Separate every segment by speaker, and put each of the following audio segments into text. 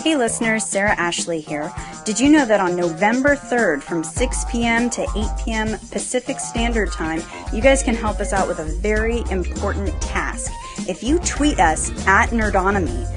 Speaker 1: Hey listeners, Sarah Ashley here. Did you know that on November 3rd from 6 p.m. to 8 p.m. Pacific Standard Time, you guys can help us out with a very important task? If you tweet us at Nerdonomy,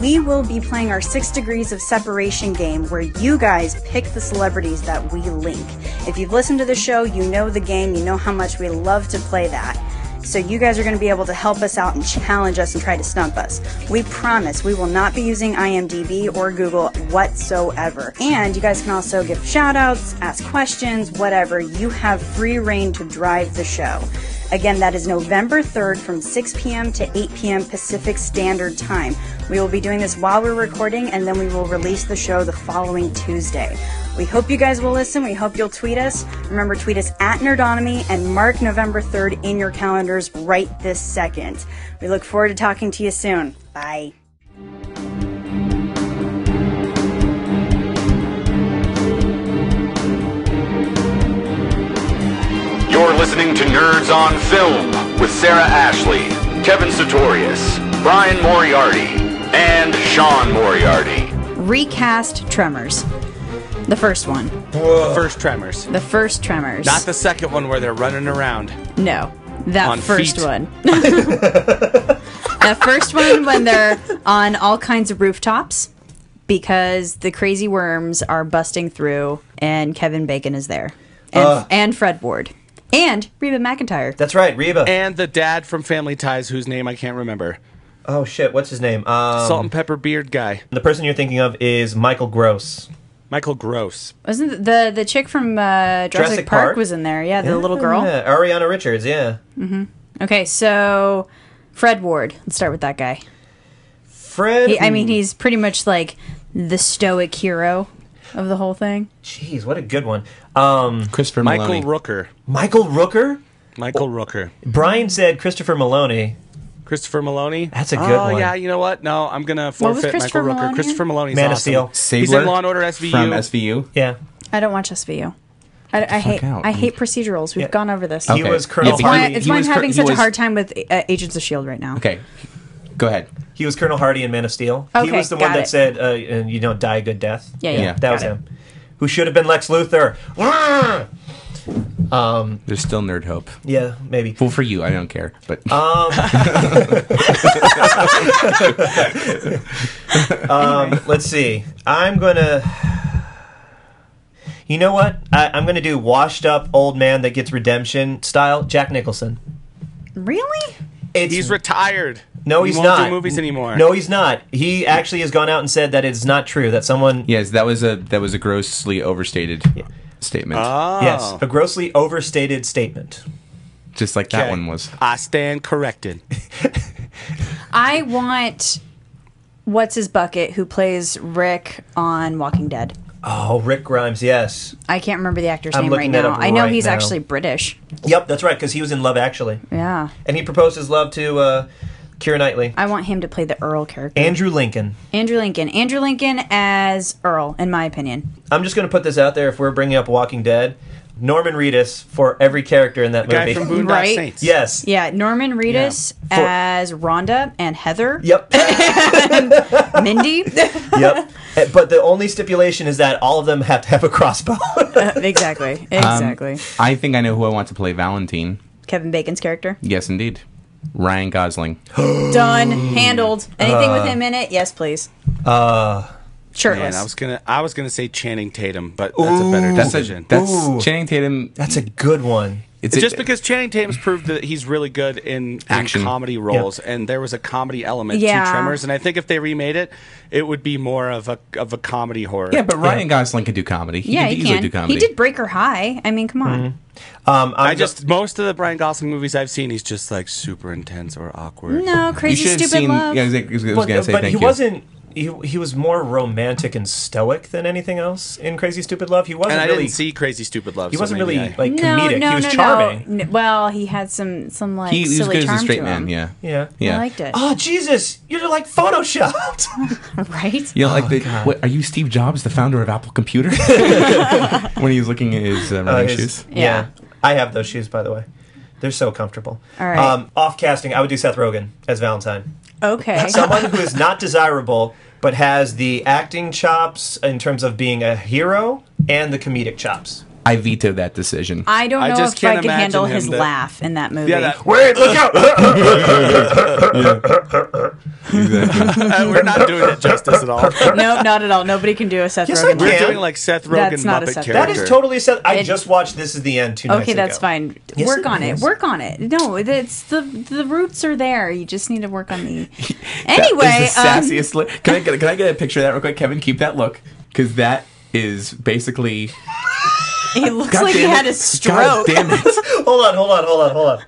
Speaker 1: we will be playing our six degrees of separation game where you guys pick the celebrities that we link. If you've listened to the show, you know the game, you know how much we love to play that. So you guys are going to be able to help us out and challenge us and try to stump us. We promise we will not be using IMDb or Google whatsoever. And you guys can also give shout outs, ask questions, whatever. You have free reign to drive the show. Again, that is November 3rd from 6 p.m. to 8 p.m. Pacific Standard Time. We will be doing this while we're recording, and then we will release the show the following Tuesday. We hope you guys will listen. We hope you'll tweet us. Remember, tweet us at Nerdonomy and mark November 3rd in your calendars right this second. We look forward to talking to you soon. Bye.
Speaker 2: You're listening to Nerds on Film with Sarah Ashley, Kevin Sartorius, Brian Moriarty, and Sean Moriarty.
Speaker 1: Recast Tremors. The first one.
Speaker 3: First Tremors.
Speaker 1: The first Tremors.
Speaker 3: Not the second one where they're running around.
Speaker 4: No, that
Speaker 3: On
Speaker 4: first
Speaker 3: feet.
Speaker 4: one. that first one when they're on all kinds of rooftops because the crazy worms are busting through, and Kevin Bacon is there, and, and Fred Ward, and Reba McIntyre.
Speaker 5: That's right, Reba.
Speaker 3: And the dad from Family Ties, whose name I can't remember.
Speaker 5: oh shit, what's his name? Um,
Speaker 3: Salt and pepper beard guy.
Speaker 5: the person you're thinking of is Michael Gross.
Speaker 3: Michael Gross.
Speaker 4: Wasn't th- the the chick from uh, Jurassic,
Speaker 5: Jurassic
Speaker 4: Park,
Speaker 5: Park?
Speaker 4: was in there? Yeah, the little girl.
Speaker 5: Yeah, Ariana Richards. Yeah.
Speaker 4: Okay, so Fred Ward. Let's start with that guy.
Speaker 5: Fred.
Speaker 4: He, I mean,
Speaker 6: Hmm.
Speaker 4: he's pretty much like the stoic hero of the whole thing.
Speaker 5: jeez, what a good one. Um,
Speaker 6: Christopher
Speaker 3: Michael
Speaker 6: Maloney.
Speaker 3: Rooker.
Speaker 5: Michael Rooker.
Speaker 3: Michael Rooker.
Speaker 5: Brian said Christopher Maloney.
Speaker 3: Christopher Maloney.
Speaker 5: That's a good
Speaker 3: oh,
Speaker 5: one.
Speaker 3: Yeah, you know what? No, I'm gonna
Speaker 4: was
Speaker 3: forfeit Michael
Speaker 4: Christopher
Speaker 3: Rooker.
Speaker 4: Maloney in?
Speaker 3: Christopher Maloney's
Speaker 5: Man of
Speaker 3: awesome.
Speaker 5: Steel.
Speaker 3: He's
Speaker 6: Sabler
Speaker 3: in Law and Order SVU.
Speaker 6: From SVU.
Speaker 5: Yeah.
Speaker 4: I don't watch SVU. I, I hate
Speaker 6: out.
Speaker 4: I hate procedurals. We've
Speaker 5: Yeah.
Speaker 4: gone over this.
Speaker 5: He
Speaker 6: Okay.
Speaker 5: was Colonel
Speaker 6: It's
Speaker 4: It's why,
Speaker 5: Hardy.
Speaker 6: He
Speaker 4: it's why I'm
Speaker 6: was cur-
Speaker 4: having
Speaker 6: he
Speaker 4: such a
Speaker 6: was-
Speaker 4: hard time with uh, Agents of Shield right now.
Speaker 6: Okay, go ahead.
Speaker 5: He was Colonel Hardy in Man of Steel. he
Speaker 4: Okay,
Speaker 5: was the one
Speaker 4: got
Speaker 5: that
Speaker 4: it.
Speaker 5: said, uh, "You don't die a good death."
Speaker 4: Yeah, yeah,
Speaker 6: Yeah.
Speaker 5: that was
Speaker 4: got it.
Speaker 5: him. Who should have been Lex Luthor? Arrgh!
Speaker 6: There's still nerd hope.
Speaker 5: yeah, maybe.
Speaker 6: Well, for you, I don't care. But
Speaker 5: Um, let's see. I'm gonna. You know what? I, I'm gonna do washed up old man that gets redemption style. Jack Nicholson.
Speaker 4: Really?
Speaker 5: It's,
Speaker 3: He's retired.
Speaker 5: no,
Speaker 3: He
Speaker 5: he's
Speaker 3: won't
Speaker 5: not
Speaker 3: do movies anymore.
Speaker 5: No, he's not. He actually has gone out and said that it's not true. That someone
Speaker 6: yes, that was a that was a grossly overstated statement,
Speaker 5: Uh,
Speaker 3: Oh.
Speaker 5: yes, a grossly overstated statement.
Speaker 6: just like that
Speaker 3: Okay.
Speaker 6: one was.
Speaker 3: I stand corrected.
Speaker 4: I want what's his bucket who plays Rick on Walking Dead.
Speaker 5: Oh, Rick Grimes. Yes.
Speaker 4: I can't remember the actor's
Speaker 5: I'm
Speaker 4: name right
Speaker 5: looking that
Speaker 4: now.
Speaker 5: up
Speaker 4: I know
Speaker 5: right
Speaker 4: he's
Speaker 5: now.
Speaker 4: actually British.
Speaker 5: Yep, that's right. Because he was in Love Actually,
Speaker 4: Yeah.
Speaker 5: and he proposed his love to uh, Kira Knightley.
Speaker 4: I want him to play the Earl character.
Speaker 5: Andrew Lincoln.
Speaker 4: Andrew Lincoln. Andrew Lincoln as Earl, in my opinion.
Speaker 5: I'm just going to put this out there. If we're bringing up Walking Dead, Norman Reedus for every character in that
Speaker 3: Guy
Speaker 5: movie.
Speaker 3: from Boondock
Speaker 4: Right?
Speaker 3: Saints.
Speaker 5: yes.
Speaker 4: Yeah, Norman Reedus
Speaker 5: Yeah. For-
Speaker 4: as Rhonda and Heather.
Speaker 5: Yep.
Speaker 4: Mindy.
Speaker 5: yep. Eh, But the only stipulation is that all of them have to have a crossbow. Um,
Speaker 4: exactly. Exactly.
Speaker 6: I think I know who I want to play Valentine.
Speaker 4: Kevin Bacon's character.
Speaker 6: Yes, indeed, Ryan Gosling.
Speaker 4: Done. Handled. Anything
Speaker 5: Uh,
Speaker 4: with him in it? Yes, please. Uh, Shirtless.
Speaker 3: Man, I was gonna I was gonna say Channing Tatum, but that's a better
Speaker 6: That's a,
Speaker 3: decision.
Speaker 6: that's
Speaker 5: Ooh.
Speaker 6: Channing Tatum.
Speaker 5: That's a good one.
Speaker 6: It's
Speaker 3: It's
Speaker 6: a-
Speaker 3: just because Channing Tatum's proved that he's really good in, in
Speaker 6: Action.
Speaker 3: comedy roles, and there was a comedy element to
Speaker 4: Yeah.
Speaker 3: Tremors, and I think if they remade it, it would be more of a of a comedy horror.
Speaker 6: yeah, but Ryan Gosling could do comedy. He
Speaker 4: yeah,
Speaker 6: could
Speaker 4: he
Speaker 6: easily
Speaker 4: can.
Speaker 6: do comedy.
Speaker 4: He did Breaker High. I mean, come on.
Speaker 5: Um, I'm
Speaker 3: I just most of the Brian Gosling movies I've seen, he's just like super intense or awkward.
Speaker 4: No,
Speaker 6: You
Speaker 4: crazy
Speaker 6: should have
Speaker 4: stupid
Speaker 6: seen.
Speaker 4: love.
Speaker 6: Yeah, I was, I was
Speaker 5: But,
Speaker 6: gonna say
Speaker 5: but
Speaker 6: thank
Speaker 5: he
Speaker 6: you.
Speaker 5: wasn't. He, he was more romantic and stoic than anything else in Crazy Stupid Love. He wasn't
Speaker 3: and I
Speaker 5: really.
Speaker 3: didn't see Crazy Stupid Love.
Speaker 5: he
Speaker 3: so
Speaker 5: wasn't
Speaker 3: maybe
Speaker 5: really
Speaker 3: I-
Speaker 5: like
Speaker 4: no,
Speaker 5: comedic.
Speaker 4: no,
Speaker 5: he was
Speaker 4: no,
Speaker 5: charming.
Speaker 4: no. N- Well, he had some some like
Speaker 6: He, he was
Speaker 4: silly
Speaker 6: good as
Speaker 4: charm
Speaker 6: a straight
Speaker 4: to
Speaker 6: man.
Speaker 4: him.
Speaker 6: Yeah.
Speaker 5: Yeah.
Speaker 6: Yeah.
Speaker 4: I liked it.
Speaker 5: Oh Jesus! You're like photoshopped.
Speaker 4: right?
Speaker 6: Yeah,
Speaker 3: Oh,
Speaker 6: like the, what, are you Steve Jobs, the founder of Apple Computer? when he was looking at his uh,
Speaker 3: Oh,
Speaker 6: running
Speaker 5: his-
Speaker 6: shoes.
Speaker 5: Yeah. I have those shoes, by the way. They're so comfortable.
Speaker 4: All right.
Speaker 5: Um, off casting, I would do Seth Rogen as Valentine.
Speaker 4: Okay.
Speaker 5: Someone who is not desirable, but has the acting chops in terms of being a hero and the comedic chops.
Speaker 6: I veto that decision.
Speaker 4: I don't
Speaker 3: I
Speaker 4: know
Speaker 3: just
Speaker 4: if I
Speaker 3: can't
Speaker 4: can handle
Speaker 3: imagine him
Speaker 4: his
Speaker 3: that-
Speaker 4: laugh in that movie.
Speaker 3: Yeah, that,
Speaker 2: Wait, look out!
Speaker 6: Exactly.
Speaker 3: uh, we're not doing it justice at all.
Speaker 4: no, not at all. Nobody can do a Seth
Speaker 5: Yes, I
Speaker 4: Rogen.
Speaker 5: can.
Speaker 3: We're
Speaker 4: laugh.
Speaker 3: doing like Seth Rogen
Speaker 4: That's not a
Speaker 3: Muppet
Speaker 4: Seth-
Speaker 3: character.
Speaker 5: That is totally set. I
Speaker 4: It-
Speaker 5: just watched This Is the End two nights
Speaker 4: Okay, that's
Speaker 5: ago.
Speaker 4: fine.
Speaker 5: Yes,
Speaker 4: work
Speaker 5: it
Speaker 4: on
Speaker 5: is.
Speaker 4: it. Work on it. No, it's the the roots are there. You just need to work on the. Anyway, um,
Speaker 6: that is the sassiest look. Can I get can I get a picture of that real quick, Kevin? Keep that look because that is basically.
Speaker 4: he looks
Speaker 6: God
Speaker 4: like he
Speaker 6: damn it.
Speaker 4: had a
Speaker 6: God
Speaker 4: stroke.
Speaker 6: damn it!
Speaker 5: Hold on, hold on, hold on, hold on.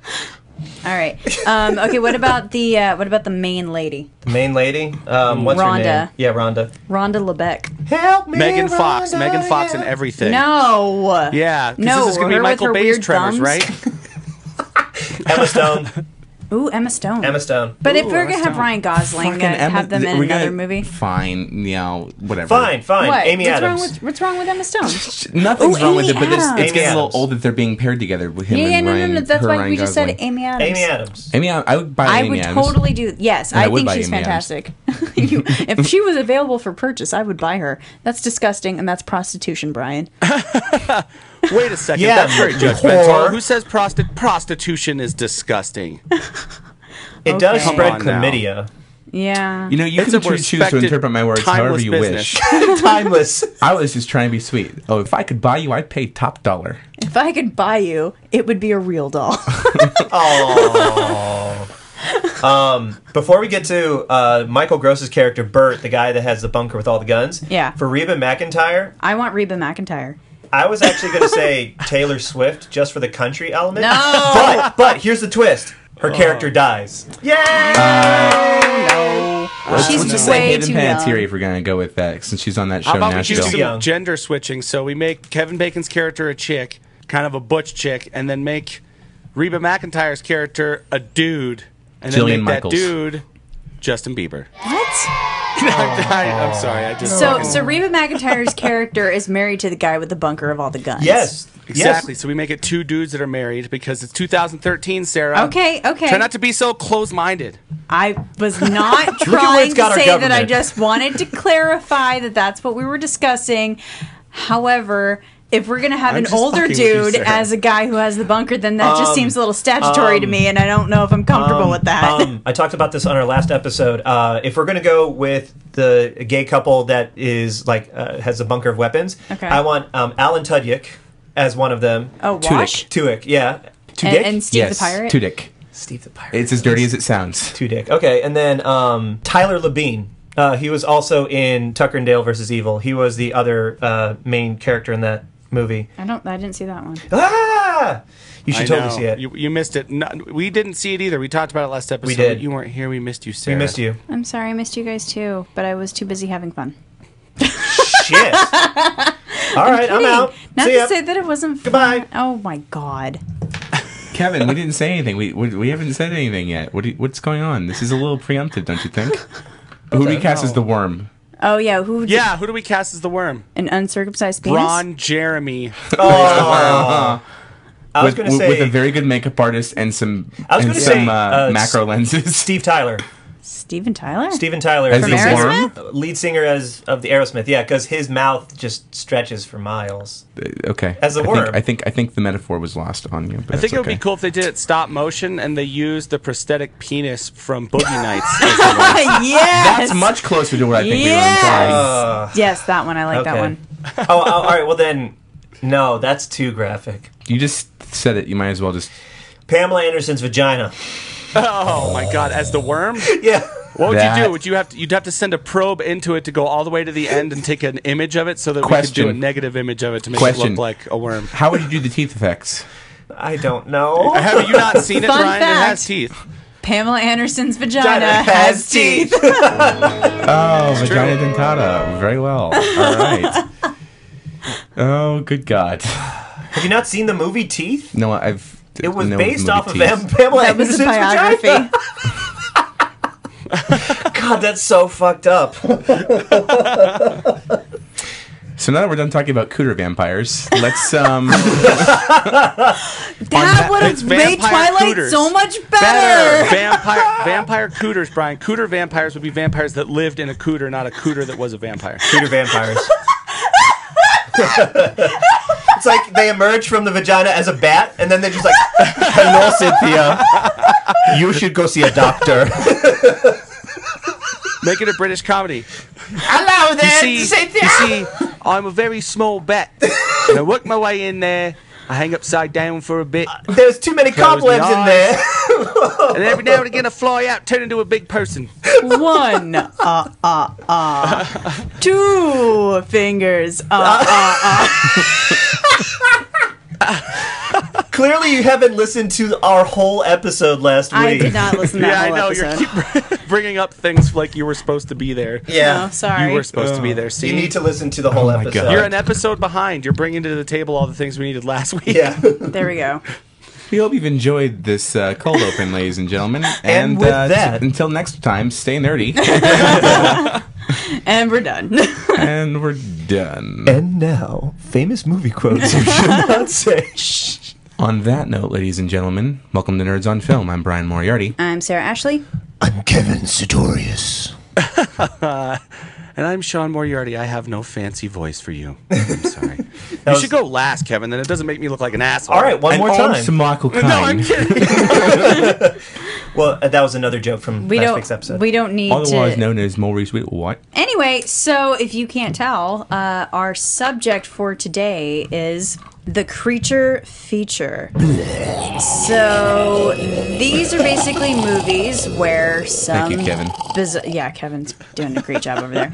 Speaker 4: All right. Um, okay. What about the uh, what about the main lady,
Speaker 5: The main lady. Um, what's
Speaker 4: Rhonda.
Speaker 5: her name? Yeah, Rhonda.
Speaker 4: Rhonda LeBeck?
Speaker 5: Help me,
Speaker 3: Megan Fox,
Speaker 5: Rhonda,
Speaker 3: Megan Fox,
Speaker 5: yeah.
Speaker 3: and everything.
Speaker 4: No.
Speaker 3: Yeah, 'cause
Speaker 4: No,
Speaker 3: This is gonna
Speaker 4: her
Speaker 3: be
Speaker 4: with her
Speaker 3: Michael Bay's
Speaker 4: weird
Speaker 3: tremors,
Speaker 4: thumbs.
Speaker 3: right?
Speaker 5: Emma Stone.
Speaker 4: Ooh, Emma Stone.
Speaker 5: Emma Stone.
Speaker 4: But if
Speaker 6: Ooh,
Speaker 4: we're
Speaker 6: Emma
Speaker 4: gonna have
Speaker 6: Stone.
Speaker 4: Ryan Gosling uh,
Speaker 6: Fucking Emma-
Speaker 4: have them in
Speaker 6: we
Speaker 4: another
Speaker 6: gotta-
Speaker 4: movie,
Speaker 6: Fine, you know, whatever.
Speaker 5: Fine, fine.
Speaker 4: what?
Speaker 5: Amy
Speaker 4: what's
Speaker 5: Adams.
Speaker 4: wrong with What's wrong with Emma Stone?
Speaker 6: Nothing's
Speaker 4: Ooh,
Speaker 6: wrong with it,
Speaker 4: Amy
Speaker 6: but it's,
Speaker 4: Adams.
Speaker 6: it's getting a
Speaker 5: Amy
Speaker 6: little
Speaker 5: Adams.
Speaker 6: old that they're being paired together with him
Speaker 4: yeah,
Speaker 6: and
Speaker 4: yeah, no,
Speaker 6: Ryan.
Speaker 4: no, no. That's
Speaker 6: her
Speaker 4: why
Speaker 6: Ryan
Speaker 4: we just
Speaker 6: Gosling.
Speaker 4: said Amy Adams.
Speaker 5: Amy Adams.
Speaker 6: Amy, Ad- I would buy
Speaker 4: I
Speaker 6: Amy
Speaker 4: would
Speaker 6: Adams.
Speaker 4: totally do. Yes,
Speaker 6: I
Speaker 4: I,
Speaker 6: would
Speaker 4: think
Speaker 6: buy
Speaker 4: she's
Speaker 6: Amy Adams.
Speaker 4: fantastic. you, if she was available for purchase, I would buy her. That's disgusting, and that's prostitution, Brian.
Speaker 3: Wait a second.
Speaker 5: Yeah,
Speaker 3: that's very
Speaker 5: you
Speaker 3: judgmental.
Speaker 5: whore.
Speaker 3: Who says prosti- prostitution is disgusting?
Speaker 5: It does
Speaker 4: Okay.
Speaker 5: spread
Speaker 3: Come on now.
Speaker 5: chlamydia.
Speaker 4: Yeah.
Speaker 6: You know, you
Speaker 3: It's
Speaker 6: can
Speaker 3: a
Speaker 6: choose, choose to
Speaker 3: respected,
Speaker 6: interpret my words however
Speaker 3: timeless
Speaker 6: you
Speaker 3: business.
Speaker 6: wish.
Speaker 5: Timeless.
Speaker 6: I was just trying to be sweet. Oh, if I could buy you, I'd pay top dollar.
Speaker 4: if I could buy you, it would be a real doll.
Speaker 5: Before we get to uh, Michael Gross's character Bert, the guy that has the bunker with all the guns.
Speaker 4: Yeah.
Speaker 5: For Reba McIntyre,
Speaker 4: I want Reba McIntyre.
Speaker 5: I was actually going to say Taylor Swift just for the country element.
Speaker 4: No.
Speaker 5: But but here's the twist: her
Speaker 3: Oh.
Speaker 5: character dies.
Speaker 4: She's
Speaker 6: Let's just say
Speaker 4: way
Speaker 6: Hayden
Speaker 4: too
Speaker 6: Panettiere
Speaker 4: young.
Speaker 6: if we're going to go with that, since she's on that show
Speaker 3: How about we do
Speaker 6: Nashville.
Speaker 5: too young.
Speaker 3: some gender switching? So we make Kevin Bacon's character a chick, kind of a butch chick, and then make Reba McIntyre's character a dude, and then
Speaker 6: Jillian
Speaker 3: make
Speaker 6: Michaels.
Speaker 3: that dude Justin Bieber.
Speaker 4: What?
Speaker 3: I, am sorry, I just
Speaker 4: So,
Speaker 3: fucking-
Speaker 4: so Reba McIntyre's character is married to the guy with the bunker of all the guns.
Speaker 5: Yes.
Speaker 3: exactly.
Speaker 5: Yes.
Speaker 3: So we make it two dudes that are married because it's 2013, Sarah.
Speaker 4: Okay, okay.
Speaker 3: Try not to be so close-minded.
Speaker 4: I was not
Speaker 5: where
Speaker 4: trying
Speaker 5: it's
Speaker 4: to
Speaker 5: got our
Speaker 4: say that I
Speaker 5: government.
Speaker 4: just wanted to clarify that that's what we were discussing. However, if we're going to have an
Speaker 6: I'm just
Speaker 4: older
Speaker 6: fucking with you,
Speaker 4: dude
Speaker 6: Sarah.
Speaker 4: as a guy who has the bunker, then that just seems a little statutory to
Speaker 5: um,
Speaker 4: me, and I don't know if I'm comfortable with that.
Speaker 5: Um, I talked about this on our last episode. Uh, if we're going to go with the gay couple that is like uh, has a bunker of weapons,
Speaker 4: Okay.
Speaker 5: I want um, Alan Tudyk as one of them.
Speaker 4: oh, Wash?
Speaker 5: Tudyk, yeah.
Speaker 4: And,
Speaker 5: Tudyk
Speaker 4: and Steve
Speaker 6: yes,
Speaker 4: the Pirate?
Speaker 6: Tudyk.
Speaker 5: Steve the Pirate.
Speaker 6: It's as dirty as it sounds.
Speaker 5: Two Dick. Okay, and then um, Tyler Labine. Uh, he was also in Tucker and Dale versus Evil. He was the other uh, main character in that movie.
Speaker 4: I, don't, I didn't see that one.
Speaker 5: Ah! You should
Speaker 3: I
Speaker 5: totally
Speaker 3: know.
Speaker 5: see it.
Speaker 3: You, you missed it. No, we didn't see it either. We talked about it last episode.
Speaker 5: did.
Speaker 3: but You weren't here. We missed you,
Speaker 5: we
Speaker 3: Sarah.
Speaker 5: missed you.
Speaker 4: I'm sorry I missed you guys too, but I was too busy having fun.
Speaker 5: Shit. All right, I'm
Speaker 4: Kidding.
Speaker 5: out.
Speaker 4: Not
Speaker 5: see
Speaker 4: to
Speaker 5: ya.
Speaker 4: say that it wasn't fun.
Speaker 5: Goodbye.
Speaker 4: Oh, my God.
Speaker 6: Kevin, we didn't say anything. We we, we haven't said anything yet. What do you- what's going on? This is a little preemptive, don't you think? Who do we cast as the worm?
Speaker 4: Oh, yeah. Who?
Speaker 3: Yeah. Who do we cast as the worm?
Speaker 4: An uncircumcised penis?
Speaker 3: Ron Jeremy.
Speaker 5: I was
Speaker 6: With,
Speaker 5: going to
Speaker 6: with-
Speaker 5: say
Speaker 6: with a very good makeup artist and some
Speaker 5: I was
Speaker 6: and
Speaker 5: gonna
Speaker 6: some
Speaker 5: say,
Speaker 6: uh,
Speaker 5: uh,
Speaker 6: macro lenses.
Speaker 5: Steve Tyler.
Speaker 4: Steven Tyler?
Speaker 5: Steven Tyler.
Speaker 6: As
Speaker 5: is
Speaker 6: the
Speaker 4: From
Speaker 6: worm?
Speaker 5: lead singer as of the Aerosmith. Yeah, because his mouth just stretches for miles.
Speaker 6: Uh, Okay.
Speaker 5: As the
Speaker 6: I think-
Speaker 5: worm.
Speaker 6: I think I think the metaphor was lost on you. But
Speaker 3: I think it would be cool if they did it stop motion and they used the prosthetic penis from Boogie Nights. as the worm.
Speaker 4: yes.
Speaker 6: That's much closer to what I think
Speaker 4: Yes.
Speaker 6: we were implying.
Speaker 4: Yes, that one. I like that one.
Speaker 5: oh, Uh, oh, all right. Well, then, no, that's too graphic.
Speaker 6: You just said it. You might as well just.
Speaker 5: Pamela Anderson's vagina.
Speaker 3: oh my god, as the worm?
Speaker 5: Yeah.
Speaker 3: What would you
Speaker 6: That-
Speaker 3: do? Would you have to, you'd have to send a probe into it to go all the way to the end and take an image of it so that we could do
Speaker 6: Question.
Speaker 3: a negative image of it to make it
Speaker 6: Question.
Speaker 3: look like a worm.
Speaker 6: How would you do the teeth effects?
Speaker 5: I don't know.
Speaker 3: Have you not seen it,
Speaker 4: Fun
Speaker 3: Ryan? It has
Speaker 4: fact.
Speaker 3: teeth.
Speaker 4: Pamela Anderson's vagina
Speaker 5: Vagina
Speaker 4: has teeth.
Speaker 6: Oh, vagina dentata. Very well. All right. oh, good God.
Speaker 5: Have you not seen the movie Teeth?
Speaker 6: No, I've.
Speaker 5: It was
Speaker 6: no
Speaker 5: based
Speaker 6: movie
Speaker 5: off of
Speaker 6: teeth.
Speaker 5: Am- Pamela
Speaker 4: That was
Speaker 5: Anderson's
Speaker 4: a biography.
Speaker 5: vagina. God, that's so fucked up.
Speaker 6: So now that we're done talking about cooter vampires, let's um
Speaker 4: That
Speaker 6: va-
Speaker 4: would
Speaker 3: It's
Speaker 4: have made
Speaker 3: vampire
Speaker 4: Twilight
Speaker 3: cooters.
Speaker 4: so much better.
Speaker 3: Vampire vampire cooters, Brian. Cooter vampires would be vampires that lived in a cooter, not a cooter that was a vampire.
Speaker 5: Cooter vampires. it's like they emerge from the vagina as a bat, and then they're just like, "Hello, Cynthia. You should go see a doctor."
Speaker 3: Make it a British comedy.
Speaker 5: Hello
Speaker 3: You see, you see, I'm a very small bat. And I work my way in there. I hang upside down for a bit,
Speaker 5: There's too many
Speaker 3: Close the
Speaker 5: cobwebs in there.
Speaker 3: and every now and again I fly out, turn into a big person.
Speaker 4: One, uh, uh, uh. Two fingers, uh, uh.
Speaker 5: Clearly, you haven't listened to our whole episode last week.
Speaker 4: I did not listen to
Speaker 3: Yeah,
Speaker 4: that whole
Speaker 3: I know.
Speaker 4: episode.
Speaker 3: You keep bringing up things like you were supposed to be there.
Speaker 5: Yeah,
Speaker 4: No, sorry.
Speaker 3: You were supposed to be there. See,
Speaker 5: you need to listen to the whole
Speaker 6: my
Speaker 5: episode.
Speaker 6: God.
Speaker 3: You're an episode behind. You're bringing to the table all the things we needed last week.
Speaker 5: yeah.
Speaker 4: there we go.
Speaker 6: we hope you've enjoyed this uh, cold open, ladies and gentlemen. And,
Speaker 5: with
Speaker 6: uh,
Speaker 5: that-
Speaker 6: until next time, stay nerdy.
Speaker 4: And we're done.
Speaker 6: and we're done.
Speaker 5: And now, famous movie quotes you should not say.
Speaker 6: On that note, ladies and gentlemen, welcome to Nerds on Film. I'm Brian Moriarty.
Speaker 4: I'm Sarah Ashley.
Speaker 5: I'm Kevin Sidorius.
Speaker 3: And I'm Sean Moriarty. I have no fancy voice for you. I'm sorry. you should go last, Kevin. Then it doesn't make me look like an asshole.
Speaker 5: All right, one
Speaker 6: and
Speaker 5: more
Speaker 6: I'm
Speaker 5: time.
Speaker 6: Sir Michael Kine.
Speaker 3: No, I'm kidding.
Speaker 5: well, uh, that was another joke from
Speaker 4: We
Speaker 5: last
Speaker 4: don't.
Speaker 5: week's episode.
Speaker 4: We don't need
Speaker 6: Otherwise
Speaker 4: to.
Speaker 6: known as Maurice Wait, what?
Speaker 4: Anyway, so if you can't tell, uh, our subject for today is the creature feature. so these are basically movies where some
Speaker 6: you, Kevin.
Speaker 4: biz- yeah, Kevin's doing a great job over there.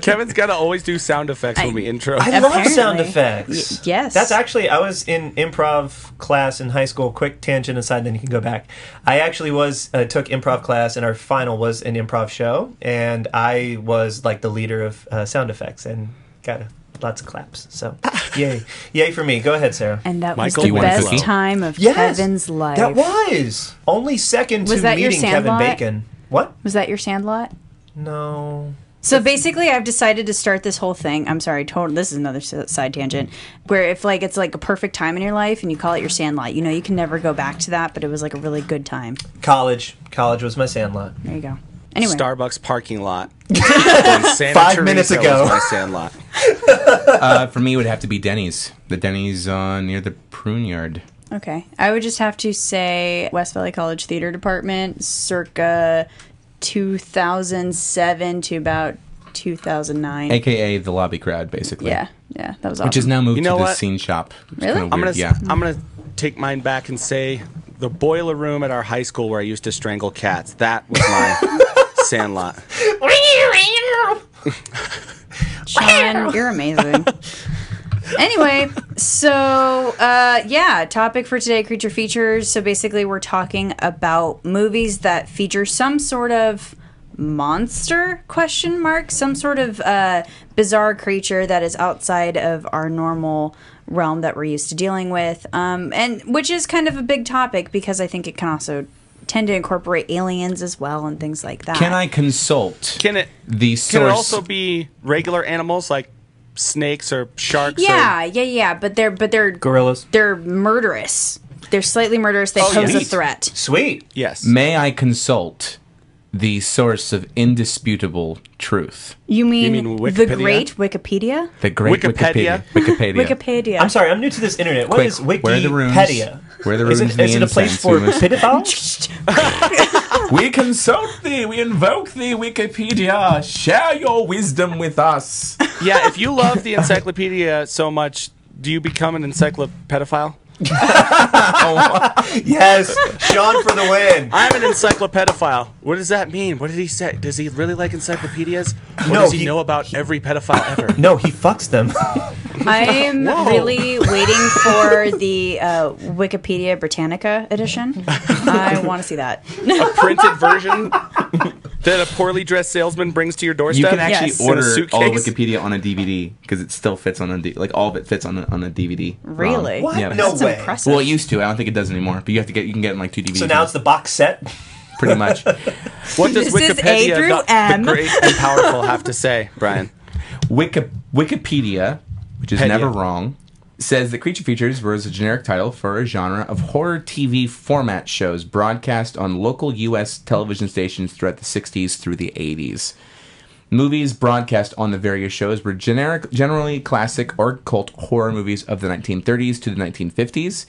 Speaker 3: Kevin's got to always do sound effects when we intro.
Speaker 5: I love
Speaker 4: Apparently.
Speaker 5: sound effects.
Speaker 4: Y- yes.
Speaker 5: That's actually, I was in improv class in high school. Quick tangent aside, then you can go back. I actually was, uh, took improv class, and our final was an improv show. And I was like the leader of uh, sound effects and got a, lots of claps. So, yay. Yay for me. Go ahead, Sarah.
Speaker 4: And that
Speaker 3: Michael,
Speaker 4: was
Speaker 6: you
Speaker 4: the
Speaker 6: want a
Speaker 4: best
Speaker 6: cookie?
Speaker 4: time of
Speaker 5: Yes,
Speaker 4: Kevin's life.
Speaker 5: That was only second
Speaker 4: Was
Speaker 5: to
Speaker 4: that your
Speaker 5: meeting Kevin
Speaker 4: Sandlot?
Speaker 5: Bacon. What?
Speaker 4: Was that your Sandlot?
Speaker 5: No.
Speaker 4: So basically, I've decided to start this whole thing. I'm sorry, total. This is another s- side tangent. Where if like it's like a perfect time in your life and you call it your Sandlot, you know you can never go back to that. But it was like a really good time.
Speaker 5: College. College was my Sandlot.
Speaker 4: There you go. Anyway,
Speaker 3: Starbucks parking lot. Five
Speaker 5: minutes ago.
Speaker 3: My sandlot.
Speaker 6: Uh, for me, it would have to be Denny's. The Denny's uh, near the prune yard.
Speaker 4: okay. I would just have to say West Valley College Theater Department, circa 2007 to about 2009.
Speaker 6: AKA the lobby crowd, basically.
Speaker 4: yeah, yeah, that was awesome.
Speaker 6: Which is now moved
Speaker 3: You know
Speaker 6: to the
Speaker 3: what?
Speaker 6: scene shop. It's
Speaker 4: Really?
Speaker 6: kinda
Speaker 4: I'm
Speaker 3: I'm gonna.
Speaker 6: weird, yeah.
Speaker 3: I'm gonna take mine back and say the boiler room at our high school where I used to strangle cats. That was my sandlot.
Speaker 4: Sean, you're amazing. anyway, so uh, yeah, topic for today creature features. So basically, we're talking about movies that feature some sort of monster question mark some sort of uh, bizarre creature that is outside of our normal realm that we're used to dealing with um, and which is kind of a big topic because i think it can also tend to incorporate aliens as well and things like that
Speaker 6: Can I consult
Speaker 3: Can it?
Speaker 6: the
Speaker 3: Can
Speaker 6: source?
Speaker 3: it also be regular animals like snakes or sharks?
Speaker 4: yeah
Speaker 3: Or,
Speaker 4: yeah yeah but they're but they're
Speaker 5: Gorillas.
Speaker 4: they're murderous. They're slightly murderous. They pose
Speaker 3: yeah.
Speaker 4: a threat.
Speaker 5: Sweet.
Speaker 3: yes.
Speaker 6: May I consult the source of indisputable truth?
Speaker 4: You mean,
Speaker 3: mean
Speaker 4: the
Speaker 3: Wikipedia?
Speaker 4: great Wikipedia?
Speaker 6: The great
Speaker 3: Wikipedia.
Speaker 6: Wikipedia. Wikipedia.
Speaker 4: Wikipedia.
Speaker 5: I'm sorry, I'm new to this internet. What
Speaker 6: Quick,
Speaker 5: is
Speaker 6: where are the rooms?
Speaker 5: Wikipedia?
Speaker 6: Where are the
Speaker 5: Is it,
Speaker 6: rooms and the
Speaker 5: is it a place
Speaker 6: incense?
Speaker 5: for
Speaker 6: We must-
Speaker 5: pedophiles?
Speaker 6: We consult thee, we invoke thee, Wikipedia. Share your wisdom with us.
Speaker 3: Yeah. If you love the encyclopedia so much, do you become an encyclopedophile?
Speaker 5: yes, Sean for the win.
Speaker 3: I'm an encyclopedophile. What does that mean? What did he say? Does he really like encyclopedias? Or
Speaker 5: No,
Speaker 3: does he,
Speaker 5: he-
Speaker 3: know about every pedophile ever?
Speaker 5: No, he fucks them.
Speaker 4: I'm
Speaker 3: Whoa.
Speaker 4: really waiting for the uh, Wikipedia Britannica edition. I want to see that.
Speaker 3: a printed version that a poorly dressed salesman brings to your doorstep.
Speaker 6: You can actually
Speaker 4: Yes.
Speaker 6: order
Speaker 3: In a suitcase.
Speaker 6: all of Wikipedia on a DVD because it still fits on a D- like all of it fits on a, on a DVD. ROM.
Speaker 4: Really? What?
Speaker 6: Yeah.
Speaker 5: No
Speaker 4: That's
Speaker 5: way.
Speaker 4: impressive.
Speaker 6: Well, it used to. I don't think it does anymore. But you have to get you can get them like two DVDs.
Speaker 5: So now it's the box set.
Speaker 6: pretty much.
Speaker 3: What does
Speaker 4: This is A
Speaker 3: Wikipedia,
Speaker 4: through
Speaker 3: the,
Speaker 4: M.
Speaker 3: the great and powerful, have to say, Brian?
Speaker 6: Wiki- Wikipedia, which is
Speaker 3: Pedia.
Speaker 6: never wrong, says that Creature Features was a generic title for a genre of horror TV format shows broadcast on local U.S. television stations throughout the 60s through the 80s. Movies broadcast on the various shows were generic, generally classic or cult horror movies of the 1930s to the 1950s,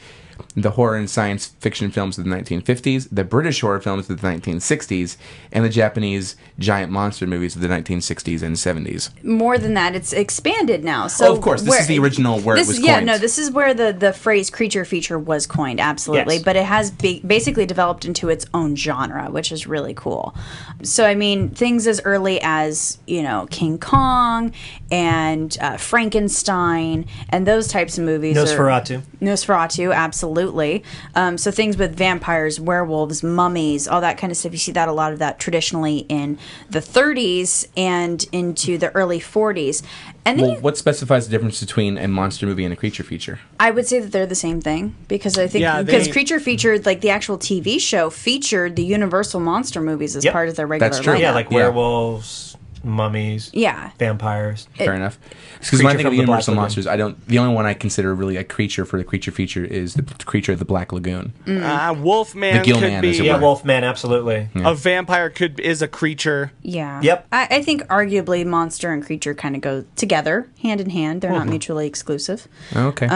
Speaker 6: the horror and science fiction films of the 1950s, the British horror films of the 1960s, and the Japanese giant monster movies of the 1960s and 70s.
Speaker 4: more than that, it's expanded now. So
Speaker 6: of course, this is the original where it
Speaker 4: this-
Speaker 6: was
Speaker 4: Yeah,
Speaker 6: coined.
Speaker 4: no, this is where the, the phrase creature feature was coined, absolutely.
Speaker 5: Yes.
Speaker 4: But it has be- basically developed into its own genre, which is really cool. So, I mean, things as early as, you know, King Kong and uh, Frankenstein and those types of movies. are-
Speaker 5: Nosferatu.
Speaker 4: Nosferatu, absolutely. Um, so things with vampires, werewolves, mummies, all that kind of stuff. You see that a lot of that traditionally in the 30s and into the early 40s. And then
Speaker 6: Well,
Speaker 4: you-
Speaker 6: what specifies the difference between a monster movie and a creature feature?
Speaker 4: I would say that they're the same thing because I think
Speaker 3: Yeah,
Speaker 4: because
Speaker 3: they-
Speaker 4: Creature featured like the actual TV show featured the Universal monster movies as
Speaker 5: Yep.
Speaker 4: part of their regular.
Speaker 6: That's true.
Speaker 4: lineup.
Speaker 5: Yeah, like
Speaker 6: Yeah.
Speaker 5: werewolves, mummies,
Speaker 4: yeah.
Speaker 5: vampires.
Speaker 6: Fair enough. Because when I
Speaker 5: Creature
Speaker 6: think of
Speaker 5: from the Black
Speaker 6: Universal
Speaker 5: Lagoon.
Speaker 6: monsters, I don't. The only one I consider really a creature for the creature feature is the p- creature of the Black Lagoon.
Speaker 3: Uh, Wolfman
Speaker 6: Mm. The Gill
Speaker 3: could
Speaker 6: Man,
Speaker 3: be
Speaker 6: as it
Speaker 5: Yeah,
Speaker 6: were.
Speaker 5: Wolfman, absolutely.
Speaker 3: a vampire could is a creature.
Speaker 4: Yeah.
Speaker 5: Yep.
Speaker 4: I, I think arguably monster and creature kind of go together, hand in hand. They're not mutually exclusive.
Speaker 6: Okay.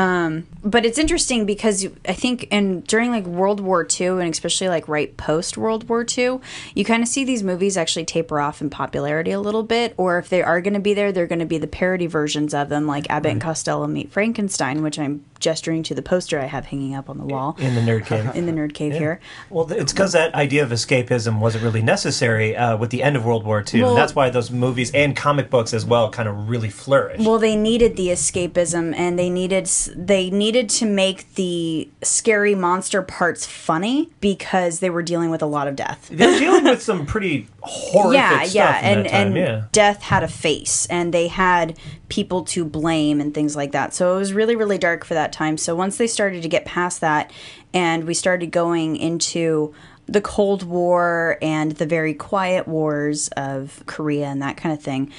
Speaker 4: but it's interesting because you- I think and during like World War II and especially like right post World War II, you kind of see these movies actually taper off in popularity a little bit, or if they are going to be there, they're going to be the parody versions of them, like Abbott and Costello Meet Frankenstein, which I'm gesturing to the poster I have hanging up on the wall
Speaker 5: In the nerd cave.
Speaker 4: in the nerd cave here.
Speaker 5: Well, th- it's because that idea of escapism wasn't really necessary uh, with the end of World War II.
Speaker 4: Well-
Speaker 5: and that's why those movies and comic books as well kind of really flourished.
Speaker 4: Well, they needed the escapism, and they needed s- they needed to make the scary monster parts funny because they were dealing with a lot of death.
Speaker 5: They're dealing with some pretty horrific
Speaker 4: yeah,
Speaker 5: stuff
Speaker 4: yeah,
Speaker 5: in
Speaker 4: and
Speaker 5: that time.
Speaker 4: and
Speaker 5: yeah.
Speaker 4: death had a face, and they had people to blame and things like that. So it was really, really dark for that time. So once they started to get past that, and we started going into the Cold War and the very quiet wars of Korea and that kind of thing,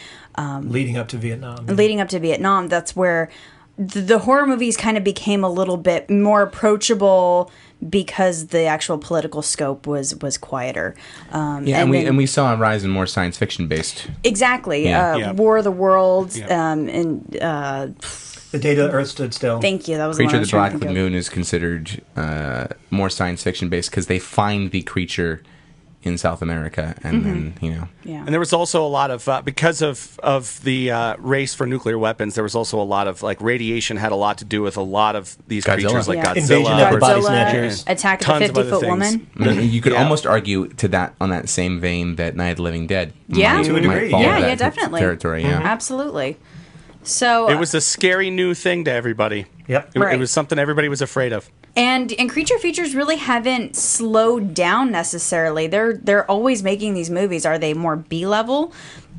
Speaker 5: leading up to Vietnam.
Speaker 4: leading up to Vietnam, that's where th- the horror movies kind of became a little bit more approachable because the actual political scope was was quieter. Um,
Speaker 6: yeah, and, we
Speaker 4: then-
Speaker 6: and we saw a rise in more science fiction based.
Speaker 4: Exactly.
Speaker 6: Yeah.
Speaker 4: Uh,
Speaker 3: Yeah.
Speaker 4: War of the Worlds.
Speaker 3: Yeah.
Speaker 4: Um, and uh,
Speaker 5: the day the Earth stood still.
Speaker 4: thank you. That was
Speaker 6: Creature of
Speaker 4: the,
Speaker 6: the Black
Speaker 4: Moon.
Speaker 6: Lagoon is considered uh, more science fiction based because they find the creature in South America, and then you know.
Speaker 4: Yeah.
Speaker 3: And there was also a lot of uh, because of of the uh, race for nuclear weapons. There was also a lot of like radiation had a lot to do with a lot of these
Speaker 6: Godzilla.
Speaker 3: creatures like
Speaker 4: Yeah.
Speaker 3: Godzilla.
Speaker 5: Invasion of the Body
Speaker 4: Godzilla,
Speaker 5: Snatchers.
Speaker 4: Attack of the
Speaker 3: Tons of
Speaker 4: 50
Speaker 3: other
Speaker 4: Foot
Speaker 3: things.
Speaker 4: Woman.
Speaker 6: you could
Speaker 3: Yeah.
Speaker 6: almost argue to that on that same vein that Night of the Living Dead.
Speaker 4: Yeah.
Speaker 6: might-
Speaker 4: To a
Speaker 6: might
Speaker 5: degree,
Speaker 6: fall
Speaker 5: yeah.
Speaker 4: Yeah,
Speaker 6: into that
Speaker 4: yeah, definitely. Mm-hmm.
Speaker 6: territory. Yeah,
Speaker 4: Absolutely. So
Speaker 3: Mm-hmm. It was a scary new thing to everybody.
Speaker 5: Yep.
Speaker 3: It,
Speaker 4: Right.
Speaker 3: it was something everybody was afraid of.
Speaker 4: and and creature features really haven't slowed down necessarily. They're they're always making these movies. Are they more B level?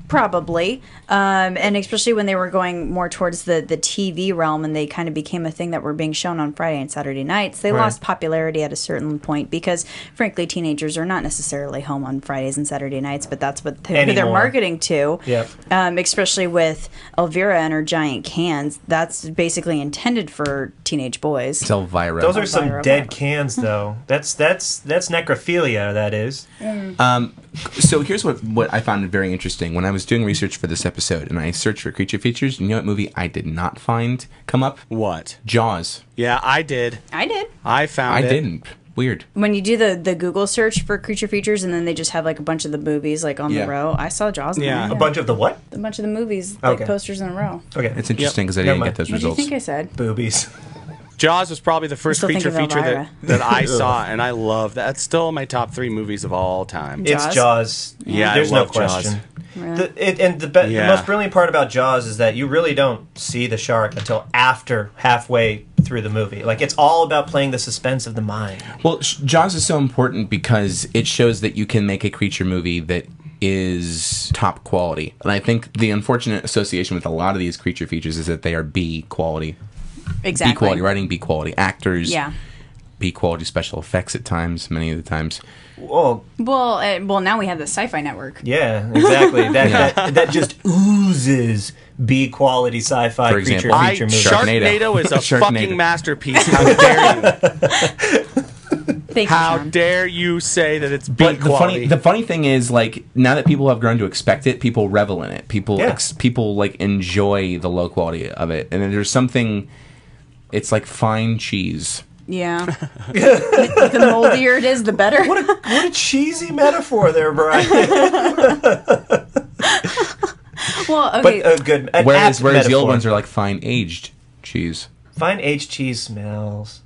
Speaker 4: Probably, um, and especially when they were going more towards the the TV realm, and they kind of became a thing that were being shown on Friday and Saturday nights. They lost popularity at a certain point because, frankly, teenagers are not necessarily home on Fridays and Saturday nights, but that's what they, who they're
Speaker 5: Anymore.
Speaker 4: marketing to
Speaker 5: Yep.
Speaker 4: um, especially with Elvira and her giant cans. That's basically intended for teenage boys.
Speaker 6: It's Elvira.
Speaker 5: Those are some
Speaker 4: Elvira,
Speaker 5: dead
Speaker 4: whatever.
Speaker 5: cans, though. That's that's that's necrophilia. That is.
Speaker 6: so here's what what I found very interesting when I was doing research for this episode, and I searched for creature features. You know what movie I did not find come up?
Speaker 3: What?
Speaker 6: Jaws.
Speaker 3: Yeah, I did.
Speaker 4: I did.
Speaker 3: I found
Speaker 6: I
Speaker 3: it.
Speaker 6: didn't. Weird.
Speaker 4: When you do the, the Google search for creature features, and then they just have like a bunch of the movies like on
Speaker 6: Yeah.
Speaker 4: the row. I saw Jaws. in
Speaker 3: Yeah.
Speaker 4: there,
Speaker 5: A bunch of the what?
Speaker 4: a bunch of the movies
Speaker 5: Okay.
Speaker 4: like posters in a row.
Speaker 5: Okay.
Speaker 6: It's interesting because I
Speaker 5: Never
Speaker 6: didn't
Speaker 5: mind.
Speaker 6: get those
Speaker 4: What do you
Speaker 6: results.
Speaker 4: think I said?
Speaker 5: boobies.
Speaker 3: Jaws was probably the first
Speaker 4: still think
Speaker 3: creature
Speaker 4: of
Speaker 3: feature
Speaker 4: Elvira.
Speaker 3: that, that I saw, and I love that. That's still in my top three movies of all time.
Speaker 4: Yeah.
Speaker 5: It's
Speaker 4: Jaws?
Speaker 5: Jaws.
Speaker 3: Yeah, I
Speaker 5: there's
Speaker 3: love
Speaker 5: no question.
Speaker 4: Really?
Speaker 5: The, it, and the, be-
Speaker 3: Yeah.
Speaker 5: the most brilliant part about Jaws is that you really don't see the shark until after halfway through the movie. Like it's all about playing the suspense of the mind.
Speaker 6: Well, sh- Jaws is so important because it shows that you can make a creature movie that is top quality. And I think the unfortunate association with a lot of these creature features is that they are B quality.
Speaker 4: Exactly.
Speaker 6: B quality writing, B quality actors.
Speaker 4: Yeah.
Speaker 6: B quality special effects at times, many of the times.
Speaker 5: Well,
Speaker 4: Well, uh, well, now we have the Sci-Fi Network.
Speaker 5: yeah, exactly. That that, that just oozes B quality sci-fi
Speaker 6: For
Speaker 5: creature
Speaker 6: example.
Speaker 3: I
Speaker 5: feature movie.
Speaker 6: Shark-
Speaker 3: Sharknado is a
Speaker 6: Sharknado.
Speaker 3: fucking masterpiece. How dare you?
Speaker 4: Thank you,
Speaker 3: How
Speaker 4: Sean.
Speaker 3: dare you say that it's B
Speaker 6: But the funny,
Speaker 3: quality?
Speaker 6: the funny thing is, like now that people have grown to expect it, people revel in it. People,
Speaker 5: Yeah.
Speaker 6: ex- people like enjoy the low quality of it, and then there's something. It's like fine cheese.
Speaker 4: Yeah. the moldier it is, the better.
Speaker 5: What a, what a cheesy metaphor there, Brian.
Speaker 4: well, okay.
Speaker 5: But a good an
Speaker 6: Whereas,
Speaker 5: apt
Speaker 6: whereas the
Speaker 5: metaphor.
Speaker 6: old ones are like fine aged cheese.
Speaker 5: Fine aged cheese smells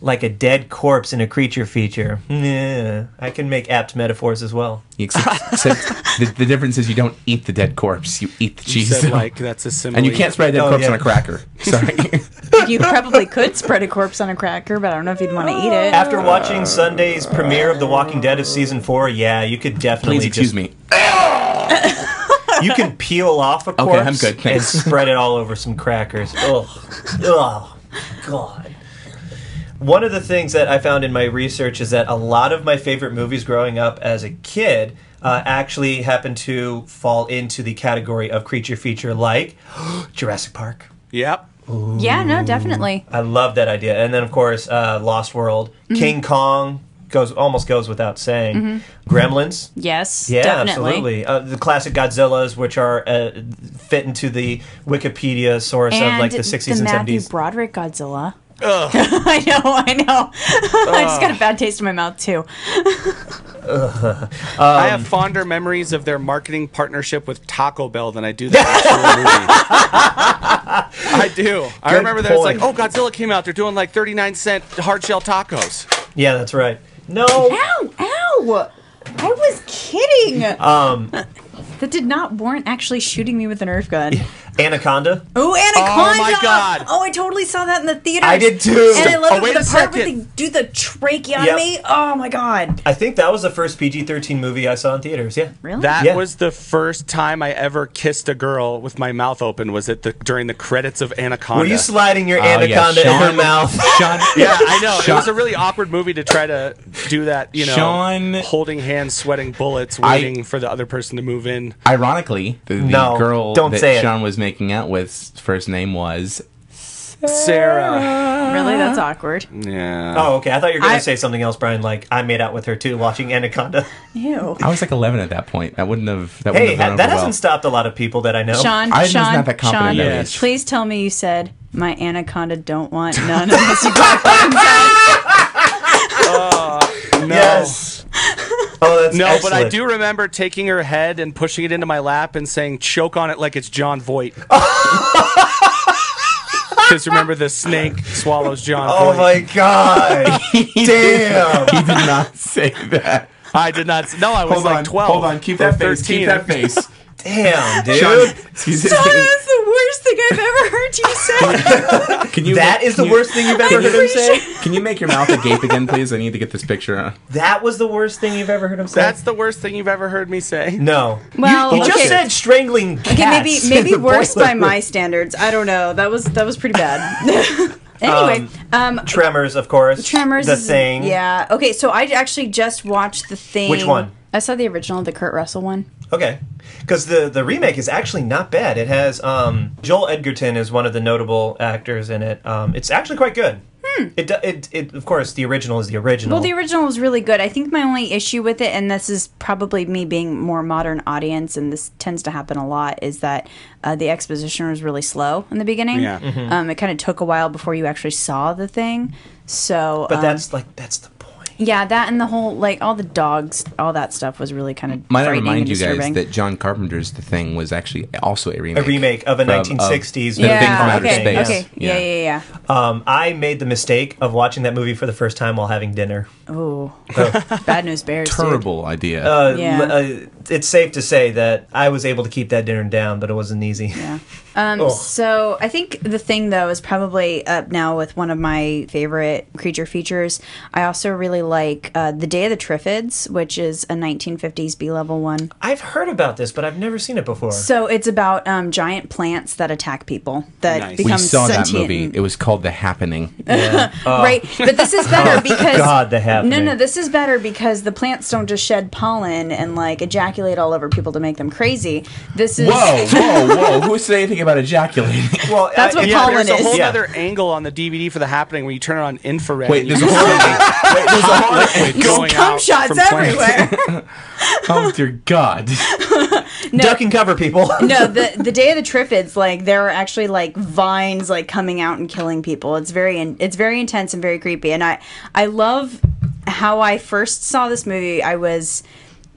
Speaker 5: like a dead corpse in a creature feature. Yeah, I can make apt metaphors as well.
Speaker 6: Except, except the, the difference is you don't eat the dead corpse; you eat the
Speaker 3: You
Speaker 6: cheese.
Speaker 3: said like that's a simile.
Speaker 6: and you can't spread a dead
Speaker 5: Oh,
Speaker 6: corpse
Speaker 5: yeah.
Speaker 6: on a cracker. Sorry.
Speaker 4: you probably could spread a corpse on a cracker, but I don't know if you'd want to eat it.
Speaker 5: After watching Sunday's premiere of The Walking Dead of season four, yeah, you could definitely
Speaker 6: Please excuse
Speaker 5: just-
Speaker 6: me.
Speaker 5: You can peel off a corpse
Speaker 6: Okay, I'm good,
Speaker 5: and
Speaker 6: thanks.
Speaker 5: spread it all over some crackers. Ugh. Oh, God. One of the things that I found in my research is that a lot of my favorite movies growing up as a kid uh, actually happened to fall into the category of creature feature like Jurassic Park.
Speaker 3: Yep.
Speaker 6: Um,
Speaker 4: yeah, no, definitely.
Speaker 5: I love that idea. And then, of course, uh, Lost World,
Speaker 6: Mm-hmm.
Speaker 5: King Kong goes almost goes without saying.
Speaker 6: Mm-hmm.
Speaker 5: Gremlins.
Speaker 4: Yes,
Speaker 5: Yeah,
Speaker 4: definitely.
Speaker 5: absolutely. Uh, the classic Godzillas, which are uh, fit into the Wikipedia source
Speaker 4: And
Speaker 5: of like the 60s and
Speaker 4: Matthew
Speaker 5: 70s.
Speaker 4: Broderick Godzilla. I know, I know. I just got a bad taste in my mouth too.
Speaker 3: I have fonder memories of their marketing partnership with Taco Bell than I do the actual movie. I do. I
Speaker 5: Good
Speaker 3: remember there was like, oh,
Speaker 5: point.
Speaker 3: Godzilla came out. They're doing like 39 cent hard shell tacos.
Speaker 5: yeah, that's right. No,
Speaker 4: Ow, ow! I was kidding. Um, that did not warrant actually shooting me with an Nerf gun.
Speaker 5: Anaconda.
Speaker 4: Oh, Anaconda!
Speaker 3: my God.
Speaker 4: Oh, I totally saw that in the theater.
Speaker 5: I did too.
Speaker 4: And I love
Speaker 3: Oh,
Speaker 4: it
Speaker 3: wait
Speaker 4: the
Speaker 3: a
Speaker 4: part where they
Speaker 3: second.
Speaker 4: do the tracheotomy. Oh my god!
Speaker 5: I think that was the first PG 13 movie I saw in theaters. Yeah.
Speaker 4: Really?
Speaker 3: That
Speaker 5: Yeah.
Speaker 3: was the first time I ever kissed a girl with my mouth open. Was at the during the credits of Anaconda.
Speaker 5: Were you sliding your
Speaker 6: Oh, yeah,
Speaker 5: anaconda in her
Speaker 6: Sean-
Speaker 5: mouth?
Speaker 6: Sean,
Speaker 3: yeah, I know. It
Speaker 6: Sean-
Speaker 3: was a really awkward movie to try to do that. You know,
Speaker 6: Sean-
Speaker 3: holding hands, sweating bullets,
Speaker 6: I-
Speaker 3: waiting for the other person to move in.
Speaker 6: Ironically, the, the
Speaker 5: No,
Speaker 6: girl
Speaker 5: don't
Speaker 6: that
Speaker 5: say it.
Speaker 6: Sean was making out with's first name was
Speaker 3: Sarah.
Speaker 4: Really? That's awkward.
Speaker 3: Yeah.
Speaker 5: Oh, okay. I thought you were going
Speaker 4: I-
Speaker 5: to say something else, Brian. Like, I made out with her too watching Anaconda.
Speaker 4: Ew.
Speaker 6: I was like 11 at that point. That wouldn't have. That
Speaker 5: hey,
Speaker 6: wouldn't have
Speaker 5: that
Speaker 6: gone over
Speaker 5: hasn't
Speaker 6: well.
Speaker 5: stopped a lot of people that I know.
Speaker 4: Sean,
Speaker 6: I'm just
Speaker 4: Sean,
Speaker 6: not that confident
Speaker 4: Sean,
Speaker 6: in
Speaker 3: that age.
Speaker 4: please tell me you said my anaconda don't want none of this. You got
Speaker 3: no.
Speaker 5: Yes. Oh, that's
Speaker 3: No, but I
Speaker 5: excellent.
Speaker 3: do remember taking her head and pushing it into my lap and saying, choke on it like it's John Voight. Because remember, the snake swallows John
Speaker 5: Oh
Speaker 3: Voight.
Speaker 5: my god! Damn!
Speaker 6: He did not say that.
Speaker 3: I did not. s- No, I was like 12. or 13.
Speaker 6: face.
Speaker 5: Damn, dude.
Speaker 6: Excuse me.
Speaker 4: That's the worst thing I've ever heard you say.
Speaker 6: Can you
Speaker 5: That
Speaker 6: make-
Speaker 5: is the
Speaker 6: can you-
Speaker 5: worst thing you've ever heard him say.
Speaker 6: Can you make your mouth agape again, please? I need to get this picture. on.
Speaker 5: That was the worst thing you've ever heard him say.
Speaker 3: That's the worst thing you've ever heard me say.
Speaker 5: no.
Speaker 4: Well,
Speaker 5: you just
Speaker 4: okay.
Speaker 5: said strangling cats.
Speaker 4: Okay, maybe maybe
Speaker 5: The
Speaker 4: worse
Speaker 5: boiler
Speaker 4: by my
Speaker 5: room.
Speaker 4: standards. I don't know. That was that was pretty bad. anyway, um,
Speaker 5: Tremors, of course.
Speaker 4: Tremors.
Speaker 5: The
Speaker 4: is-
Speaker 5: thing.
Speaker 4: Yeah. Okay. So I actually just watched the thing.
Speaker 5: Which one?
Speaker 4: I saw the original, the Kurt Russell one.
Speaker 5: Okay. Because the the remake is actually not bad. It has um, Joel Edgerton is one of the notable actors in it. Um, it's actually quite good. It, do- it it of course the original is the original.
Speaker 4: Hmm. Well, the original was really good. I think my only issue with it, and this is probably me being more modern audience, and this tends to happen a lot, is that uh, the exposition was really slow in the beginning.
Speaker 3: Yeah. Mhm.
Speaker 5: Mm-hmm.
Speaker 4: Um, it kind of took a while before you actually saw the thing. So,
Speaker 5: but
Speaker 4: um,
Speaker 5: that's like that's the point.
Speaker 4: yeah, that and the whole like all the dogs, all that stuff was really kind of
Speaker 6: Might I
Speaker 4: frightening and
Speaker 6: remind you guys
Speaker 4: disturbing.
Speaker 6: that John Carpenter's The Thing was actually also a remake.
Speaker 5: A remake of a
Speaker 6: from-
Speaker 5: 1960s
Speaker 6: The Thing from
Speaker 4: yeah.
Speaker 6: Outer
Speaker 4: okay.
Speaker 6: Space.
Speaker 4: Okay. Yeah. Yeah. Yeah.
Speaker 5: Um, I made the mistake of watching that movie for the first time while having dinner.
Speaker 4: Oh,
Speaker 5: So-
Speaker 4: bad news bears. dude.
Speaker 6: Terrible idea.
Speaker 5: Uh,
Speaker 4: Yeah.
Speaker 5: l- uh, it's safe to say that I was able to keep that dinner down, but it wasn't easy.
Speaker 4: Yeah. Um,
Speaker 5: Ugh.
Speaker 4: so I think the thing though is probably up now with one of my favorite creature features. I also really like uh, the Day of the Triffids, which is a 1950s B level one.
Speaker 5: I've heard about this, but I've never seen it before.
Speaker 4: So it's about um, giant plants that attack people that
Speaker 3: Nice. We
Speaker 6: we
Speaker 4: become
Speaker 6: saw
Speaker 4: sentient.
Speaker 6: that movie. It was called The Happening.
Speaker 4: right? But this is better because
Speaker 5: Oh. God, the happening.
Speaker 4: No, no, this is better because the plants don't just shed pollen and like ejaculate all over people to make them crazy. This is
Speaker 6: Whoa, whoa, whoa! Who said anything about ejaculating?
Speaker 5: Well, uh,
Speaker 7: That's what
Speaker 5: it's-
Speaker 7: Paul
Speaker 3: there's a
Speaker 7: Owen is.
Speaker 3: whole
Speaker 5: Yeah.
Speaker 3: other angle on the DVD for the happening when you turn it on infrared.
Speaker 6: Wait,
Speaker 3: and
Speaker 6: there's
Speaker 3: you
Speaker 6: a whole. wait, there's a whole.
Speaker 3: see going
Speaker 7: Cum
Speaker 3: out
Speaker 7: shots
Speaker 3: from plants.
Speaker 7: everywhere.
Speaker 6: Oh dear God!
Speaker 5: Duck and cover, people.
Speaker 4: no, the the day of the Triffids, like there are actually like vines like coming out and killing people. It's very in, it's very intense and very creepy. And I I love how I first saw this movie. I was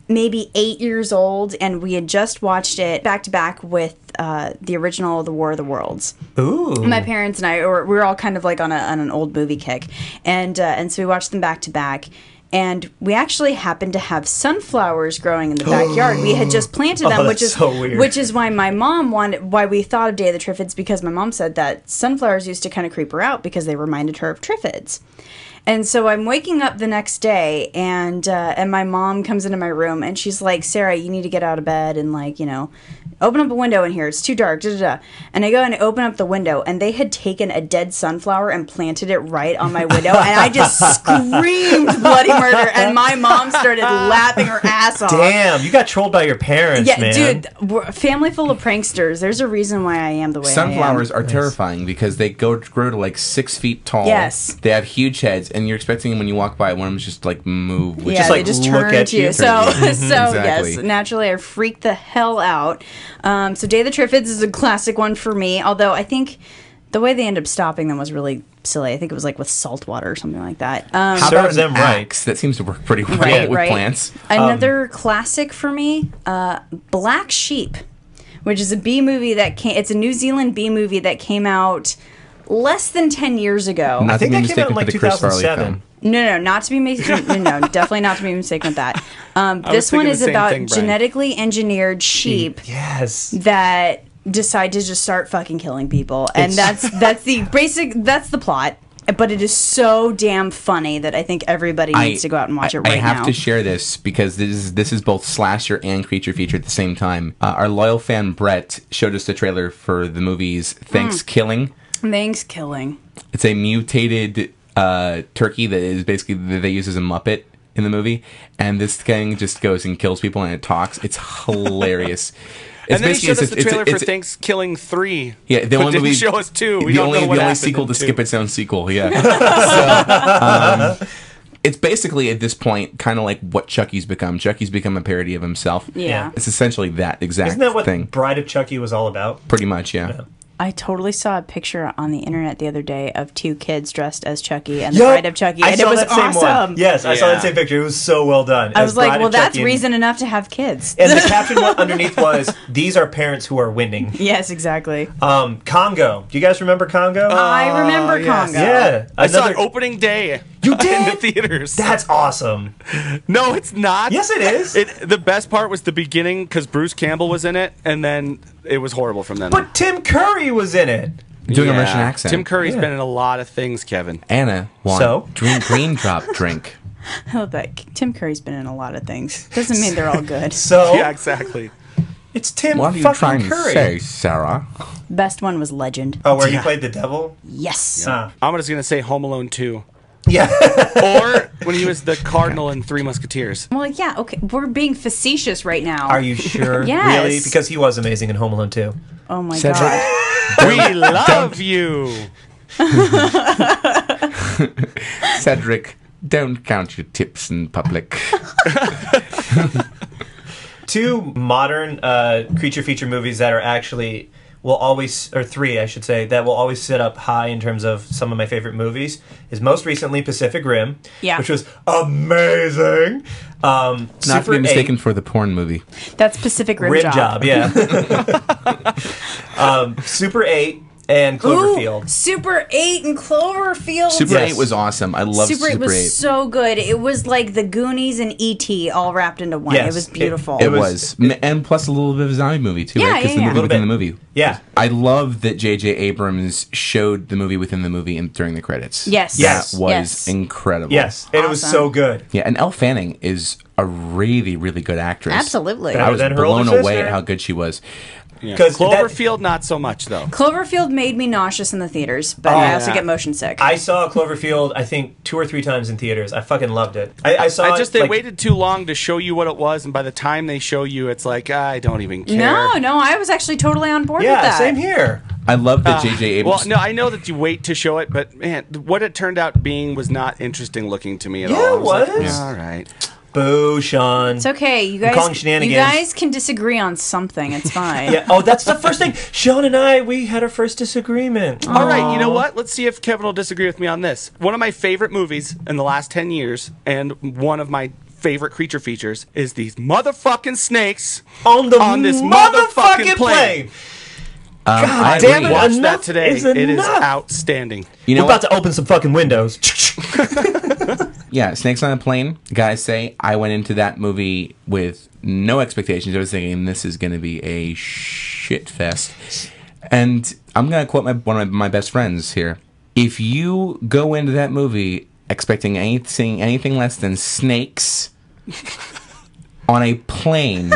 Speaker 4: maybe eight years old, and we had just watched it back to back with uh, the original The War of the Worlds
Speaker 5: Ooh.
Speaker 4: my parents and I, or we were all kind of like on, a, on an old movie kick, and uh, and so we watched them back to back. And we actually happened to have sunflowers growing in the backyard. we had just planted them,
Speaker 5: Oh,
Speaker 4: which
Speaker 5: that's
Speaker 4: is
Speaker 5: so weird.
Speaker 4: which is why my mom wanted why we thought of Day of the Triffids because my mom said that sunflowers used to kind of creep her out because they reminded her of Triffids. And so I'm waking up the next day, and uh, and my mom comes into my room, and she's like, "Sarah, you need to get out of bed and like you know, open up a window in here. It's too dark." Da, da, da. And I go and open up the window, and they had taken a dead sunflower and planted it right on my window, and I just screamed bloody murder, and my mom started laughing her ass off.
Speaker 5: Damn, you got trolled by your parents,
Speaker 4: Yeah,
Speaker 5: man.
Speaker 4: dude, we're a family full of pranksters. There's a reason why I am the way
Speaker 6: Sunflowers are terrifying because they go grow to like six feet tall.
Speaker 4: Yes.
Speaker 6: they have huge heads, and you're expecting them when you walk by one of them just like
Speaker 4: I
Speaker 6: move.
Speaker 4: am.
Speaker 6: Which
Speaker 4: Yeah,
Speaker 6: is
Speaker 5: just,
Speaker 4: they
Speaker 5: like,
Speaker 4: just
Speaker 5: look
Speaker 4: turn
Speaker 5: at
Speaker 4: to you.
Speaker 5: you.
Speaker 4: So, so
Speaker 6: Exactly.
Speaker 4: yes, naturally, I freaked the hell out. Um, so, Day of the Triffids is a classic one for me. Although I think the way they ended up stopping them was really silly. I think it was like with salt water or something like that. Um,
Speaker 6: how
Speaker 5: Serve
Speaker 6: about
Speaker 5: them
Speaker 6: them
Speaker 5: right.
Speaker 6: axe? That seems to work pretty well
Speaker 4: right,
Speaker 6: with
Speaker 4: right.
Speaker 6: plants.
Speaker 4: Another classic for me, uh, Black Sheep, which is a B movie that came. It's a New Zealand B movie that came out less than ten years ago.
Speaker 5: I think
Speaker 6: Not
Speaker 5: that
Speaker 6: to be
Speaker 5: came out in
Speaker 6: mistaken
Speaker 5: like
Speaker 6: for the Chris Farley
Speaker 5: 2007.
Speaker 6: film.
Speaker 4: No, no, not to be mistaken. no, no, definitely not to be mistaken with that. Um,
Speaker 3: was
Speaker 4: this one
Speaker 3: thinking the
Speaker 4: is
Speaker 3: same
Speaker 4: about
Speaker 3: thing, Brian.
Speaker 4: genetically engineered sheep
Speaker 5: Yes.
Speaker 4: that decide to just start fucking killing people, and that's that's the basic. That's the plot. But it is so damn funny that I think everybody needs to go out and watch
Speaker 6: I-
Speaker 4: it right
Speaker 6: I have
Speaker 4: now.
Speaker 6: to share this because this is this is both slasher and creature feature at the same time. Uh, our loyal fan Brett showed us the trailer for the movies Thanksgiving.
Speaker 4: Thanks, killing.
Speaker 6: It's a mutated uh, turkey that is basically that they use as a muppet in the movie, and this thing just goes and kills people and it talks. It's hilarious. It's
Speaker 3: And then he showed
Speaker 6: it's
Speaker 3: us
Speaker 6: a-
Speaker 3: the
Speaker 6: it's a-
Speaker 3: trailer
Speaker 6: it's
Speaker 3: for
Speaker 6: a-
Speaker 3: Thanksgiving Three.
Speaker 6: Yeah, the
Speaker 3: but
Speaker 6: only
Speaker 3: didn't
Speaker 6: movie,
Speaker 3: show us two. We
Speaker 6: the
Speaker 3: don't
Speaker 6: only
Speaker 3: know what
Speaker 6: the only
Speaker 3: happened
Speaker 6: sequel
Speaker 3: in
Speaker 6: to
Speaker 3: two.
Speaker 6: skip its own sequel. Yeah. So, um, it's basically at this point kind of like what Chucky's become. Chucky's become a parody of himself.
Speaker 4: Yeah.
Speaker 6: It's essentially that exact
Speaker 5: Isn't that what
Speaker 6: thing.
Speaker 5: Bride of Chucky was all about?
Speaker 6: Pretty much, yeah.
Speaker 4: I totally saw a picture on the internet the other day of two kids dressed as Chucky and the
Speaker 5: Yup.
Speaker 4: Bride of Chucky, and it was awesome.
Speaker 5: Yes, I saw
Speaker 3: Yeah.
Speaker 5: that same picture. It was so well done.
Speaker 4: I was like, well, that's reason enough to have kids.
Speaker 5: And the caption wa- underneath was, "These are parents who are winning."
Speaker 4: yes, exactly.
Speaker 5: Um, Congo. Do you guys remember Congo?
Speaker 6: Uh,
Speaker 4: I remember Congo.
Speaker 5: yeah,
Speaker 3: I saw it
Speaker 5: another-
Speaker 3: opening day.
Speaker 5: You
Speaker 3: in the
Speaker 5: did.
Speaker 3: theaters.
Speaker 5: That's awesome.
Speaker 3: no, it's not.
Speaker 5: Yes, it is.
Speaker 3: It, the best part was the beginning because Bruce Campbell was in it, and then it was horrible from then. on.
Speaker 5: But Tim Curry was in it.
Speaker 6: Doing
Speaker 3: Yeah.
Speaker 6: a Russian accent.
Speaker 3: Tim Curry's
Speaker 5: Yeah.
Speaker 3: been in a lot of things, Kevin.
Speaker 6: Anna wants
Speaker 5: So?
Speaker 6: dream, green drop drink.
Speaker 4: Oh, but Tim Curry's been in a lot of things. Doesn't mean they're all good.
Speaker 5: So
Speaker 3: Yeah, exactly.
Speaker 5: it's Tim
Speaker 6: What are you
Speaker 5: fucking
Speaker 6: trying
Speaker 5: Curry.
Speaker 6: to say, Sarah?
Speaker 4: Best one was Legend.
Speaker 5: Oh, where he played the devil?
Speaker 4: Yes.
Speaker 5: Ah.
Speaker 3: I'm just gonna say Home Alone Two,
Speaker 5: Yeah.
Speaker 3: or when he was the Cardinal in Three Musketeers.
Speaker 4: Well, yeah. Okay, we're being facetious right now.
Speaker 5: Are you sure?
Speaker 4: Yes.
Speaker 5: Really? Because he was amazing in Home Alone too.
Speaker 4: Oh my
Speaker 6: Cedric.
Speaker 4: god.
Speaker 3: We love you.
Speaker 6: Cedric, don't count your tips in public.
Speaker 5: Two modern uh, creature feature movies that are actually will always or three I should say that will always sit up high in terms of some of my favorite movies is most recently Pacific Rim,
Speaker 4: Yeah.
Speaker 5: which was amazing. Um,
Speaker 6: Not to
Speaker 5: Super
Speaker 6: be mistaken
Speaker 5: Eight,
Speaker 6: for the porn movie.
Speaker 4: That's Pacific Rim,
Speaker 5: Rim job, yeah. um, Super Eight and
Speaker 4: Ooh,
Speaker 5: Cloverfield.
Speaker 4: Super Eight and Cloverfield.
Speaker 6: Super
Speaker 5: Yes.
Speaker 6: 8 was awesome. I love
Speaker 4: Super
Speaker 6: Super,
Speaker 4: 8 was
Speaker 6: 8.
Speaker 4: so good. It was like the Goonies and E.T. all wrapped into one. it
Speaker 5: Yes,
Speaker 4: was
Speaker 5: it-
Speaker 4: beautiful.
Speaker 6: It
Speaker 5: was-
Speaker 6: was, M and plus a little bit of a zombie movie too,
Speaker 4: Yeah,
Speaker 6: right?
Speaker 4: yeah,
Speaker 6: the
Speaker 4: yeah.
Speaker 6: movie
Speaker 5: Little
Speaker 6: within the
Speaker 5: bit.
Speaker 6: movie.
Speaker 5: Yeah.
Speaker 6: I love that J.J. Abrams showed the movie within the movie and during the credits.
Speaker 4: Yes.
Speaker 6: that
Speaker 5: Yes.
Speaker 6: was
Speaker 4: Yes.
Speaker 6: incredible.
Speaker 5: Yes, and it was
Speaker 4: Awesome.
Speaker 5: so good.
Speaker 6: yeah, and Elle Fanning is a really, really good actress.
Speaker 4: Absolutely.
Speaker 6: I was
Speaker 5: Better than her older
Speaker 6: blown away
Speaker 5: sister.
Speaker 6: at how good she was.
Speaker 3: Yeah.
Speaker 5: 'Cause that-
Speaker 3: Cloverfield, not so much though.
Speaker 4: Cloverfield made me nauseous in the theaters, but I also
Speaker 3: yeah.
Speaker 4: get motion sick.
Speaker 5: Oh, I saw Cloverfield, I think, two or three times in theaters. I fucking loved it. I, I saw
Speaker 3: I just
Speaker 5: it,
Speaker 3: they
Speaker 5: like-
Speaker 3: waited too long to show you what it was, and by the time they show you, it's like "Ah, I don't even care.
Speaker 4: no, no, I was actually totally on board with
Speaker 5: Yeah,
Speaker 4: that.
Speaker 5: same here.
Speaker 6: I love
Speaker 5: Ah.
Speaker 6: that J.J. Abrams.
Speaker 3: Well, no, I know that you wait to show it, but man, th- what it turned out being was not interesting looking to me at
Speaker 5: Yeah,
Speaker 3: all.
Speaker 5: it
Speaker 3: I was like,
Speaker 5: was.
Speaker 3: "Yeah, all right.
Speaker 5: Boo, Sean.
Speaker 4: It's okay. You
Speaker 5: calling
Speaker 4: guys, you
Speaker 5: shenanigans.
Speaker 4: guys can disagree on something. It's fine.
Speaker 5: Yeah. Oh, that's the first thing. Sean and I, we had our first disagreement.
Speaker 4: Oh.
Speaker 3: All right, you know what? Let's see if Kevin will disagree with me on this. One of my favorite movies in the last 10 years, and one of my favorite creature features, is these motherfucking snakes
Speaker 5: On the
Speaker 3: on this
Speaker 5: motherfucking
Speaker 3: motherfucking
Speaker 5: plane.
Speaker 3: plane.
Speaker 5: God
Speaker 6: Um, I
Speaker 5: damn it!
Speaker 6: agree.
Speaker 3: Watch
Speaker 5: enough
Speaker 3: that today.
Speaker 5: Is
Speaker 3: it is
Speaker 5: enough.
Speaker 3: outstanding.
Speaker 6: you know
Speaker 5: We're
Speaker 6: what?
Speaker 5: about to open some fucking windows.
Speaker 6: Yeah, Snakes on a Plane. Guys say I went into that movie with no expectations. I was thinking this is going to be a shit fest. And I'm going to quote my, one of my, my best friends here. If you go into that movie expecting anything anything less than snakes on a plane,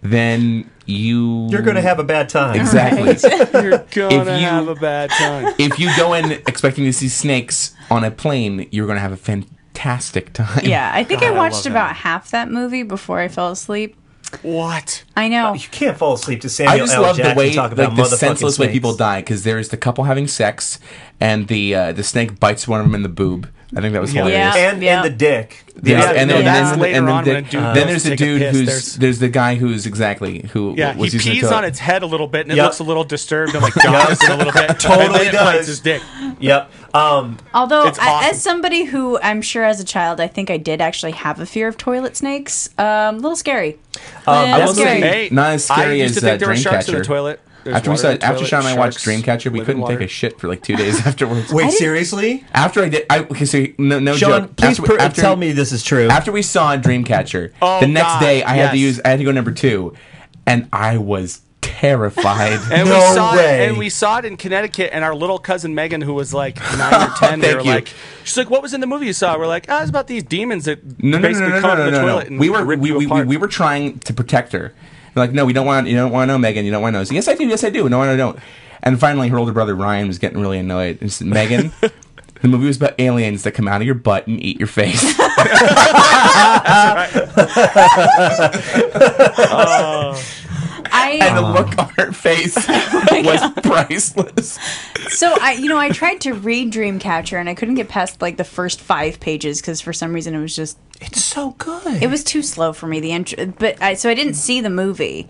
Speaker 6: then you
Speaker 5: You're going to have a bad time.
Speaker 6: exactly.
Speaker 3: You're going to
Speaker 6: you-
Speaker 3: have a bad time.
Speaker 6: If you go in expecting to see snakes on a plane, you're going to have a fantastic time.
Speaker 4: Yeah, I think
Speaker 5: God,
Speaker 4: I
Speaker 5: I
Speaker 4: watched
Speaker 5: love that.
Speaker 4: about half that movie before I fell asleep.
Speaker 3: What?
Speaker 4: I know.
Speaker 5: You can't fall asleep to Samuel
Speaker 6: I just
Speaker 5: L.
Speaker 6: love
Speaker 5: Jackson
Speaker 6: the way,
Speaker 5: talk
Speaker 6: like
Speaker 5: about
Speaker 6: the
Speaker 5: motherfucking
Speaker 6: senseless way
Speaker 5: snakes.
Speaker 6: people die because there is the couple having sex, and the uh, the snake bites one of them in the boob. I think that was
Speaker 3: Yeah.
Speaker 6: hilarious.
Speaker 4: Yeah.
Speaker 5: And, and the dick. The
Speaker 6: There's-
Speaker 5: other-
Speaker 6: and
Speaker 3: no,
Speaker 6: then,
Speaker 3: that's
Speaker 6: and then,
Speaker 3: later
Speaker 6: and then
Speaker 3: on
Speaker 6: the-
Speaker 3: when a dude
Speaker 6: then
Speaker 3: goes
Speaker 6: there's
Speaker 3: to
Speaker 6: a
Speaker 3: take a
Speaker 6: dude
Speaker 3: piss,
Speaker 6: who's there's,
Speaker 3: there's-
Speaker 6: the guy who's exactly who
Speaker 3: Yeah,
Speaker 6: was
Speaker 3: he
Speaker 6: using the
Speaker 3: pees
Speaker 6: toilet.
Speaker 3: on its head a little bit, and it
Speaker 5: Yep.
Speaker 3: looks a little disturbed and like yawns a little bit. and
Speaker 5: Totally
Speaker 3: then it bites
Speaker 5: does.
Speaker 3: his dick.
Speaker 5: Yep. Um,
Speaker 4: Although,
Speaker 3: It's
Speaker 4: I-
Speaker 3: awesome.
Speaker 4: as somebody who I'm sure as a child, I think I did actually have a fear of toilet snakes. Um, a little scary.
Speaker 5: I
Speaker 4: Little
Speaker 5: will say-
Speaker 4: scary.
Speaker 3: Hey,
Speaker 6: Not as
Speaker 3: I
Speaker 6: scary
Speaker 3: used
Speaker 6: as
Speaker 3: to think
Speaker 6: uh,
Speaker 3: there were sharks in
Speaker 6: Dreamcatcher.
Speaker 3: the toilet. There's
Speaker 6: after we
Speaker 3: water in
Speaker 6: started,
Speaker 3: the
Speaker 6: after
Speaker 3: toilet,
Speaker 6: Sean and I watched
Speaker 3: sharks
Speaker 6: Dreamcatcher, we
Speaker 3: live in
Speaker 6: couldn't take
Speaker 3: water.
Speaker 6: a shit for like two days afterwards.
Speaker 5: wait,
Speaker 4: didn't-
Speaker 5: seriously?
Speaker 6: After I did, I, okay, so no, no
Speaker 5: Sean,
Speaker 6: joke.
Speaker 5: please
Speaker 6: After we-
Speaker 5: pr-
Speaker 6: after-
Speaker 5: tell me this is true.
Speaker 6: after we saw Dreamcatcher,
Speaker 3: Oh,
Speaker 6: the next
Speaker 3: God,
Speaker 6: day I had to
Speaker 3: yes.
Speaker 6: use I had to go number two, and I was terrified.
Speaker 3: And
Speaker 5: No
Speaker 3: we saw
Speaker 5: way.
Speaker 3: It, and we saw it in Connecticut, and our little cousin Megan, who was like nine or ten, they
Speaker 6: Thank
Speaker 3: were
Speaker 6: you.
Speaker 3: like, "She's like, what was in the movie you saw?" We're like, "Ah, it's about these demons that
Speaker 6: no, no, no,
Speaker 3: basically
Speaker 6: no, no,
Speaker 3: come
Speaker 6: no,
Speaker 3: up
Speaker 6: no,
Speaker 3: the
Speaker 6: no,
Speaker 3: toilet
Speaker 6: no.
Speaker 3: and
Speaker 6: We were
Speaker 3: rip
Speaker 6: we,
Speaker 3: you
Speaker 6: we, we,
Speaker 3: apart."
Speaker 6: we were trying to protect her. They're like, no, we don't want you don't want to know Megan. You don't want to know. I was like, yes, I do. Yes, I do. No, I don't. And finally, her older brother Ryan was getting really annoyed and said, Megan. The movie was about aliens that come out of your butt and eat your face.
Speaker 4: I
Speaker 6: and the look on her face
Speaker 3: Oh
Speaker 6: was priceless.
Speaker 4: so I you know I tried to read Dreamcatcher and I couldn't get past like the first five pages because for some reason it was just
Speaker 5: it's so good.
Speaker 4: it was too slow for me the intro. But I so I didn't see the movie.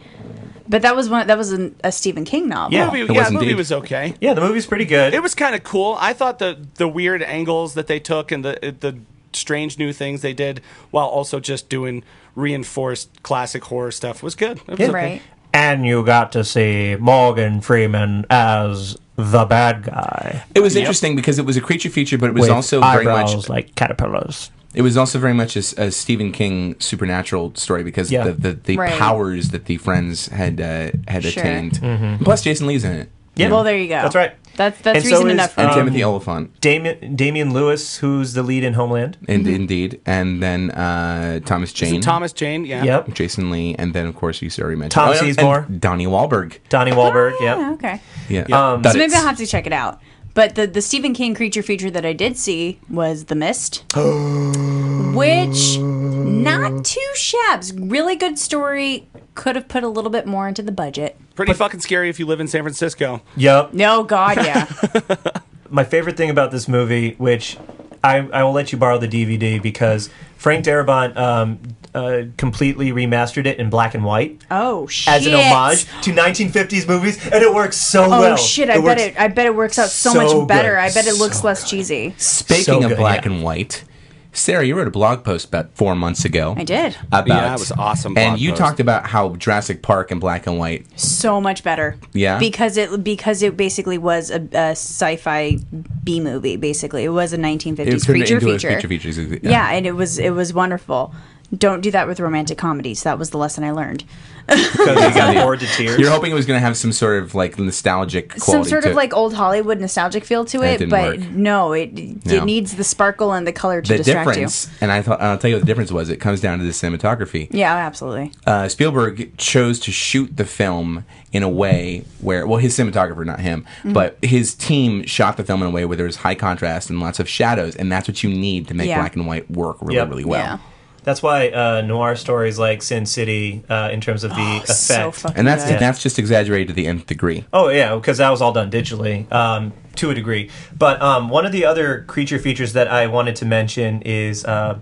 Speaker 4: But that was one that was an, a Stephen King novel.
Speaker 5: Yeah.
Speaker 3: movie,
Speaker 6: It
Speaker 3: yeah,
Speaker 6: was
Speaker 3: the movie
Speaker 6: indeed.
Speaker 3: was okay.
Speaker 5: yeah, the movie's pretty good.
Speaker 3: It was kind of cool. I thought the the weird angles that they took and the the strange new things they did, while also just doing reinforced classic horror stuff, was good. It was okay.
Speaker 4: right.
Speaker 5: and you got to see Morgan Freeman as the bad guy.
Speaker 6: It was interesting because it was a creature feature, but it was
Speaker 5: with
Speaker 6: also very much
Speaker 5: eyebrows like caterpillars.
Speaker 6: It was also very much a, s- a Stephen King supernatural story because
Speaker 5: Yeah.
Speaker 6: the the, the
Speaker 4: Right.
Speaker 6: powers that the friends had uh, had
Speaker 4: Sure.
Speaker 6: attained. Plus, Jason Lee's in it.
Speaker 5: Mm-hmm. Yeah. Um,
Speaker 4: Well, there you go.
Speaker 5: That's right.
Speaker 4: That's that's
Speaker 5: And so
Speaker 4: reason
Speaker 5: is-
Speaker 4: enough for
Speaker 6: and
Speaker 4: me.
Speaker 6: Timothy Oliphant,
Speaker 5: Damien Damian Lewis, who's the lead in Homeland.
Speaker 6: and,
Speaker 4: Mm-hmm.
Speaker 6: indeed, and then uh, Thomas Jane,
Speaker 3: Thomas Jane, yeah.
Speaker 5: Yep.
Speaker 6: Jason Lee, and then of course you already mentioned
Speaker 5: Tom
Speaker 6: and-
Speaker 5: Sizemore.
Speaker 6: and Donnie Wahlberg.
Speaker 5: Donnie Wahlberg.
Speaker 4: Yeah,
Speaker 5: Yep.
Speaker 4: okay.
Speaker 6: Yeah,
Speaker 5: Um,
Speaker 4: So
Speaker 6: Duddits.
Speaker 4: maybe I'll have to check it out. But the, the Stephen King creature feature that I did see was The Mist,
Speaker 5: Oh.
Speaker 4: which not too shabs. Really good story. Could have put a little bit more into the budget.
Speaker 3: Pretty fucking scary if you live in San Francisco.
Speaker 5: Yep.
Speaker 4: No, God, yeah.
Speaker 5: My favorite thing about this movie, which I, I will let you borrow the DVD because Frank Darabont um, uh, completely remastered it in black and white
Speaker 4: Oh shit.
Speaker 5: as an homage to 1950s movies, and it works so
Speaker 4: Oh
Speaker 5: well.
Speaker 4: shit! I bet
Speaker 5: works-
Speaker 4: it. I bet it works out so,
Speaker 5: so
Speaker 4: much better.
Speaker 5: good.
Speaker 4: I bet it looks
Speaker 5: So
Speaker 4: less cheesy.
Speaker 6: Speaking
Speaker 5: so
Speaker 6: of
Speaker 5: good,
Speaker 6: black
Speaker 5: yeah.
Speaker 6: and white, Sarah, you wrote a blog post about four months ago.
Speaker 4: I did.
Speaker 6: About,
Speaker 3: Yeah, it was awesome blog
Speaker 6: And you
Speaker 3: post.
Speaker 6: talked about how Jurassic Park and black and white
Speaker 4: So much better.
Speaker 6: Yeah?
Speaker 4: Because it because it basically was a, a sci-fi B movie. Basically, it was a 1950s
Speaker 6: turned
Speaker 4: creature
Speaker 6: into a
Speaker 4: feature.
Speaker 6: creature feature.
Speaker 4: yeah and it was it was wonderful Don't do that with romantic comedies. That was the lesson I learned.
Speaker 5: because you got
Speaker 6: Yeah.
Speaker 5: bored to tears.
Speaker 6: You're hoping it was going to have some sort of like nostalgic quality.
Speaker 4: Some sort
Speaker 6: to
Speaker 4: of
Speaker 6: it.
Speaker 4: like old Hollywood nostalgic feel to
Speaker 6: That
Speaker 4: it,
Speaker 6: didn't
Speaker 4: but
Speaker 6: work.
Speaker 4: no, it it
Speaker 6: No.
Speaker 4: needs the sparkle and the color to
Speaker 6: the
Speaker 4: distract
Speaker 6: difference. And I thought I'll tell you what the difference was. It comes down to the cinematography.
Speaker 4: you. Yeah, absolutely.
Speaker 6: uh, Spielberg chose to shoot the film in a way where, well, his cinematographer, not him,
Speaker 4: Mm-hmm.
Speaker 6: but his team shot the film in a way where there was high contrast and lots of shadows, and that's what you need to make
Speaker 4: Yeah.
Speaker 6: black and white work really,
Speaker 5: Yep.
Speaker 6: really well.
Speaker 4: Yeah.
Speaker 5: That's why uh, noir stories like Sin City, uh, in terms of the effect.
Speaker 4: Oh, So fucking
Speaker 6: And that's
Speaker 4: good.
Speaker 6: that's just exaggerated to the nth degree.
Speaker 5: Oh yeah, because that was all done digitally um, to a degree. But um, one of the other creature features that I wanted to mention is uh,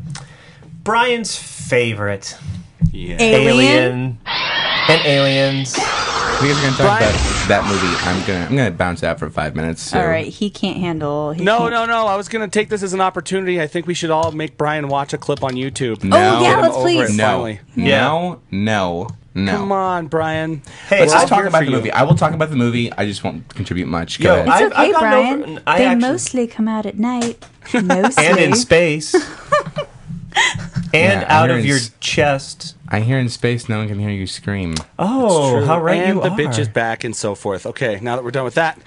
Speaker 5: Brian's favorite
Speaker 3: Yeah.
Speaker 4: Alien.
Speaker 5: alien and aliens.
Speaker 6: We guys are gonna talk
Speaker 3: Brian-
Speaker 6: about that movie. I'm gonna I'm gonna bounce out for five minutes. so-
Speaker 4: All right, he can't handle. He
Speaker 3: No,
Speaker 4: can't-
Speaker 3: no, no. I was going to take this as an opportunity. I think we should all make Brian watch a clip on YouTube.
Speaker 6: Now-
Speaker 4: Oh, yeah,
Speaker 3: Get him
Speaker 4: let's
Speaker 3: over
Speaker 4: please.
Speaker 3: it,
Speaker 6: No,
Speaker 3: finally.
Speaker 6: no, no, no.
Speaker 3: Come on, Brian.
Speaker 5: Hey,
Speaker 6: Let's
Speaker 5: I'll
Speaker 6: just talk
Speaker 3: here
Speaker 6: about
Speaker 3: for
Speaker 6: the
Speaker 3: you.
Speaker 6: movie. I will talk about the movie. I just won't contribute much.
Speaker 5: Yo,
Speaker 6: Go ahead.
Speaker 5: I-
Speaker 4: It's okay,
Speaker 5: I've gotten
Speaker 4: Brian.
Speaker 5: over- I
Speaker 4: they
Speaker 5: actually-
Speaker 4: mostly come out at night. Mostly.
Speaker 5: and in space, and
Speaker 6: Yeah, I
Speaker 5: out
Speaker 6: hear
Speaker 5: of
Speaker 6: in
Speaker 5: your
Speaker 6: s-
Speaker 5: chest.
Speaker 6: I hear in space, no one can hear you scream.
Speaker 5: Oh, how right
Speaker 3: and
Speaker 5: you
Speaker 3: the
Speaker 5: are!
Speaker 3: bitch is back and so forth. Okay, now that we're done with that,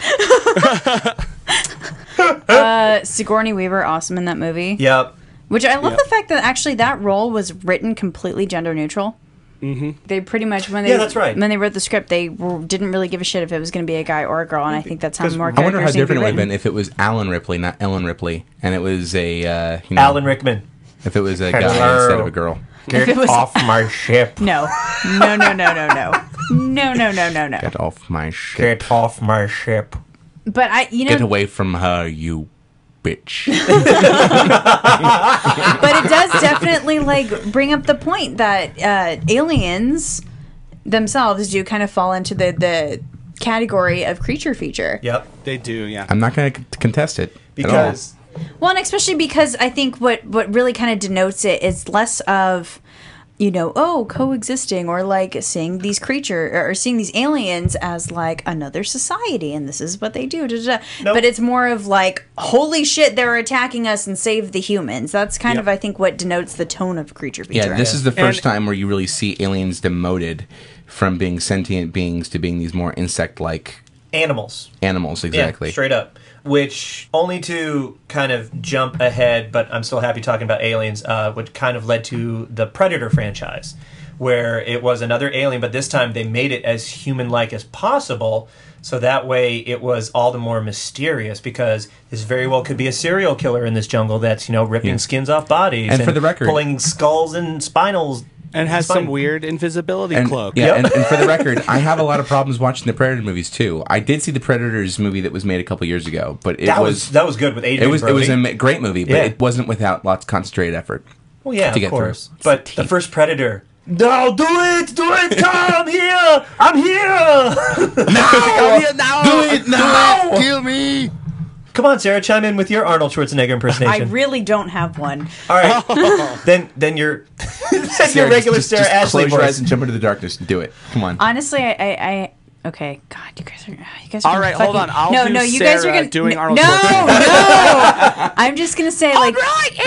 Speaker 4: uh, Sigourney Weaver, awesome in that movie.
Speaker 5: Yep.
Speaker 4: Which I love
Speaker 3: Yeah.
Speaker 4: the fact that actually that role was written completely gender neutral. Mm-hmm. They pretty much when they
Speaker 5: Yeah, that's right.
Speaker 4: when they wrote the script they were, didn't really give a shit if it was going to be a guy or a girl and I think that's how more
Speaker 6: I wonder how
Speaker 4: characters need to be
Speaker 6: different it would have
Speaker 4: written.
Speaker 6: been if it was Alan Ripley, not Ellen Ripley, and it was a uh, you know,
Speaker 5: Alan Rickman.
Speaker 6: If it was a guy
Speaker 5: Hello.
Speaker 6: instead of a girl,
Speaker 5: Get
Speaker 4: it was-
Speaker 5: off my ship.
Speaker 4: No, no, no, no, no, no, no, no, no, no, no.
Speaker 6: get off my shit,
Speaker 5: Get off my ship.
Speaker 4: But I, you know,
Speaker 6: get away from her, you bitch.
Speaker 4: but it does definitely like bring up the point that uh, aliens themselves do kind of fall into the the category of creature feature.
Speaker 5: Yep.
Speaker 3: they do. Yeah,
Speaker 6: I'm not going to contest it at all.
Speaker 5: Because
Speaker 4: Well, and especially because I think what what really kind of denotes it is less of you know oh coexisting or like seeing these creature or, or seeing these aliens as like another society and this is what they do da, da, da.
Speaker 5: Nope.
Speaker 4: but it's more of like holy shit they're attacking us and save the humans that's kind
Speaker 3: Yeah.
Speaker 4: of i think what denotes the tone of creature feature
Speaker 6: Yeah, this is the first
Speaker 3: And-
Speaker 6: time where you really see aliens demoted from being sentient beings to being these more insect-like
Speaker 5: animals.
Speaker 6: animals. Exactly.
Speaker 5: Yeah, straight up. Which only to kind of jump ahead, but I'm still happy talking about aliens, uh, which kind of led to the Predator franchise, where it was another alien, but this time they made it as human like as possible. So that way it was all the more mysterious because this very well could be a serial killer in this jungle that's, you know, ripping
Speaker 6: Yeah.
Speaker 5: skins off bodies
Speaker 6: And for the record-
Speaker 5: pulling skulls and spinals.
Speaker 3: and has
Speaker 5: Fine.
Speaker 3: some weird invisibility
Speaker 6: And,
Speaker 3: cloak.
Speaker 6: yeah,
Speaker 5: Yep.
Speaker 6: and, and for the record, I have a lot of problems watching the Predator movies too. I did see the Predators movie that was made a couple years ago, but it
Speaker 5: That was,
Speaker 6: was
Speaker 5: that was good with Adrian
Speaker 6: It was it was
Speaker 5: Brody.
Speaker 6: a ma- great movie, but
Speaker 5: Yeah.
Speaker 6: it wasn't without lots of concentrated effort.
Speaker 5: Well, yeah,
Speaker 6: to get
Speaker 5: of course.
Speaker 6: through.
Speaker 5: But the first Predator. No, do it, do it, come here, I'm here.
Speaker 6: "Oh, Do it now! Kill me!
Speaker 5: come on, Sarah, chime in with your Arnold Schwarzenegger
Speaker 4: i
Speaker 5: impersonation.
Speaker 4: really don't have one
Speaker 3: Uh,
Speaker 5: All right, then, then your, then your regular Sarah Ashley
Speaker 6: close your eyes
Speaker 5: voice.
Speaker 6: and jump into the darkness and do it. Come on.
Speaker 4: Honestly, I, I, I okay. God, you guys are, you guys are.
Speaker 3: All
Speaker 4: gonna
Speaker 3: right, hold
Speaker 4: fucking-
Speaker 3: on. I'll
Speaker 4: no,
Speaker 3: do
Speaker 4: no, you guys are
Speaker 3: Sarah
Speaker 4: gonna
Speaker 3: doing
Speaker 4: no,
Speaker 3: Arnold
Speaker 4: No,
Speaker 3: Schwarzenegger.
Speaker 4: no. I'm just gonna say like. All right,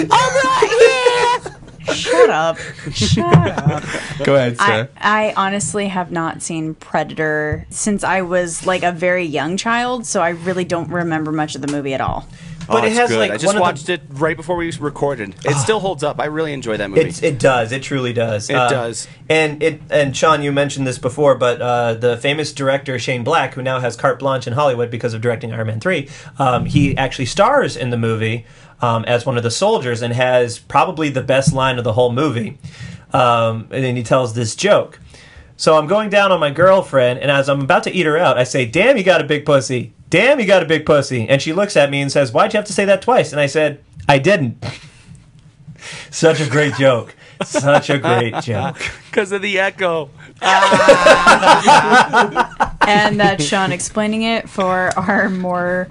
Speaker 4: Do it. All right, Shut up. Shut up.
Speaker 6: Go ahead,
Speaker 4: I,
Speaker 6: Sarah.
Speaker 4: I honestly have not seen Predator since I was like a very young child, so I really don't remember much of the movie at all.
Speaker 5: But
Speaker 3: Oh,
Speaker 5: it
Speaker 3: it's
Speaker 5: has
Speaker 3: good.
Speaker 5: like
Speaker 3: I
Speaker 5: one
Speaker 3: just
Speaker 5: of
Speaker 3: watched
Speaker 5: the,
Speaker 3: it right before we recorded. It still holds up. I really enjoy that movie.
Speaker 5: It, it does. It truly does. It
Speaker 3: does.
Speaker 5: And it and Sean, you mentioned this before, but uh, the famous director Shane Black, who now has carte blanche in Hollywood because of directing Iron Man three, um, he actually stars in the movie um, as one of the soldiers and has probably the best line of the whole movie. Um, and then he tells this joke. So I'm going down on my girlfriend, and as I'm about to eat her out, I say, "Damn, you got a big pussy." Damn, you got a big pussy. And she looks at me and says, Why'd you have to say that twice? And I said, I didn't. Such a great joke. Such a great joke.
Speaker 3: because of the echo.
Speaker 4: and that's Sean explaining it for our more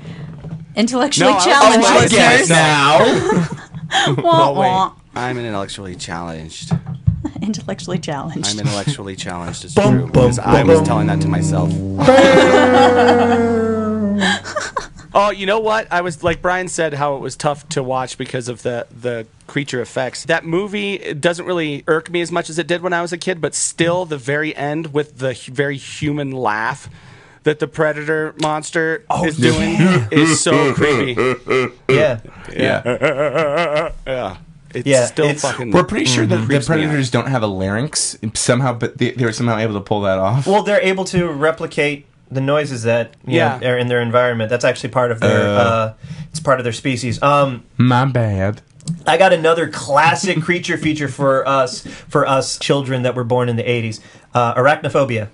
Speaker 4: intellectually
Speaker 3: No, I-
Speaker 4: challenged
Speaker 3: oh my
Speaker 4: listeners.
Speaker 6: now.
Speaker 4: Wah,
Speaker 3: Oh
Speaker 4: wah.
Speaker 3: wait, I'm an intellectually challenged.
Speaker 4: Intellectually challenged.
Speaker 3: I'm intellectually challenged. It's
Speaker 5: Bum,
Speaker 3: true because
Speaker 5: bum,
Speaker 3: I
Speaker 5: bum,
Speaker 3: was
Speaker 5: bum.
Speaker 3: telling that to myself. Oh, you know what? I was like Brian said how it was tough to watch because of the the creature effects. That movie it doesn't really irk me as much as it did when I was a kid, but still the very end with the hu- very human laugh that the predator monster
Speaker 5: Oh,
Speaker 3: is doing is so creepy.
Speaker 5: Yeah.
Speaker 6: Yeah.
Speaker 3: Yeah. It's
Speaker 5: Yeah,
Speaker 3: still
Speaker 5: it's-
Speaker 3: fucking
Speaker 6: We're pretty
Speaker 4: Mm-hmm.
Speaker 6: sure that the
Speaker 3: Creeps me out.
Speaker 6: predators don't have a larynx somehow, but they, they were somehow able to pull that off.
Speaker 5: Well, they're able to replicate the noises that you
Speaker 3: Yeah.
Speaker 5: know, are in their environment. That's actually part of their. Uh, it's part of their species. Um,
Speaker 6: My bad.
Speaker 5: I got another classic creature feature for us for us children that were born in the '80s. Uh, arachnophobia.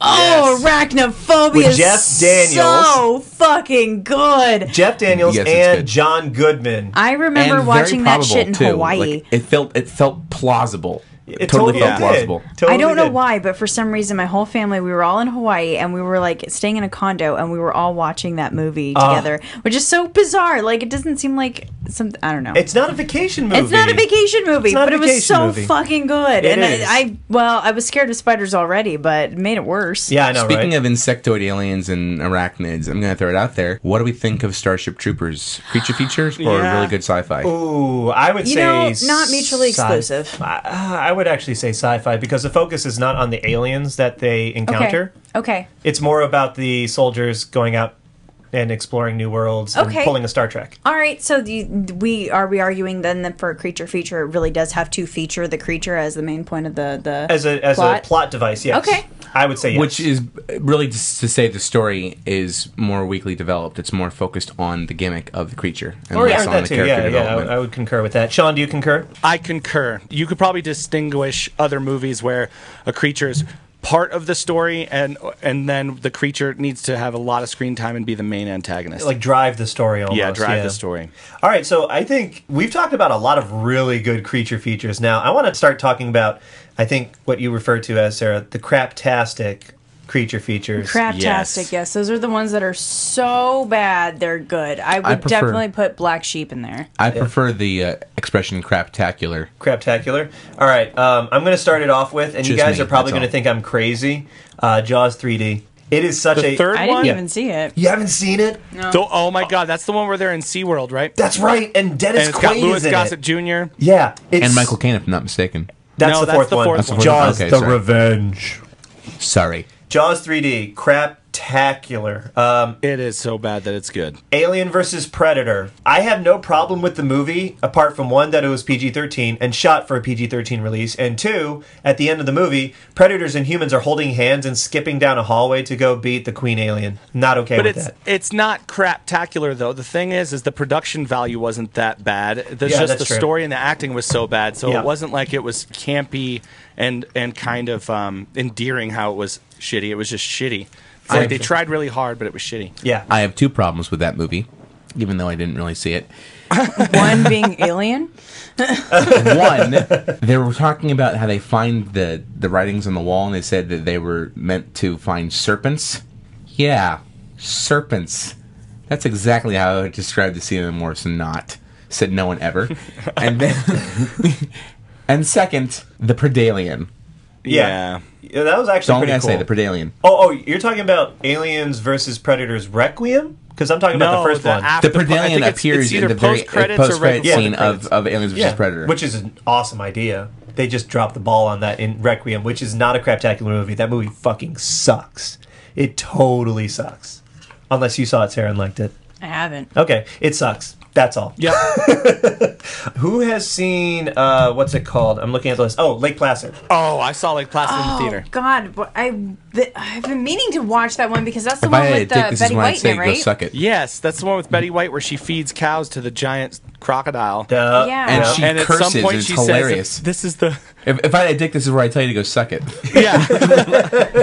Speaker 4: Oh, arachnophobia
Speaker 5: With
Speaker 4: is
Speaker 5: Jeff
Speaker 4: so
Speaker 5: Daniels.
Speaker 4: fucking good.
Speaker 5: Jeff Daniels
Speaker 6: Yes, it's
Speaker 5: and
Speaker 6: good.
Speaker 5: John Goodman.
Speaker 4: I remember
Speaker 6: And very
Speaker 4: watching that shit in
Speaker 6: probable, too.
Speaker 4: Hawaii.
Speaker 6: Like, it felt it felt plausible. It,
Speaker 5: It
Speaker 6: totally, felt
Speaker 5: did.
Speaker 6: plausible.
Speaker 5: Totally
Speaker 4: I don't know
Speaker 5: did.
Speaker 4: why, but for some reason, my whole family, we were all in Hawaii and we were like staying in a condo and we were all watching that movie together, which is so bizarre. Like, it doesn't seem like some, I don't know.
Speaker 5: It's not a vacation movie.
Speaker 4: It's not a vacation movie,
Speaker 5: not a
Speaker 4: but it was
Speaker 5: vacation
Speaker 4: so
Speaker 5: movie.
Speaker 4: fucking good.
Speaker 5: It
Speaker 4: and
Speaker 5: is.
Speaker 4: I, I, well, I was scared of spiders already, but it made it worse.
Speaker 5: Yeah, I know.
Speaker 6: Speaking
Speaker 5: right?
Speaker 6: of insectoid aliens and arachnids, I'm going to throw it out there. What do we think of Starship Troopers? Creature features or
Speaker 3: Yeah.
Speaker 6: really good sci-fi?
Speaker 5: Ooh, I would
Speaker 4: You
Speaker 5: say
Speaker 4: know, not mutually
Speaker 5: sci-
Speaker 4: exclusive.
Speaker 5: I, I would actually say sci-fi because the focus is not on the aliens that they
Speaker 4: Okay.
Speaker 5: encounter.
Speaker 4: Okay.
Speaker 5: It's more about the soldiers going out and exploring new worlds
Speaker 4: Okay.
Speaker 5: and pulling a Star Trek.
Speaker 4: All right, so the, we are we arguing then that for a creature feature, it really does have to feature the creature as the main point of the the
Speaker 5: As a as
Speaker 4: plot?
Speaker 5: a plot device, yes.
Speaker 4: Okay.
Speaker 5: I would say yes.
Speaker 6: Which is really just to say the story is more weakly developed. It's more focused on the gimmick of the creature and
Speaker 5: or
Speaker 6: less on
Speaker 5: that
Speaker 6: the
Speaker 5: too.
Speaker 6: character
Speaker 5: Oh, Yeah, yeah,
Speaker 6: development.
Speaker 5: I, I would concur with that. Sean, do you concur?
Speaker 3: I concur. You could probably distinguish other movies where a creature is part of the story and and then the creature needs to have a lot of screen time and be the main antagonist.
Speaker 5: Like drive the story almost.
Speaker 3: yeah, drive the story.
Speaker 5: All right, so I think we've talked about a lot of really good creature features. Now, I want to start talking about, I think, what you refer to as, Sarah, the craptastic creature features.
Speaker 4: Craptastic, yes.
Speaker 3: Yes.
Speaker 4: Those are the ones that are so bad they're good. I would
Speaker 6: prefer-
Speaker 4: definitely put Black Sheep in there.
Speaker 6: I prefer the uh, expression craptacular.
Speaker 5: Craptacular. All right, um, I'm going to start it off with, and you
Speaker 6: Just
Speaker 5: guys
Speaker 6: me,
Speaker 5: are probably
Speaker 6: that's all.
Speaker 5: going to think I'm crazy. Uh, Jaws 3D. It is such
Speaker 3: The
Speaker 5: a.
Speaker 3: third
Speaker 4: I
Speaker 3: one?
Speaker 4: didn't even see it.
Speaker 5: you haven't seen it? No.
Speaker 3: So, oh my god, that's the one where they're in SeaWorld, right?
Speaker 5: That's right, and
Speaker 3: and
Speaker 5: Dennis
Speaker 3: it's got
Speaker 5: Quaid
Speaker 3: Lewis
Speaker 5: is in
Speaker 3: Gossett
Speaker 5: it.
Speaker 3: Jr.
Speaker 5: Yeah, it's,
Speaker 6: And Michael Caine, if I'm not mistaken.
Speaker 5: That's
Speaker 3: No,
Speaker 5: the
Speaker 3: that's
Speaker 5: fourth
Speaker 3: the
Speaker 5: one.
Speaker 3: fourth That's the one.
Speaker 6: fourth one.
Speaker 5: Jaws:
Speaker 6: Okay,
Speaker 5: The
Speaker 6: sorry.
Speaker 5: Revenge.
Speaker 6: Sorry.
Speaker 5: Jaws 3D. Craptacular. Um,
Speaker 3: It is so bad that it's good.
Speaker 5: Alien versus Predator. I have no problem with the movie, apart from one, that it was PG 13 and shot for a PG 13 release, and two, at the end of the movie, predators and humans are holding hands and skipping down a hallway to go beat the queen alien. Not okay
Speaker 3: But
Speaker 5: with
Speaker 3: it's
Speaker 5: that.
Speaker 3: it's not craptacular though. The thing is, is the production value wasn't that bad. There's
Speaker 5: Yeah,
Speaker 3: just
Speaker 5: that's
Speaker 3: the
Speaker 5: true.
Speaker 3: story and the acting was so bad, so
Speaker 5: Yeah.
Speaker 3: it wasn't like it was campy and and kind of um, endearing how it was shitty. It was just shitty. It's like they tried really hard, but it was shitty.
Speaker 5: Yeah.
Speaker 6: I have two problems with that movie, even though I didn't really see it.
Speaker 4: One being Alien.
Speaker 6: One, they were talking about how they find the, the writings on the wall, and they said that they were meant to find serpents. Yeah, serpents. That's exactly how I would describe the scene in Morrison Not. Said no one ever. and then, and second, the Predalien.
Speaker 5: yeah. Yeah, that was actually
Speaker 6: Don't
Speaker 5: pretty
Speaker 6: gonna
Speaker 5: cool.
Speaker 6: say the Predalien.
Speaker 5: oh, oh, you're talking about Aliens versus Predators Requiem? Because I'm talking about the first one.
Speaker 3: after
Speaker 6: The Predalien appears in
Speaker 5: uh,
Speaker 6: the very
Speaker 3: post-credits
Speaker 6: post
Speaker 3: right
Speaker 6: credit
Speaker 3: before the
Speaker 6: scene of,
Speaker 3: credits.
Speaker 6: of Aliens vs.
Speaker 5: yeah,
Speaker 6: Predator.
Speaker 5: Which is an awesome idea. They just dropped the ball on that in Requiem, which is not a craptacular movie. That movie fucking sucks. It totally sucks. Unless you saw it, Sarah, and liked it.
Speaker 4: I haven't.
Speaker 5: Okay, it sucks. That's all.
Speaker 3: yeah.
Speaker 5: Who has seen uh, what's it called? I'm looking at the list. Oh, Lake Placid.
Speaker 3: Oh, I saw like Placid in the
Speaker 4: Oh
Speaker 3: theater.
Speaker 4: God! wh- I th- I've been meaning to watch that one because that's the
Speaker 6: if I
Speaker 4: one
Speaker 6: had a
Speaker 4: with
Speaker 6: dick,
Speaker 4: uh,
Speaker 6: this is
Speaker 4: Betty
Speaker 6: when I'd
Speaker 4: White, in
Speaker 6: say
Speaker 4: it,
Speaker 6: go
Speaker 4: right?
Speaker 6: suck it.
Speaker 3: Yes, that's the one with Betty White where she feeds cows to the giant crocodile.
Speaker 5: Uh,
Speaker 4: Yeah.
Speaker 6: And
Speaker 4: Yeah.
Speaker 6: she
Speaker 3: And at
Speaker 6: curses.
Speaker 3: some point
Speaker 6: it's
Speaker 3: she
Speaker 6: hilarious.
Speaker 3: says, "This is the
Speaker 6: if, if I had a dick, this is where I tell you to go suck it.
Speaker 3: yeah."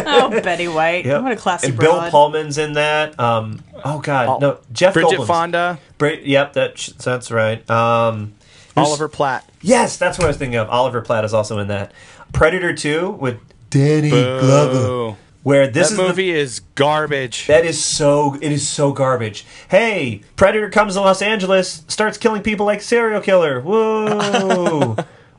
Speaker 4: Oh, Betty White! What a classic
Speaker 5: And Bill
Speaker 4: broad.
Speaker 5: Pullman's in that. Um, oh God, no, Jeff
Speaker 3: Bridget
Speaker 5: Goldblum's-
Speaker 3: Fonda,
Speaker 5: Bri- yep, that sh- that's right. Um, there's-
Speaker 3: Oliver Platt.
Speaker 5: Yes, that's what I was thinking of. Oliver Platt is also in that. Predator Two with Danny
Speaker 3: Ooh.
Speaker 5: Where this
Speaker 3: That
Speaker 5: is the-
Speaker 3: movie is garbage.
Speaker 5: That is so. It is so garbage. Hey, Predator comes to Los Angeles, starts killing people like a serial killer. Whoa.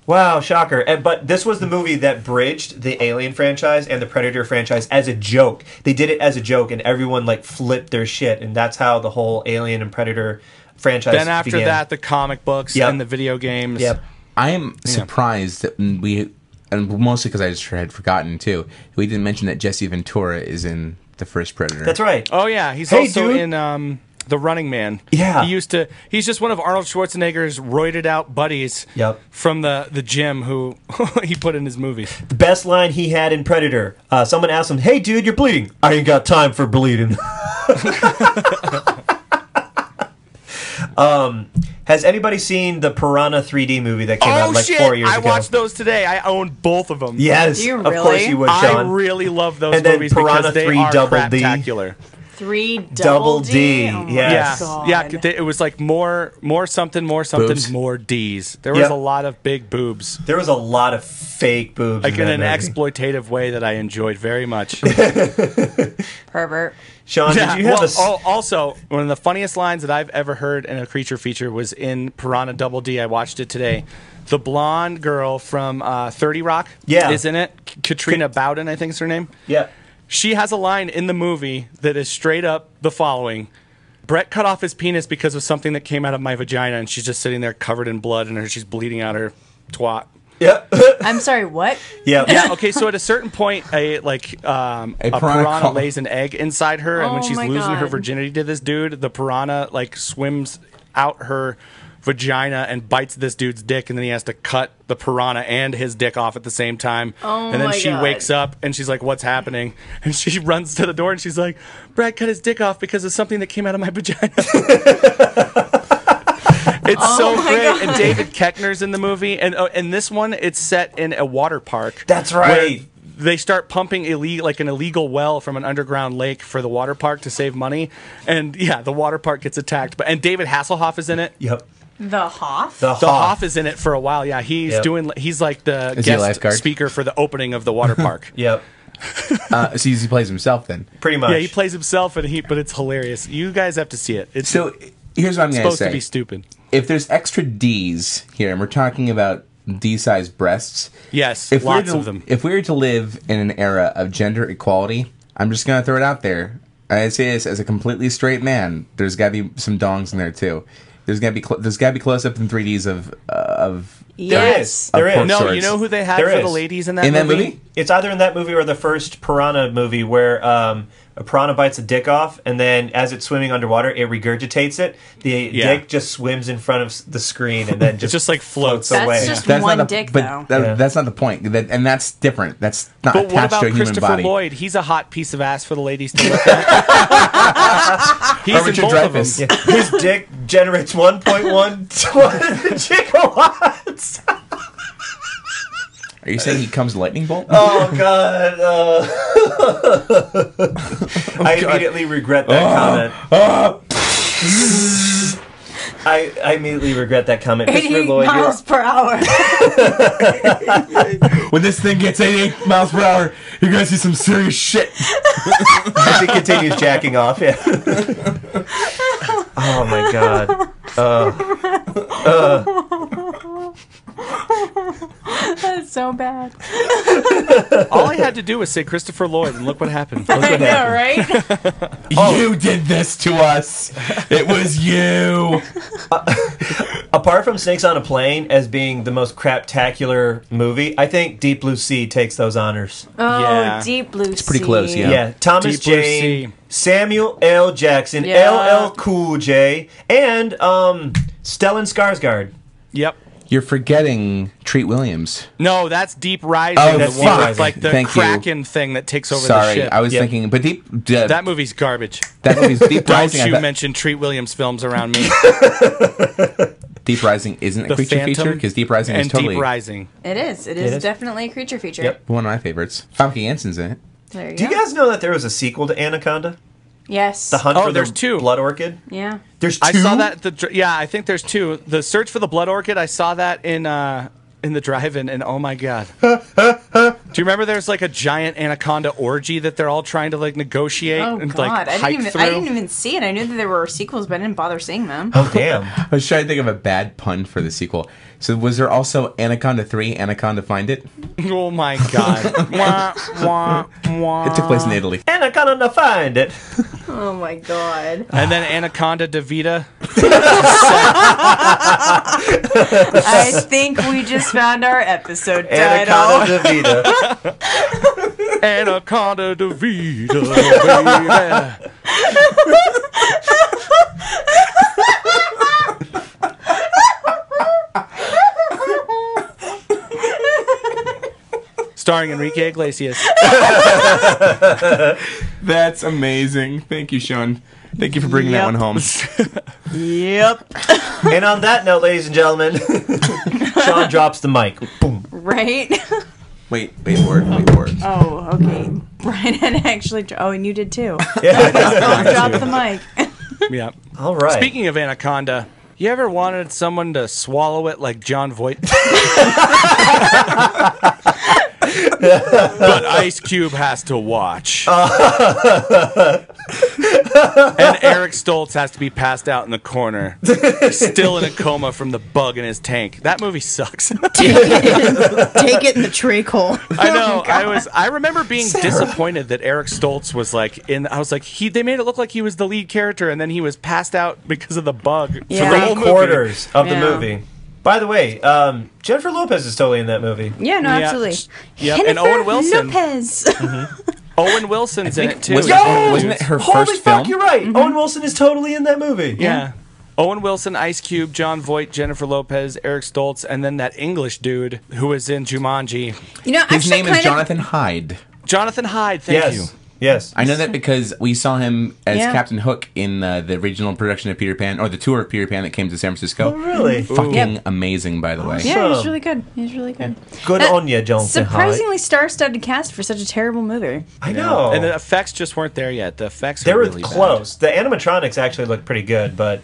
Speaker 5: Wow, shocker. And, but this was the movie that bridged the Alien franchise and the Predator franchise as a joke. They did it as a joke, and everyone like flipped their shit, and that's how the whole Alien and Predator franchise
Speaker 3: Then after
Speaker 5: began.
Speaker 3: that, the comic books
Speaker 5: Yep.
Speaker 3: and the video games.
Speaker 5: Yep.
Speaker 6: I am surprised that we, and mostly because I just had forgotten too, we didn't mention that Jesse Ventura is in the first Predator.
Speaker 5: That's right.
Speaker 3: Oh yeah, he's
Speaker 5: Hey,
Speaker 3: also
Speaker 5: dude.
Speaker 3: in um, the Running Man.
Speaker 5: Yeah.
Speaker 3: he used to. He's just one of Arnold Schwarzenegger's roided out buddies.
Speaker 5: Yep.
Speaker 3: From the the gym who he put in his movies.
Speaker 5: The best line he had in Predator. Uh, someone asked him, "Hey, dude, you're bleeding." I ain't got time for bleeding. um, has anybody seen the Piranha 3D movie that came out
Speaker 3: Oh
Speaker 5: like
Speaker 3: shit!
Speaker 5: four years
Speaker 3: I
Speaker 5: ago?
Speaker 3: watched those today. I own both of them.
Speaker 5: Yes,
Speaker 4: You
Speaker 5: of course
Speaker 4: really?
Speaker 5: you would,
Speaker 3: I
Speaker 5: Sean.
Speaker 3: really love those
Speaker 5: And then
Speaker 3: movies
Speaker 5: Piranha
Speaker 3: because they
Speaker 5: 3
Speaker 3: are
Speaker 5: Double D.
Speaker 3: craptacular.
Speaker 4: Three
Speaker 5: Double D,
Speaker 4: Oh my
Speaker 5: yes.
Speaker 3: Yeah,
Speaker 4: God.
Speaker 3: yeah. They, it was like more, more something, more something,
Speaker 6: Boobs.
Speaker 3: more D's. There was
Speaker 5: Yep.
Speaker 3: a lot of big boobs,
Speaker 5: There was a lot of fake boobs.
Speaker 3: like in
Speaker 5: that
Speaker 3: an
Speaker 5: movie.
Speaker 3: exploitative way that I enjoyed very much.
Speaker 4: Pervert.
Speaker 5: Sean,
Speaker 3: Yeah,
Speaker 5: did you have
Speaker 3: well, oh.
Speaker 5: a? s-
Speaker 3: al- also, one of the funniest lines that I've ever heard in a creature feature was in Piranha Double D. I watched it today. The blonde girl from uh, 30 Rock
Speaker 5: Yeah.
Speaker 3: is in it. K- Katrina Bowden, I think is her name.
Speaker 5: yeah.
Speaker 3: She has a line in the movie that is straight up the following Brett cut off his penis because of something that came out of my vagina, and she's just sitting there covered in blood, and her, she's bleeding out her twat.
Speaker 5: Yep.
Speaker 4: I'm sorry, what?
Speaker 5: yeah.
Speaker 3: Yeah. Okay. So at a certain point, a like um,
Speaker 6: A
Speaker 3: a,
Speaker 6: piranha
Speaker 3: piranha,
Speaker 6: col-
Speaker 3: lays an egg inside her, and when
Speaker 4: Oh
Speaker 3: she's
Speaker 4: my
Speaker 3: losing her
Speaker 4: God.
Speaker 3: virginity to this dude, the piranha like swims out her vagina and bites this dude's dick, and then he has to cut the piranha and his dick off at the same time.
Speaker 4: Oh
Speaker 3: and then
Speaker 4: my
Speaker 3: she
Speaker 4: God.
Speaker 3: wakes up and she's like, "What's happening?" And she runs to the door and she's like, "Brad cut his dick off because of something that came out of my vagina." It's so
Speaker 4: Oh my
Speaker 3: great,
Speaker 4: God.
Speaker 3: and David Keckner's in the movie, and oh, and this one it's set in a water park.
Speaker 5: That's
Speaker 3: where
Speaker 5: right.
Speaker 3: They start pumping illegal, like an illegal well from an underground lake for the water park to save money, and yeah, the water park gets attacked. But and David Hasselhoff is in it.
Speaker 5: Yep.
Speaker 4: The Hoff?
Speaker 5: The,
Speaker 3: The
Speaker 5: Hoff.
Speaker 3: Hoff is in it for a while. Yeah, he's
Speaker 5: Yep.
Speaker 3: doing. He's like the
Speaker 6: Is he a
Speaker 3: guest
Speaker 6: lifeguard?
Speaker 3: speaker for the opening of the water park.
Speaker 5: Yep.
Speaker 6: Uh, so he plays himself then.
Speaker 5: Pretty much.
Speaker 3: Yeah, he plays himself, and he. But it's hilarious. You guys have to see it. It's
Speaker 6: So here's what I'm going
Speaker 3: supposed to
Speaker 6: to
Speaker 3: be
Speaker 6: say.
Speaker 3: stupid.
Speaker 6: If there's extra D's here, and we're talking about D-sized breasts,
Speaker 3: Yes,
Speaker 6: if we were
Speaker 3: lots
Speaker 6: to-
Speaker 3: of them.
Speaker 6: If we were to live in an era of gender equality, I'm just gonna throw it out there. I say this as a completely straight man. There's gotta be some dongs in there too. There's gotta be cl- there's gotta be close up in 3ds of uh, of
Speaker 5: There
Speaker 4: Yes.
Speaker 5: is. There
Speaker 6: Of
Speaker 5: is.
Speaker 6: course.
Speaker 3: No,
Speaker 6: Swords.
Speaker 3: you know who they had
Speaker 5: There
Speaker 3: for
Speaker 5: is.
Speaker 3: the ladies in that
Speaker 6: in that
Speaker 3: movie?
Speaker 6: movie.
Speaker 5: It's either in that movie or the first Piranha movie where um, a piranha bites a dick off, and then as it's swimming underwater, it regurgitates it. The
Speaker 3: Yeah.
Speaker 5: dick just swims in front of s- the screen, and then just
Speaker 3: just, like, floats.
Speaker 4: That's
Speaker 5: away.
Speaker 4: just
Speaker 6: That's
Speaker 4: one
Speaker 6: not a,
Speaker 4: dick,
Speaker 6: but
Speaker 4: though.
Speaker 6: that-
Speaker 5: Yeah.
Speaker 6: that's not the point. That, and that's different. That's not
Speaker 3: But what
Speaker 6: attached
Speaker 3: about
Speaker 6: to a human
Speaker 3: Christopher
Speaker 6: body.
Speaker 3: Lloyd? He's a hot piece of ass for the ladies to look at. He's
Speaker 6: Or
Speaker 3: in
Speaker 6: Richard
Speaker 3: both of them.
Speaker 5: Yeah.
Speaker 6: Dreyfuss.
Speaker 5: His dick generates 1.1 gigawatts.
Speaker 6: Are you saying he comes lightning bolt?
Speaker 5: Oh god! Uh.
Speaker 3: Oh,
Speaker 5: I immediately regret
Speaker 6: Uh,
Speaker 5: that comment. I, I immediately regret that comment. Christopher
Speaker 4: 88
Speaker 5: Lloyd, you're,
Speaker 4: miles per hour.
Speaker 6: when this thing gets 88 miles per hour, you're gonna see some serious shit.
Speaker 5: as he continues jacking off. Yeah. oh my god.
Speaker 4: That's so bad.
Speaker 3: All I had to do was say Christopher Lloyd, and look what happened.
Speaker 4: I
Speaker 3: Look what happened.
Speaker 4: know, right?
Speaker 3: Oh.
Speaker 6: You did this to us. It was you.
Speaker 5: Apart from Snakes on a Plane as being the most craptacular movie, I think Deep Blue Sea takes those honors.
Speaker 4: Oh,
Speaker 3: Yeah.
Speaker 4: deep blue It's
Speaker 6: pretty close, yeah.
Speaker 5: Yeah, Thomas
Speaker 3: Deep Blue
Speaker 5: Jane,
Speaker 3: Sea.
Speaker 5: Samuel L. Jackson,
Speaker 4: Yeah.
Speaker 5: LL Cool J, and um, Stellan Skarsgård.
Speaker 3: Yep.
Speaker 6: You're forgetting Treat Williams.
Speaker 3: No, that's Deep Rising,
Speaker 6: Oh,
Speaker 3: the one
Speaker 5: fuck.
Speaker 3: with like the
Speaker 6: Thank you.
Speaker 3: Kraken thing that takes over the
Speaker 6: Sorry,
Speaker 3: ship.
Speaker 6: I was
Speaker 5: Yep.
Speaker 6: thinking, but deep uh,
Speaker 3: that
Speaker 6: that,
Speaker 3: movie's garbage.
Speaker 6: movie's Deep
Speaker 3: Don't
Speaker 6: Rising. I
Speaker 3: you
Speaker 6: thought-
Speaker 3: mention Treat Williams films around me.
Speaker 6: deep Rising isn't a
Speaker 3: The
Speaker 6: creature
Speaker 3: Phantom
Speaker 6: feature because Deep Rising is
Speaker 3: and
Speaker 6: totally
Speaker 3: Deep Rising.
Speaker 4: It is. It
Speaker 5: It
Speaker 4: is,
Speaker 5: is.
Speaker 4: definitely a creature feature.
Speaker 5: Yep.
Speaker 6: one of my favorites. Famke Janssen's in it.
Speaker 4: There you
Speaker 5: Do
Speaker 4: go.
Speaker 5: you guys know that there was a sequel to Anaconda?
Speaker 4: yes.
Speaker 5: The Hunt
Speaker 3: Oh,
Speaker 5: for
Speaker 3: there's
Speaker 5: the
Speaker 3: two.
Speaker 5: Blood Orchid?
Speaker 4: yeah.
Speaker 5: There's two.
Speaker 3: I saw that. At the dr- yeah, I think there's two. The Search for the Blood Orchid. I saw that in uh, in the drive-in, and oh my god, Do you remember there's like a giant anaconda orgy that they're all trying to like negotiate
Speaker 8: Oh
Speaker 3: and
Speaker 8: god,
Speaker 3: like
Speaker 8: I
Speaker 3: hike
Speaker 8: didn't even
Speaker 3: through?
Speaker 8: I didn't even see it. I knew that there were sequels, but I didn't bother seeing them.
Speaker 5: Oh damn!
Speaker 6: I was trying to think of a bad pun for the sequel. So was there also Anaconda 3, Anaconda Find It?
Speaker 3: oh my god! wah, wah, wah.
Speaker 6: It took place in Italy.
Speaker 5: Anaconda, find it.
Speaker 8: Oh my god.
Speaker 3: And then Anaconda DeVita.
Speaker 4: I think we just found our episode title.
Speaker 5: Anaconda Vita.
Speaker 3: Anaconda DeVita. baby. Starring Enrique Iglesias.
Speaker 6: That's amazing. Thank you, Sean. Thank you for bringing that one home.
Speaker 4: Yep.
Speaker 5: and on that note, ladies and gentlemen, Sean drops the mic. Boom.
Speaker 8: Right?
Speaker 6: Wait, wait for it, wait for it.
Speaker 4: Uh,
Speaker 8: Oh, okay. Brian had actually oh, and you did too. Drop the mic.
Speaker 3: Yeah.
Speaker 5: All right.
Speaker 3: Speaking of Anaconda, you ever wanted someone to swallow it like John Voight? but Ice Cube has to watch. and Eric Stoltz has to be passed out in the corner, still in a coma from the bug in his tank. That movie sucks.
Speaker 4: Take it in the treacle.
Speaker 3: I know. I was. I remember being disappointed that Eric Stoltz was like in. I was like, he. They made it look like he was the lead character, and then he was passed out because of the bug.
Speaker 8: Yeah.
Speaker 3: For the
Speaker 5: three
Speaker 3: whole movie.
Speaker 5: quarters of
Speaker 8: Yeah.
Speaker 5: the movie. By the way, um, Jennifer Lopez is totally in that movie.
Speaker 8: Yeah, no,
Speaker 3: Yeah.
Speaker 8: absolutely.
Speaker 3: Yep, and Owen Wilson.
Speaker 8: Lopez.
Speaker 3: Owen Wilson's in it too.
Speaker 6: was-
Speaker 3: Yeah.
Speaker 6: Yo! Wasn't it her
Speaker 5: Holy
Speaker 6: first
Speaker 5: fuck,
Speaker 6: film?
Speaker 5: you're right. Owen Wilson is totally in that movie.
Speaker 3: Yeah. Owen Wilson, Ice Cube, John Voight, Jennifer Lopez, Eric Stoltz, and then that English dude who was in Jumanji,
Speaker 4: You know,
Speaker 6: His
Speaker 4: actually,
Speaker 6: name
Speaker 4: kind
Speaker 6: is Jonathan Hyde.
Speaker 3: Jonathan Hyde. Thank
Speaker 5: Yes.
Speaker 3: you.
Speaker 5: Yes.
Speaker 6: I know that because we saw him as
Speaker 8: Yeah.
Speaker 6: Captain Hook in uh, the original production of Peter Pan, or the tour of Peter Pan that came to San Francisco.
Speaker 5: Oh, really?
Speaker 6: Fucking
Speaker 8: Yep.
Speaker 6: amazing, by the way.
Speaker 8: Yeah, he's
Speaker 5: So-
Speaker 8: really good. He's really good.
Speaker 5: Good
Speaker 8: Uh,
Speaker 5: on you, Jonathan. Hyde.
Speaker 8: Surprisingly star-studded cast for such a terrible movie.
Speaker 5: I know.
Speaker 3: And the effects just weren't there yet. The effects
Speaker 5: Oh. they
Speaker 3: were
Speaker 5: were
Speaker 3: really bad.
Speaker 5: close. The animatronics actually looked pretty good, but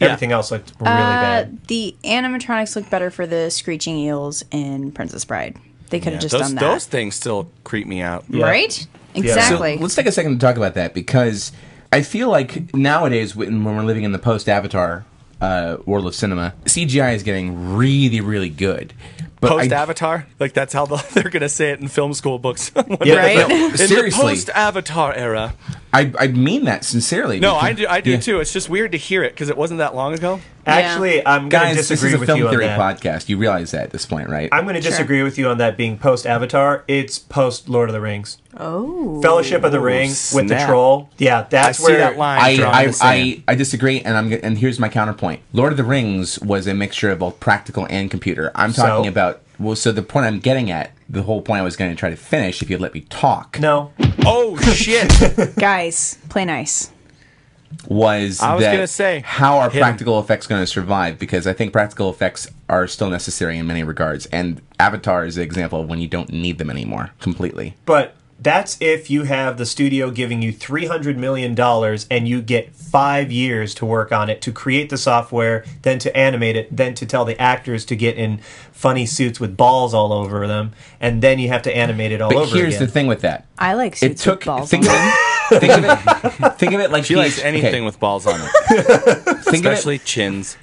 Speaker 3: Yeah.
Speaker 5: everything else looked really
Speaker 8: Uh,
Speaker 5: bad.
Speaker 8: the animatronics look better for the screeching eels in Princess Bride. They could have just
Speaker 3: those,
Speaker 8: done that,
Speaker 3: those things still creep me out.
Speaker 8: right? Exactly.
Speaker 6: So let's take a second to talk about that because I feel like nowadays, when when we're living in the post Avatar uh, world of cinema, CGI is getting really, really good. But I-
Speaker 3: Post Avatar, like that's how the, they're gonna say it in film school books.
Speaker 5: Yeah.
Speaker 8: Right?
Speaker 6: No,
Speaker 3: In the
Speaker 6: seriously,
Speaker 3: post Avatar era.
Speaker 6: I, I mean that sincerely.
Speaker 3: No,
Speaker 6: because-
Speaker 3: I do. I do
Speaker 6: Yeah.
Speaker 3: too. It's just weird to hear it because it wasn't that long ago.
Speaker 5: Actually, I'm going to
Speaker 6: Guys, this
Speaker 5: disagree
Speaker 6: is a
Speaker 5: with
Speaker 6: film
Speaker 5: you on
Speaker 6: theory
Speaker 5: that.
Speaker 6: podcast. You realize that at this point, right?
Speaker 5: I'm going to disagree with you on that being post Avatar. It's post Lord of the Rings. Oh. Fellowship of the Ring with the
Speaker 3: snap.
Speaker 5: troll. Yeah,
Speaker 3: I
Speaker 5: that's
Speaker 3: see
Speaker 5: where
Speaker 3: that line.
Speaker 6: I,
Speaker 3: drawn in
Speaker 6: I,
Speaker 3: the sand.
Speaker 6: I, I disagree, and I'm g- and here's my counterpoint. Lord of the Rings was a mixture of both practical and computer. I'm talking
Speaker 5: So?
Speaker 6: about well, so the point I'm getting at, the whole point I was going to try to finish, if you'd let me talk,
Speaker 5: No.
Speaker 3: Oh shit!
Speaker 8: Guys, play nice.
Speaker 6: was
Speaker 3: I was
Speaker 6: that
Speaker 3: gonna say,
Speaker 6: how are
Speaker 3: hit 'em.
Speaker 6: practical effects going to survive? Because I think practical effects are still necessary in many regards, and Avatar is an example of when you don't need them anymore completely.
Speaker 5: But that's if you have the studio giving you $300 million and you get five years to work on it, to create the software, then to animate it, then to tell the actors to get in funny suits with balls all over them, and then you have to animate it all
Speaker 6: But
Speaker 5: over
Speaker 6: here's
Speaker 5: again.
Speaker 6: the thing with that.
Speaker 8: I like
Speaker 6: It
Speaker 8: suits
Speaker 6: took
Speaker 8: with balls.
Speaker 6: think
Speaker 8: on
Speaker 6: of,
Speaker 8: them.
Speaker 6: it, think of it. Think of it like
Speaker 3: She likes anything with balls on it,
Speaker 6: with think of it-
Speaker 3: especially chins.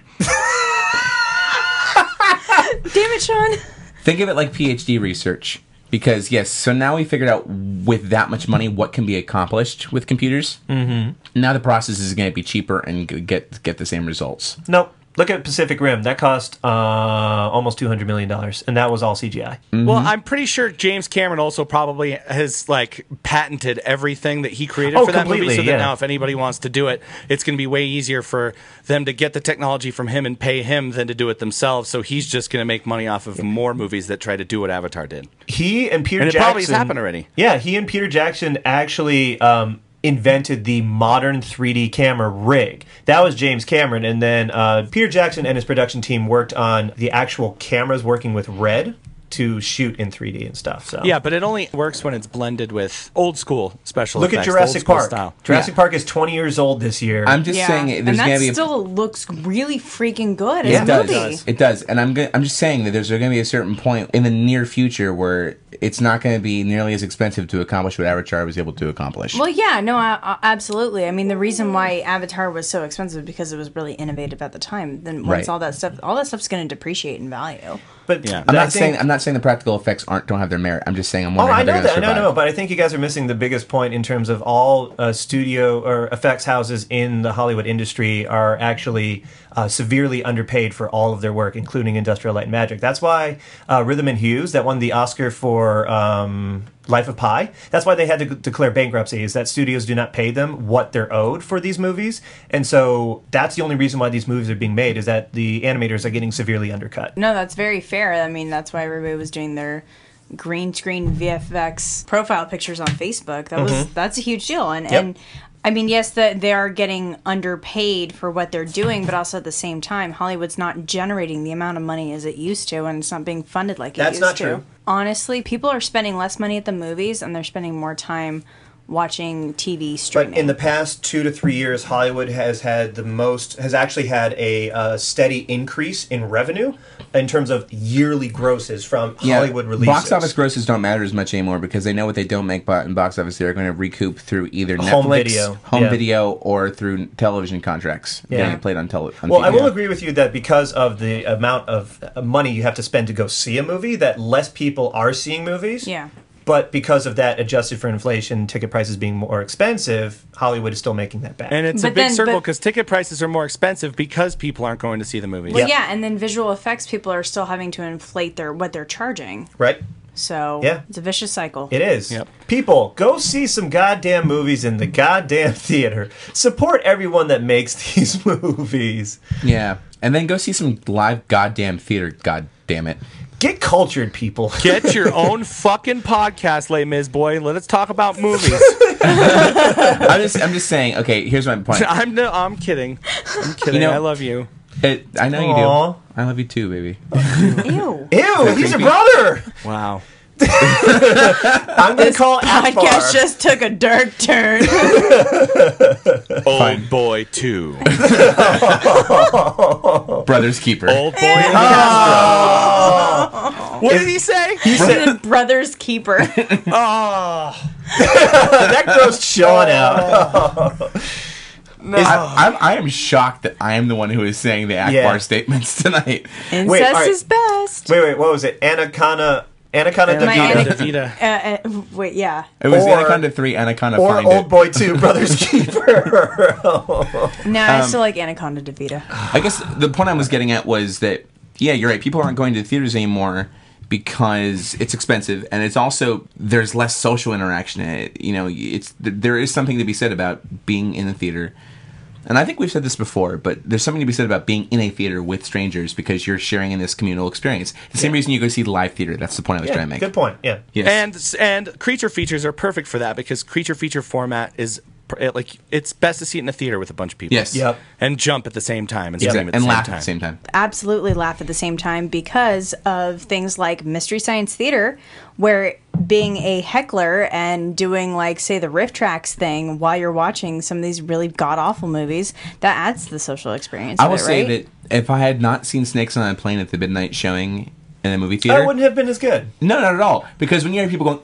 Speaker 8: Damn it, Sean.
Speaker 6: think of it like PhD research because yes, so now we figured out with that much money what can be accomplished with computers. Mm-hmm. Now the process is going to be cheaper and g- get get the same results.
Speaker 5: Nope. Look at Pacific Rim. That cost uh, almost $200 million, and that was all CGI.
Speaker 3: Well, I'm pretty sure James Cameron also probably has like patented everything that he created
Speaker 5: Oh,
Speaker 3: for that movie.
Speaker 5: completely,
Speaker 3: So that
Speaker 5: yeah.
Speaker 3: now, if anybody wants to do it, it's going to be way easier for them to get the technology from him and pay him than to do it themselves. So he's just going to make money off of more movies that try to do what Avatar did.
Speaker 5: He and Peter
Speaker 3: And it
Speaker 5: Jackson.
Speaker 3: probably has happened already.
Speaker 5: Yeah, he and Peter Jackson actually um, invented the modern 3D camera rig. That was James Cameron, and then uh, Peter Jackson and his production team worked on the actual cameras working with red. to shoot in 3D and stuff. So
Speaker 3: Yeah, but it only works when it's blended with old school special
Speaker 5: Look at
Speaker 3: effects.
Speaker 5: Jurassic
Speaker 3: old school
Speaker 5: Park.
Speaker 3: Style.
Speaker 5: Jurassic
Speaker 6: Yeah.
Speaker 5: Park is 20 years old this year.
Speaker 6: I'm just saying
Speaker 4: and
Speaker 6: there's gonna
Speaker 4: that
Speaker 6: be a
Speaker 4: still looks really freaking good.
Speaker 6: It
Speaker 4: as a
Speaker 6: does.
Speaker 4: movie.
Speaker 6: It does. And I'm go- I'm just saying that there's going to be a certain point in the near future where it's not going to be nearly as expensive to accomplish what Avatar was able to accomplish.
Speaker 4: Well, yeah, no, I, I- absolutely. I mean, the reason why Avatar was so expensive because it was really innovative at the time. Then once
Speaker 6: Right.
Speaker 4: all that stuff, all that stuff's going to depreciate in value.
Speaker 5: but
Speaker 3: Yeah.
Speaker 6: I'm
Speaker 5: I think-
Speaker 6: not saying I'm not saying the practical effects aren't don't have their merit. I'm just saying I'm
Speaker 5: Oh,
Speaker 6: wondering.
Speaker 5: I
Speaker 6: how they're
Speaker 5: know
Speaker 6: gonna
Speaker 5: that. No,
Speaker 6: survive.
Speaker 5: no, but I think you guys are missing the biggest point in terms of all uh, studio or effects houses in the Hollywood industry are actually uh, severely underpaid for all of their work, including Industrial Light and Magic. That's why uh, Rhythm and Hughes, that won the Oscar for um, Life of Pi, that's why they had to g- declare bankruptcy, is that studios do not pay them what they're owed for these movies. And so that's the only reason why these movies are being made, is that the animators are getting severely undercut.
Speaker 4: No, that's very fair. I mean, that's why everybody was doing their green screen VFX profile pictures on Facebook. That was that's a huge deal. And
Speaker 5: Mm-hmm. Yep.
Speaker 4: and I mean, yes, that they are getting underpaid for what they're doing, but also at the same time, Hollywood's not generating the amount of money as it used to, and it's not being funded like it
Speaker 5: That's
Speaker 4: used
Speaker 5: not
Speaker 4: to.
Speaker 5: true.
Speaker 4: Honestly, people are spending less money at the movies, and they're spending more time watching TV
Speaker 5: But
Speaker 4: streaming.
Speaker 5: in the past two to three years, Hollywood has had the most, has actually had a uh, steady increase in revenue in terms of yearly grosses from Hollywood releases.
Speaker 6: Box office grosses don't matter as much anymore because they know what they don't make bo- in box office. They're going to recoup through either Netflix,
Speaker 5: Home video.
Speaker 6: home
Speaker 5: Yeah.
Speaker 6: video, or through television contracts.
Speaker 5: Yeah.
Speaker 6: Getting played on television.
Speaker 5: Well, I will agree with you that because of the amount of uh, money you have to spend to go see a movie, that less people are seeing movies.
Speaker 4: Yeah.
Speaker 5: But because of that, adjusted for inflation, ticket prices being more expensive, Hollywood is still making that back.
Speaker 3: And it's a
Speaker 4: But
Speaker 3: big
Speaker 4: then-
Speaker 3: circle
Speaker 4: but-
Speaker 3: because ticket prices are more expensive because people aren't going to see the movie.
Speaker 4: well, yeah, and then visual effects people are still having to inflate their what they're charging.
Speaker 5: right?
Speaker 4: So
Speaker 5: Yeah.
Speaker 4: it's a vicious cycle.
Speaker 5: It is.
Speaker 3: Yep.
Speaker 5: People, go see some goddamn movies in the goddamn theater. Support everyone that makes these movies.
Speaker 6: Yeah, and then go see some live goddamn theater. God damn it.
Speaker 5: Get cultured, people.
Speaker 3: Get your own fucking podcast, Les Mis boy. Let us talk about movies.
Speaker 6: I'm just I'm just saying. Okay, here's my point.
Speaker 3: I'm no, I'm kidding. I'm kidding.
Speaker 6: know-
Speaker 3: I love you.
Speaker 6: It, I know
Speaker 5: Aw. Oh,
Speaker 6: you do. I love you too, baby.
Speaker 4: Ew.
Speaker 5: Ew, he's a brother.
Speaker 3: Wow.
Speaker 5: I'm gonna call Akbar.
Speaker 4: podcast just took a dark turn.
Speaker 9: Old boy two.
Speaker 6: Brothers
Speaker 5: oh.
Speaker 6: keeper.
Speaker 3: Old boy. and Castro. Oh. What did he say?
Speaker 4: the brother's keeper.
Speaker 5: that grossed Sean out.
Speaker 6: I, I'm, I am shocked that I am the one who is saying the Akbar
Speaker 5: Yeah.
Speaker 6: statements tonight.
Speaker 4: Incest
Speaker 5: Wait, all right.
Speaker 4: is best.
Speaker 5: Wait, wait, what was it? Anaconda, Anaconda
Speaker 4: My
Speaker 5: Devita,
Speaker 4: Anac-
Speaker 3: Davida.
Speaker 4: Uh, uh, wait, yeah.
Speaker 6: It was
Speaker 5: Or-
Speaker 6: Anaconda three, Anaconda
Speaker 5: or
Speaker 6: find
Speaker 5: Old
Speaker 6: it.
Speaker 5: Boy Two, Brothers Keeper.
Speaker 4: No,
Speaker 5: Um,
Speaker 4: I still like Anaconda Devita.
Speaker 6: I guess the point I was getting at was that yeah, you're right. People aren't going to theaters anymore because it's expensive, and it's also there's less social interaction. In it. You know, it's there is something to be said about being in the theater. And I think we've said this before, but there's something to be said about being in a theater with strangers because you're sharing in this communal experience. The same reason you go see live theater. That's the point I was trying to make.
Speaker 5: Good point. Yeah.
Speaker 6: Yes.
Speaker 3: And and creature features are perfect for that because creature feature format is pr- it, like it's best to see it in a theater with a bunch of people.
Speaker 6: Yes.
Speaker 5: Yep.
Speaker 3: And jump at the same time and scream
Speaker 6: Exactly.
Speaker 3: at the
Speaker 6: And
Speaker 3: same
Speaker 6: laugh
Speaker 3: time.
Speaker 6: at the same time.
Speaker 4: Absolutely laugh at the same time because of things like Mystery Science Theater, where being a heckler and doing like say the riff tracks thing while you're watching some of these really god awful movies that adds to the social experience.
Speaker 6: I
Speaker 4: of
Speaker 6: will
Speaker 4: it,
Speaker 6: say
Speaker 4: right?
Speaker 6: that if I had not seen Snakes on a Plane at the midnight showing in a movie theater,
Speaker 5: That wouldn't have been as good.
Speaker 6: No, not at all. Because when you hear people going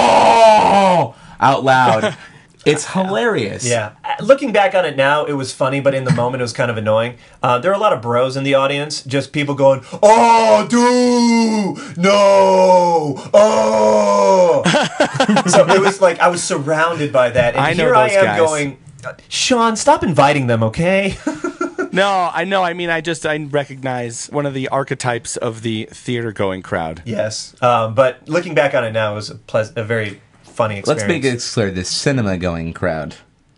Speaker 6: "oh" out loud, it's hilarious.
Speaker 5: Yeah. Uh, Looking back on it now, it was funny, but in the moment, it was kind of annoying. Uh, there were a lot of bros in the audience, just people going, "Oh, dude, no, oh." so it was like I was surrounded by that, and
Speaker 3: I know
Speaker 5: here I
Speaker 3: those
Speaker 5: am
Speaker 3: guys.
Speaker 5: going, "Sean, stop inviting them, okay?"
Speaker 3: No, I know. I mean, I just I recognize one of the archetypes of the theater going crowd.
Speaker 5: yes. Um, but looking back on it now, it was a, pleas a very funny experience.
Speaker 6: Let's make it clear: the cinema-going crowd,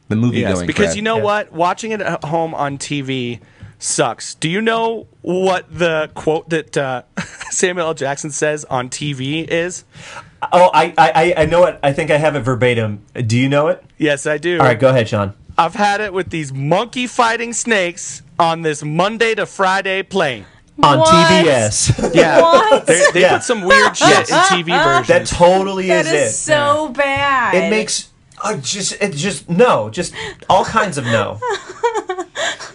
Speaker 6: the movie-going
Speaker 3: Yes,
Speaker 6: crowd.
Speaker 3: because you know
Speaker 5: Yeah.
Speaker 3: what? Watching it at home on TV sucks. Do you know what the quote that uh, Samuel L. Jackson says on TV is?
Speaker 5: Oh, I, I, I- I know it. I think I have it verbatim. Do you know it?
Speaker 3: Yes, I do.
Speaker 5: All right, go ahead, Sean.
Speaker 3: I've had it with these monkey fighting snakes on this Monday to Friday plane.
Speaker 5: on
Speaker 8: What?
Speaker 5: TBS.
Speaker 3: Yeah,
Speaker 8: What?
Speaker 3: they, they
Speaker 5: Yeah.
Speaker 3: put some weird shit in TV versions.
Speaker 5: that totally
Speaker 8: That
Speaker 5: is it.
Speaker 8: is so bad.
Speaker 5: It makes uh, just it just no, just all kinds of no.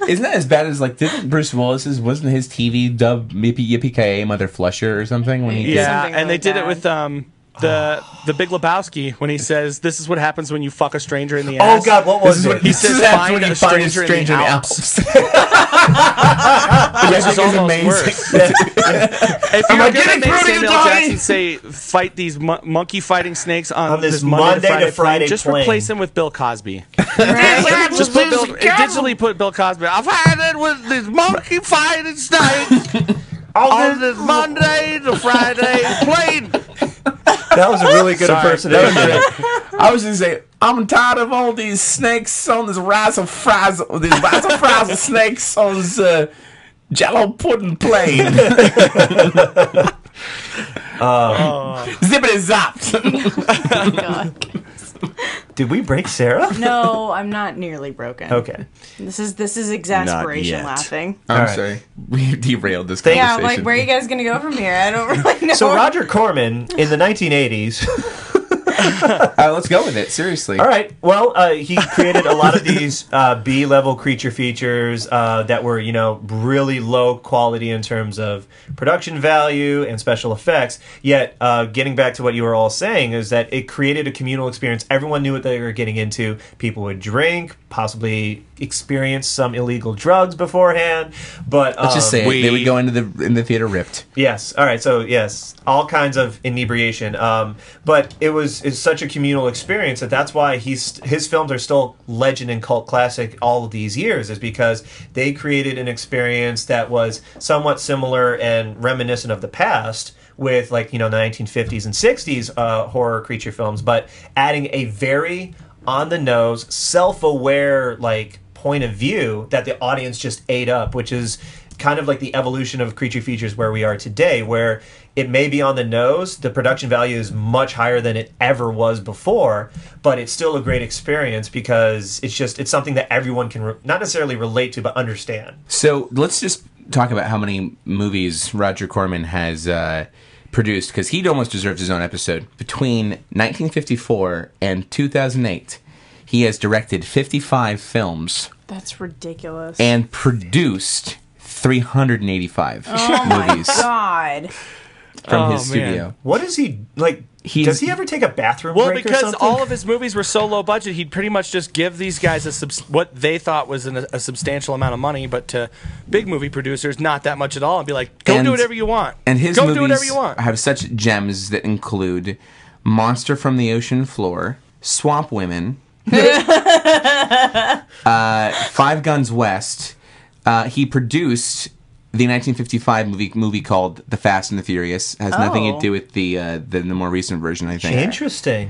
Speaker 6: Isn't that as bad as like didn't Bruce Willis's wasn't his TV dub Yippee Yippee K Mother Flusher or something when he did-
Speaker 3: yeah,
Speaker 8: something
Speaker 3: and they
Speaker 8: really
Speaker 3: did it
Speaker 8: bad.
Speaker 3: with um the the Big Lebowski when he says, "This is what happens when you fuck a stranger in the
Speaker 5: Oh
Speaker 3: ass."
Speaker 5: god, what
Speaker 6: This
Speaker 5: was
Speaker 6: is
Speaker 5: it?
Speaker 6: what
Speaker 3: He
Speaker 6: he
Speaker 3: says,
Speaker 6: says.
Speaker 3: "Find
Speaker 6: Find
Speaker 3: a
Speaker 6: a stranger,
Speaker 3: stranger in the
Speaker 6: in the
Speaker 3: Alps."
Speaker 6: Alps. Which
Speaker 3: is almost worse. If you're
Speaker 6: I
Speaker 3: gonna
Speaker 6: getting
Speaker 3: make
Speaker 6: through to you,
Speaker 3: Samuel
Speaker 6: Donnie?
Speaker 3: Jackson say, "Fight these mon- monkey fighting snakes on,
Speaker 5: On this
Speaker 3: Monday, to Friday,
Speaker 5: Friday
Speaker 3: just
Speaker 5: plane."
Speaker 3: replace him with Bill Cosby."
Speaker 8: Right?
Speaker 3: just put Bill, digitally put Bill Cosby. I've had it with these monkey fighting snakes on this Monday to Friday plane.
Speaker 5: That was a really good
Speaker 3: Sorry.
Speaker 5: impersonation.
Speaker 6: I was just say I'm tired of all these snakes on this rise of fries, these rise of fries of snakes on this uh, Jello pudding plane. Uh, Zippity zopped.
Speaker 4: Oh
Speaker 5: Did we break Sarah?
Speaker 8: no, I'm not nearly broken.
Speaker 5: Okay.
Speaker 8: This is this is exasperation
Speaker 6: yet.
Speaker 8: laughing.
Speaker 6: I'm
Speaker 5: right.
Speaker 6: sorry, we derailed this
Speaker 5: Thank-
Speaker 6: conversation.
Speaker 5: Yeah,
Speaker 8: Yeah, I'm like, where are you guys gonna go from here? I don't really know.
Speaker 5: So Roger Corman in the 1980s.
Speaker 6: Uh, let's go with it. Seriously.
Speaker 5: All right. Well, uh, he created a lot of these uh, B-level creature features uh, that were, you know, really low quality in terms of production value and special effects. Yet, uh, getting back to what you were all saying is that it created a communal experience. Everyone knew what they were getting into. People would drink, possibly experience some illegal drugs beforehand. But
Speaker 6: Let's just
Speaker 5: um,
Speaker 6: say it. they
Speaker 3: we-
Speaker 6: would go into the in the theater ripped.
Speaker 5: Yes. All right. So yes, all kinds of inebriation. Um, but it was it's such a communal experience that that's why he's his films are still legend and cult classic all of these years is because they created an experience that was somewhat similar and reminiscent of the past with like you know the 1950s and 60s uh, horror creature films, but adding a very on the nose, self aware like point of view that the audience just ate up, which is kind of like the evolution of creature features where we are today, where it may be on the nose, the production value is much higher than it ever was before, but it's still a great experience because it's just it's something that everyone can re- not necessarily relate to but understand.
Speaker 6: So let's just talk about how many movies Roger Corman has uh, produced because he almost deserves his own episode. Between 1954 and 2008, he has directed 55 films
Speaker 8: That's ridiculous.
Speaker 6: and produced 385 movies
Speaker 8: Oh God.
Speaker 6: from his
Speaker 3: Oh, man.
Speaker 6: studio.
Speaker 5: What is he like?
Speaker 6: He's-
Speaker 5: does he ever take a bathroom
Speaker 3: Well,
Speaker 5: break or
Speaker 3: because
Speaker 5: something?
Speaker 3: all of his movies were so low budget, he'd pretty much just give these guys a subs- what they thought was an, a substantial amount of money, but to big movie producers, not that much at all, and be like, "Go
Speaker 6: And-
Speaker 3: do whatever you want."
Speaker 6: And his
Speaker 3: go
Speaker 6: movies
Speaker 3: do whatever you want.
Speaker 6: have such gems that include Monster from the Ocean Floor, Swamp Women, uh, Five Guns West. Uh, he produced the 1955 movie movie called The Fast and the Furious. Has nothing to
Speaker 8: Oh.
Speaker 6: do with the, uh, the the more recent version, I think.
Speaker 5: Interesting.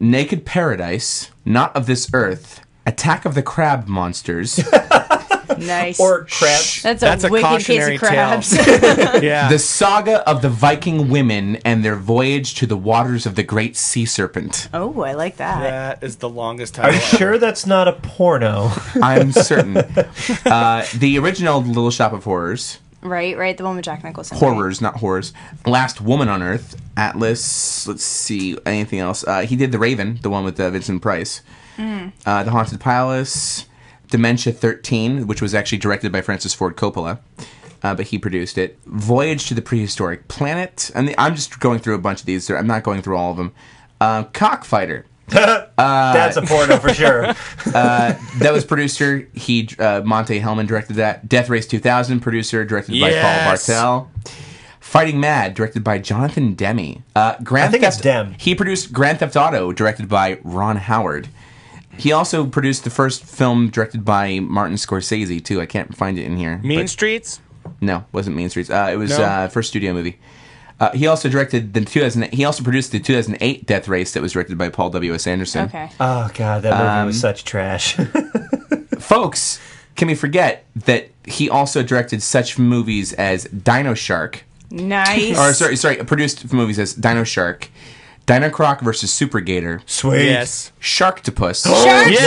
Speaker 6: Naked Paradise, Not of This Earth, Attack of the Crab Monsters,
Speaker 8: Nice.
Speaker 5: Or crab.
Speaker 8: that's a
Speaker 3: That's a
Speaker 8: wicked case
Speaker 3: cautionary
Speaker 8: of
Speaker 3: tale.
Speaker 8: crabs.
Speaker 3: yeah,
Speaker 6: The Saga of the Viking Women and Their Voyage to the Waters of the Great Sea Serpent.
Speaker 8: oh, I like that.
Speaker 3: that is the longest
Speaker 5: Are
Speaker 3: title.
Speaker 5: you sure that's not a porno?
Speaker 6: I'm certain. uh, the original Little Shop of Horrors,
Speaker 8: Right, right. The one with Jack Nicholson. right?
Speaker 6: horrors, not horrors. Last Woman on Earth, Atlas. Let's see anything else. Uh, he did The Raven, the one with uh, Vincent Price. Uh, the Haunted Palace, Dementia 13, which was actually directed by Francis Ford Coppola. Uh, but he produced it. Voyage to the Prehistoric Planet. And the, I'm just going through a bunch of these. I'm not going through all of them. Uh, Cockfighter.
Speaker 3: Uh,
Speaker 5: that's a porno for sure.
Speaker 6: that was producer. He uh, Monte Hellman directed that. Death Race 2000 producer directed
Speaker 3: Yes.
Speaker 6: by Paul Bartel. Fighting Mad directed by Jonathan Demme. Uh, Grand
Speaker 5: I think it's
Speaker 6: Theft
Speaker 5: Demme.
Speaker 6: He produced Grand Theft Auto directed by Ron Howard. He also produced the first film directed by Martin Scorsese too. I can't find it in here.
Speaker 3: mean
Speaker 6: but-
Speaker 3: Streets.
Speaker 6: no, wasn't Mean Streets. Uh, it was
Speaker 3: No?
Speaker 6: uh, first studio movie. Uh, he also directed the 2000. He also produced the 2008 Death Race that was directed by Paul W S Anderson.
Speaker 8: Okay.
Speaker 5: Oh god, that movie
Speaker 3: Um,
Speaker 5: was such trash.
Speaker 6: folks, can we forget that he also directed such movies as Dino Shark?
Speaker 8: Nice.
Speaker 6: Or sorry, sorry, produced movies as Dino Shark, Dino Croc versus Super Gator,
Speaker 5: Sweet.
Speaker 3: Yes.
Speaker 6: Sharktopus,
Speaker 8: Shark-
Speaker 3: Yes.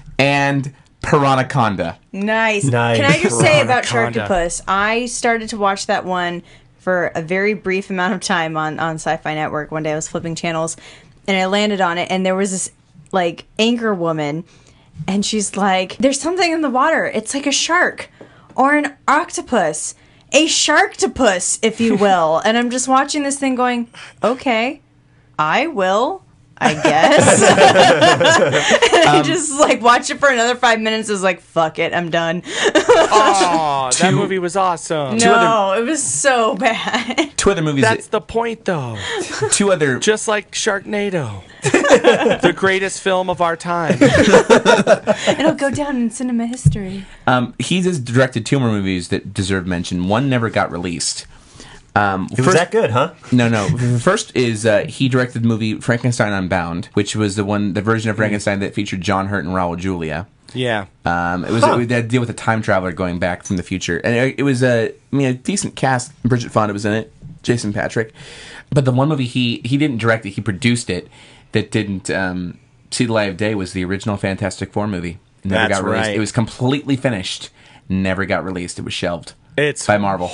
Speaker 5: Yes.
Speaker 6: and Piranaconda.
Speaker 8: Nice.
Speaker 5: Nice.
Speaker 8: Can I just say about
Speaker 3: Piranaconda.
Speaker 8: Sharktopus? I started to watch that one for a very brief amount of time on on Sci-Fi Network. One day I was flipping channels, and I landed on it, and there was this like anchor woman, and she's like, "There's something in the water. It's like a shark or an octopus." A sharktopus, if you will. and I'm just watching this thing going, okay, I will, I guess. I just like watched it for another five minutes. Was like, fuck it, I'm done.
Speaker 3: Oh, that movie was awesome.
Speaker 8: No, it was so bad.
Speaker 6: Two other movies.
Speaker 3: That's the point, though.
Speaker 6: two other.
Speaker 3: Just like Sharknado, the greatest film of our time.
Speaker 8: It'll go down in cinema history.
Speaker 6: Um, he just directed two more movies that deserve mention. One never got released. Um,
Speaker 5: It was that good, huh?
Speaker 6: No, no. The First is uh, he directed the movie Frankenstein Unbound, which was the one, the version of Frankenstein that featured John Hurt and Raul Julia.
Speaker 3: Yeah.
Speaker 6: Um, it was it had to deal with a time traveler going back from the future, and it, it was a I mean a decent cast. Bridget Fonda was in it, Jason Patrick, but the one movie he he didn't direct it, he produced it that didn't um, see the light of day was the original Fantastic Four movie. It Never
Speaker 3: That's
Speaker 6: got released.
Speaker 3: right.
Speaker 6: It was completely finished, never got released. It was shelved.
Speaker 3: It's
Speaker 6: by Marvel.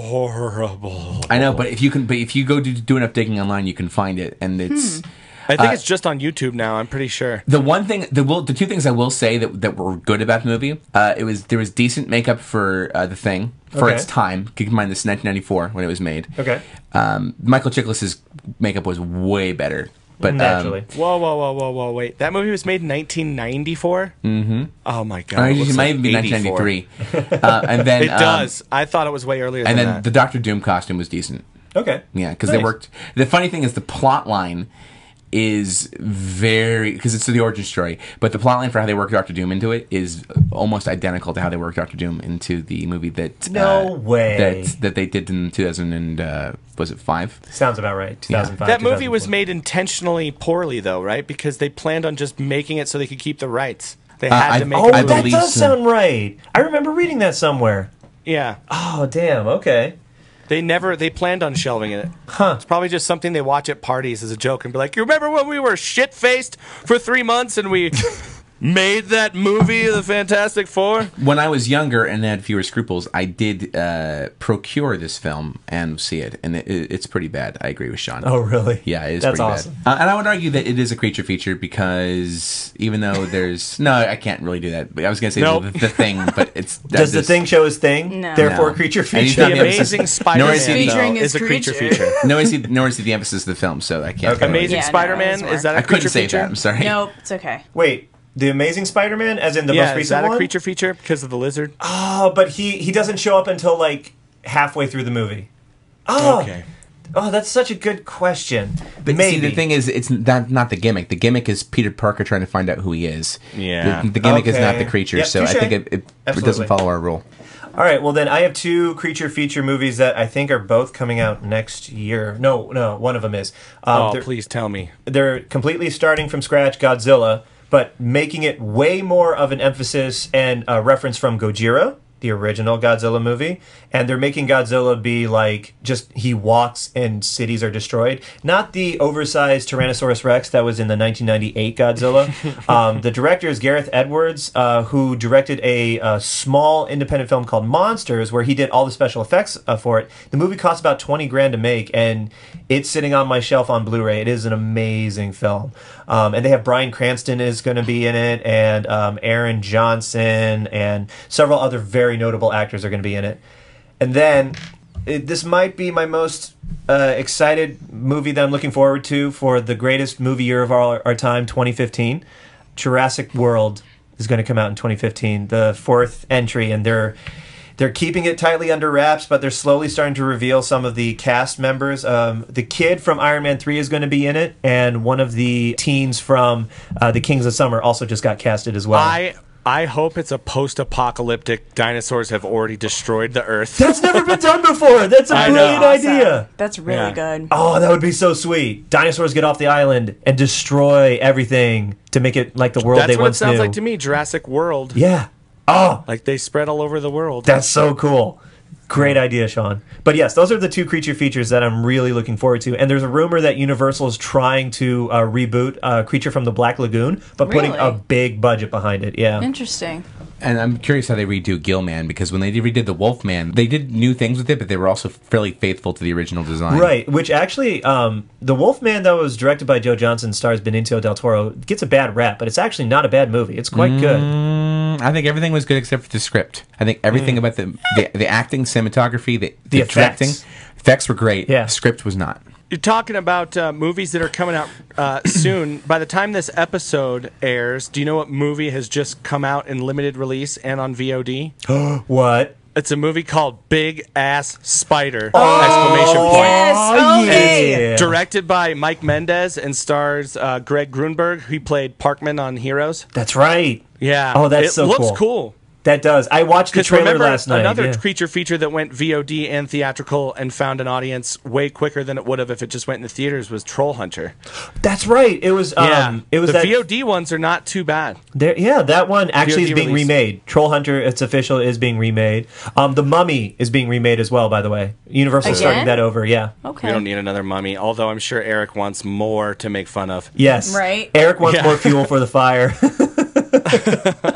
Speaker 3: horrible.
Speaker 6: I know, but if you can, but if you go do, do enough digging online, you can find it, and it's.
Speaker 3: I think it's just on YouTube now. I'm pretty sure.
Speaker 6: The one thing, the will, the two things I will say that that were good about the movie, uh, it was there was decent makeup for uh, the thing for
Speaker 5: Okay.
Speaker 6: its time. Keep in mind this is 1994 when it was made.
Speaker 5: Okay.
Speaker 6: Um, Michael Chiklis's makeup was way better, but um,
Speaker 5: Naturally.
Speaker 3: Whoa, whoa, whoa, whoa, whoa! Wait, that movie was made in 1994. Mm-hmm. Oh my god!
Speaker 6: I mean,
Speaker 3: it
Speaker 6: it
Speaker 3: looks like
Speaker 6: might even be
Speaker 3: 84.
Speaker 6: 1993, uh, and then
Speaker 3: It
Speaker 6: um,
Speaker 3: does. I thought it was way earlier.
Speaker 6: and
Speaker 3: than
Speaker 6: then
Speaker 3: that.
Speaker 6: the Doctor Doom costume was decent.
Speaker 5: okay.
Speaker 6: Yeah, because they
Speaker 5: Nice.
Speaker 6: worked. The funny thing is the plot line is very because it's the origin story, but the plot line for how they work Doctor Doom into it is almost identical to how they work Doctor Doom into the movie that
Speaker 5: No
Speaker 6: uh,
Speaker 5: way.
Speaker 6: that that they did in 2000 and uh, was it five?
Speaker 5: Sounds about right. 2005.
Speaker 3: That movie was
Speaker 5: 2004.
Speaker 3: made intentionally poorly, though, right? Because they planned on just making it so they could keep the rights. They
Speaker 6: Uh,
Speaker 3: had
Speaker 6: I-
Speaker 3: to make.
Speaker 5: Oh,
Speaker 3: it
Speaker 6: I
Speaker 5: that
Speaker 6: believe
Speaker 5: does
Speaker 6: so.
Speaker 5: sound right. I remember reading that somewhere.
Speaker 3: yeah,
Speaker 5: Oh, damn. Okay.
Speaker 3: they never. They planned on shelving it. Huh? It's probably just something they watch at parties as a joke and be like, "You remember when we were shit faced for three months and we made that movie, The Fantastic Four?
Speaker 6: When I was younger and had fewer scruples, I did uh, procure this film and see it, and it, it- it's pretty bad. I agree with Sean.
Speaker 5: Oh, really?
Speaker 6: Yeah, it is
Speaker 5: That's
Speaker 6: pretty
Speaker 5: awesome.
Speaker 6: bad. Uh, and I would argue that it is a creature feature because even though there's no, I can't really do that. But I was gonna say
Speaker 3: Nope.
Speaker 6: the, the thing, but it's
Speaker 5: Does the
Speaker 6: just-
Speaker 5: thing show his thing?
Speaker 8: No.
Speaker 5: Therefore,
Speaker 6: No.
Speaker 5: creature
Speaker 6: And he's
Speaker 5: feature.
Speaker 3: The
Speaker 6: not Yeah, but it's
Speaker 3: Amazing
Speaker 6: just-
Speaker 3: Spider-Man
Speaker 6: Nor is he the-
Speaker 3: though,
Speaker 6: Featuring
Speaker 3: is a creature feature.
Speaker 6: No, I see. Nor I see the emphasis of the film, so I can't.
Speaker 5: Okay.
Speaker 6: really-
Speaker 3: Amazing
Speaker 8: Yeah, no,
Speaker 3: Spider-Man
Speaker 8: it's
Speaker 3: is that a
Speaker 6: I
Speaker 3: creature
Speaker 6: couldn't say
Speaker 3: feature?
Speaker 6: that. I'm sorry.
Speaker 8: Nope, it's okay.
Speaker 5: Wait, the Amazing Spider-Man, as in the most
Speaker 3: Yeah,
Speaker 5: recent
Speaker 3: is that
Speaker 5: one.
Speaker 3: a creature feature because of the lizard?
Speaker 5: Oh, but he he doesn't show up until like halfway through the movie. Oh,
Speaker 3: Okay.
Speaker 5: oh, that's such a good question.
Speaker 6: But
Speaker 5: Maybe
Speaker 6: see, the thing is, it's not not the gimmick. The gimmick is Peter Parker trying to find out who he is.
Speaker 3: Yeah.
Speaker 6: The, the gimmick is not
Speaker 5: Okay.
Speaker 6: the creature,
Speaker 5: Yep,
Speaker 6: so I
Speaker 5: touche.
Speaker 6: think it, it, it doesn't
Speaker 5: Absolutely.
Speaker 6: follow our rule.
Speaker 5: All right, well then, I have two creature feature movies that I think are both coming out next year. No, no, one of them is. Um,
Speaker 3: Oh,
Speaker 5: they're,
Speaker 3: please tell me.
Speaker 5: they're completely starting from scratch, Godzilla, but making it way more of an emphasis and a reference from Gojira, the original Godzilla movie, and they're making Godzilla be like just he walks and cities are destroyed, not the oversized Tyrannosaurus Rex that was in the 1998 Godzilla. um, the director is Gareth Edwards, uh, who directed a, uh small independent film called Monsters, where he did all the special effects uh, for it. The movie cost about 20 grand to make, and it's sitting on my shelf on Blu-ray. It is an amazing film, um, and they have Brian Cranston is going to be in it, and um, Aaron Johnson, and several other very notable actors are going to be in it. And then it, this might be my most uh, excited movie that I'm looking forward to for the greatest movie year of our, our time, 2015. Jurassic World is going to come out in 2015, the fourth entry, and they're they're keeping it tightly under wraps, but they're slowly starting to reveal some of the cast members. Um, the kid from Iron Man 3 is going to be in it, and one of the teens from uh, The Kings of Summer also just got casted as well.
Speaker 3: I I hope it's a post-apocalyptic dinosaurs have already destroyed the earth.
Speaker 5: That's never been done before. That's a
Speaker 3: I know.
Speaker 5: brilliant
Speaker 8: Awesome.
Speaker 5: idea.
Speaker 8: That's really
Speaker 3: Yeah.
Speaker 8: good.
Speaker 5: Oh, that would be so sweet. Dinosaurs get off the island and destroy everything to make it like the world
Speaker 3: That's
Speaker 5: they
Speaker 3: what it
Speaker 5: once
Speaker 3: sounds
Speaker 5: knew.
Speaker 3: like to me. Jurassic World.
Speaker 5: Yeah. Oh,
Speaker 3: Like they spread all over the world.
Speaker 5: that's so cool. Great idea, Sean. But yes, those are the two creature features that I'm really looking forward to. And there's a rumor that Universal is trying to uh, reboot uh, Creature from the Black Lagoon, but putting a
Speaker 8: Really?
Speaker 5: big budget behind it. Yeah.
Speaker 8: Interesting.
Speaker 6: And I'm curious how they redo Gillman because when they did- redid the Wolfman, they did new things with it, but they were also fairly faithful to the original design.
Speaker 5: Right, which actually, um, The Wolfman, that was directed by Joe Johnson, stars Benicio del Toro, gets a bad rap, but it's actually not a bad movie. It's quite
Speaker 3: Mm.
Speaker 5: good.
Speaker 6: I think everything was good except for the script. I think everything
Speaker 5: Mm.
Speaker 6: about the, the the acting, cinematography, the, the,
Speaker 5: effects.
Speaker 6: directing, effects were great.
Speaker 5: Yeah.
Speaker 6: Script was not.
Speaker 3: You're talking about uh, movies that are coming out uh, soon. By the time this episode airs, do you know what movie has just come out in limited release and on VOD?
Speaker 5: What?
Speaker 3: It's a movie called Big Ass Spider!
Speaker 5: Oh,
Speaker 3: exclamation point.
Speaker 5: Yeah.
Speaker 3: Directed by Mike Mendez and stars uh, Greg Grunberg, who played Parkman on Heroes.
Speaker 5: That's right.
Speaker 3: Yeah.
Speaker 5: Oh, that's
Speaker 3: it
Speaker 5: so
Speaker 3: looks
Speaker 5: cool.
Speaker 3: cool.
Speaker 5: That does. I watched the
Speaker 3: Because
Speaker 5: trailer
Speaker 3: remember
Speaker 5: last night.
Speaker 3: another
Speaker 5: yeah.
Speaker 3: creature feature that went VOD and theatrical and found an audience way quicker than it would have if it just went in the theaters was Troll Hunter.
Speaker 5: That's right. It was. Um, It was
Speaker 3: the
Speaker 5: that.
Speaker 3: VOD ones are not too bad.
Speaker 5: there, yeah, that one actually
Speaker 3: VOD
Speaker 5: is being
Speaker 3: release.
Speaker 5: remade. Troll Hunter, it's official, is being remade. Um, the Mummy is being remade as well. By the way, Universal is starting
Speaker 8: Again?
Speaker 5: that
Speaker 8: Oh.
Speaker 5: over. Yeah.
Speaker 8: Okay.
Speaker 3: We don't need another mummy, although I'm sure Eric wants more to make fun of.
Speaker 5: Yes.
Speaker 8: Right.
Speaker 5: Eric wants
Speaker 3: Yeah.
Speaker 5: more fuel for the fire.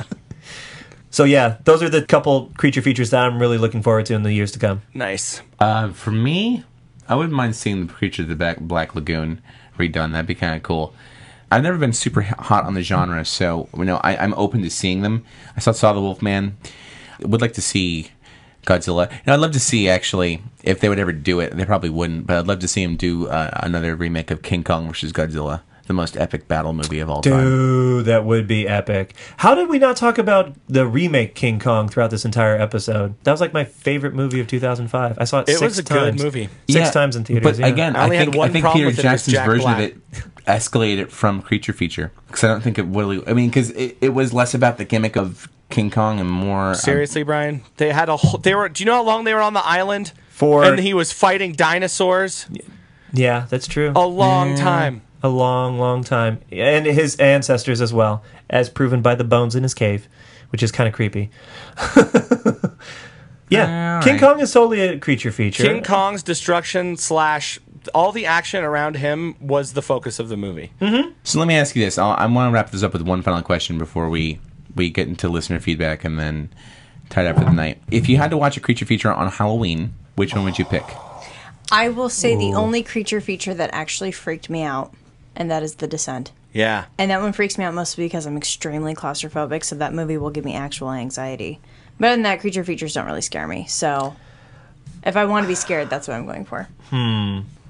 Speaker 5: so yeah, those are the couple creature features that I'm really looking forward to in the years to come.
Speaker 3: Nice.
Speaker 6: Uh, for me, I wouldn't mind seeing the Creature of the Black, Black Lagoon redone. That'd be kind of cool. I've never been super h- hot on the genre, so you know I, I'm open to seeing them. I saw Saw the Wolfman. Would like to see Godzilla. And I'd love to see actually if they would ever do it. They probably wouldn't, but I'd love to see them do uh, another remake of King Kong versus Godzilla, the most epic battle movie of all time.
Speaker 5: Ooh, that would be epic. How did we not talk about the remake King Kong throughout this entire episode? That was like my favorite movie of 2005. I saw it,
Speaker 3: It
Speaker 5: six
Speaker 3: was a good
Speaker 5: times.
Speaker 3: movie.
Speaker 5: Six
Speaker 6: Yeah,
Speaker 5: times in theaters.
Speaker 6: But
Speaker 5: yeah.
Speaker 6: again,
Speaker 3: I
Speaker 6: I,
Speaker 3: only had
Speaker 6: think,
Speaker 3: one
Speaker 6: I think
Speaker 3: problem
Speaker 6: Peter
Speaker 3: with it, just
Speaker 6: Jackson's
Speaker 3: Jack
Speaker 6: version
Speaker 3: Black.
Speaker 6: of it escalated it from creature feature because I don't think it really. I mean, because it, it was less about the gimmick of King Kong and more. um,
Speaker 3: Seriously, Brian, they had a whole. They were. Do you know how long they were on the island?
Speaker 5: For-
Speaker 3: and he was fighting dinosaurs
Speaker 5: yeah, that's true.
Speaker 3: a long time.
Speaker 5: A long, long time, and his ancestors as well, as proven by the bones in his cave, which is kind of creepy. yeah,
Speaker 6: All
Speaker 5: King
Speaker 6: right.
Speaker 5: Kong is solely a creature feature.
Speaker 3: King Kong's destruction slash all the action around him was the focus of the movie.
Speaker 6: so let me ask you this: I'll, I want to wrap this up with one final question before we we get into listener feedback and then tie it up for the night. If you had to watch a creature feature on Halloween, which one would you pick?
Speaker 8: I will say the only creature feature that actually freaked me out, and that is the descent.
Speaker 3: Yeah.
Speaker 8: And that one freaks me out mostly because I'm extremely claustrophobic, so that movie will give me actual anxiety. But other than that, creature features don't really scare me. So if I want to be scared, that's what I'm going for.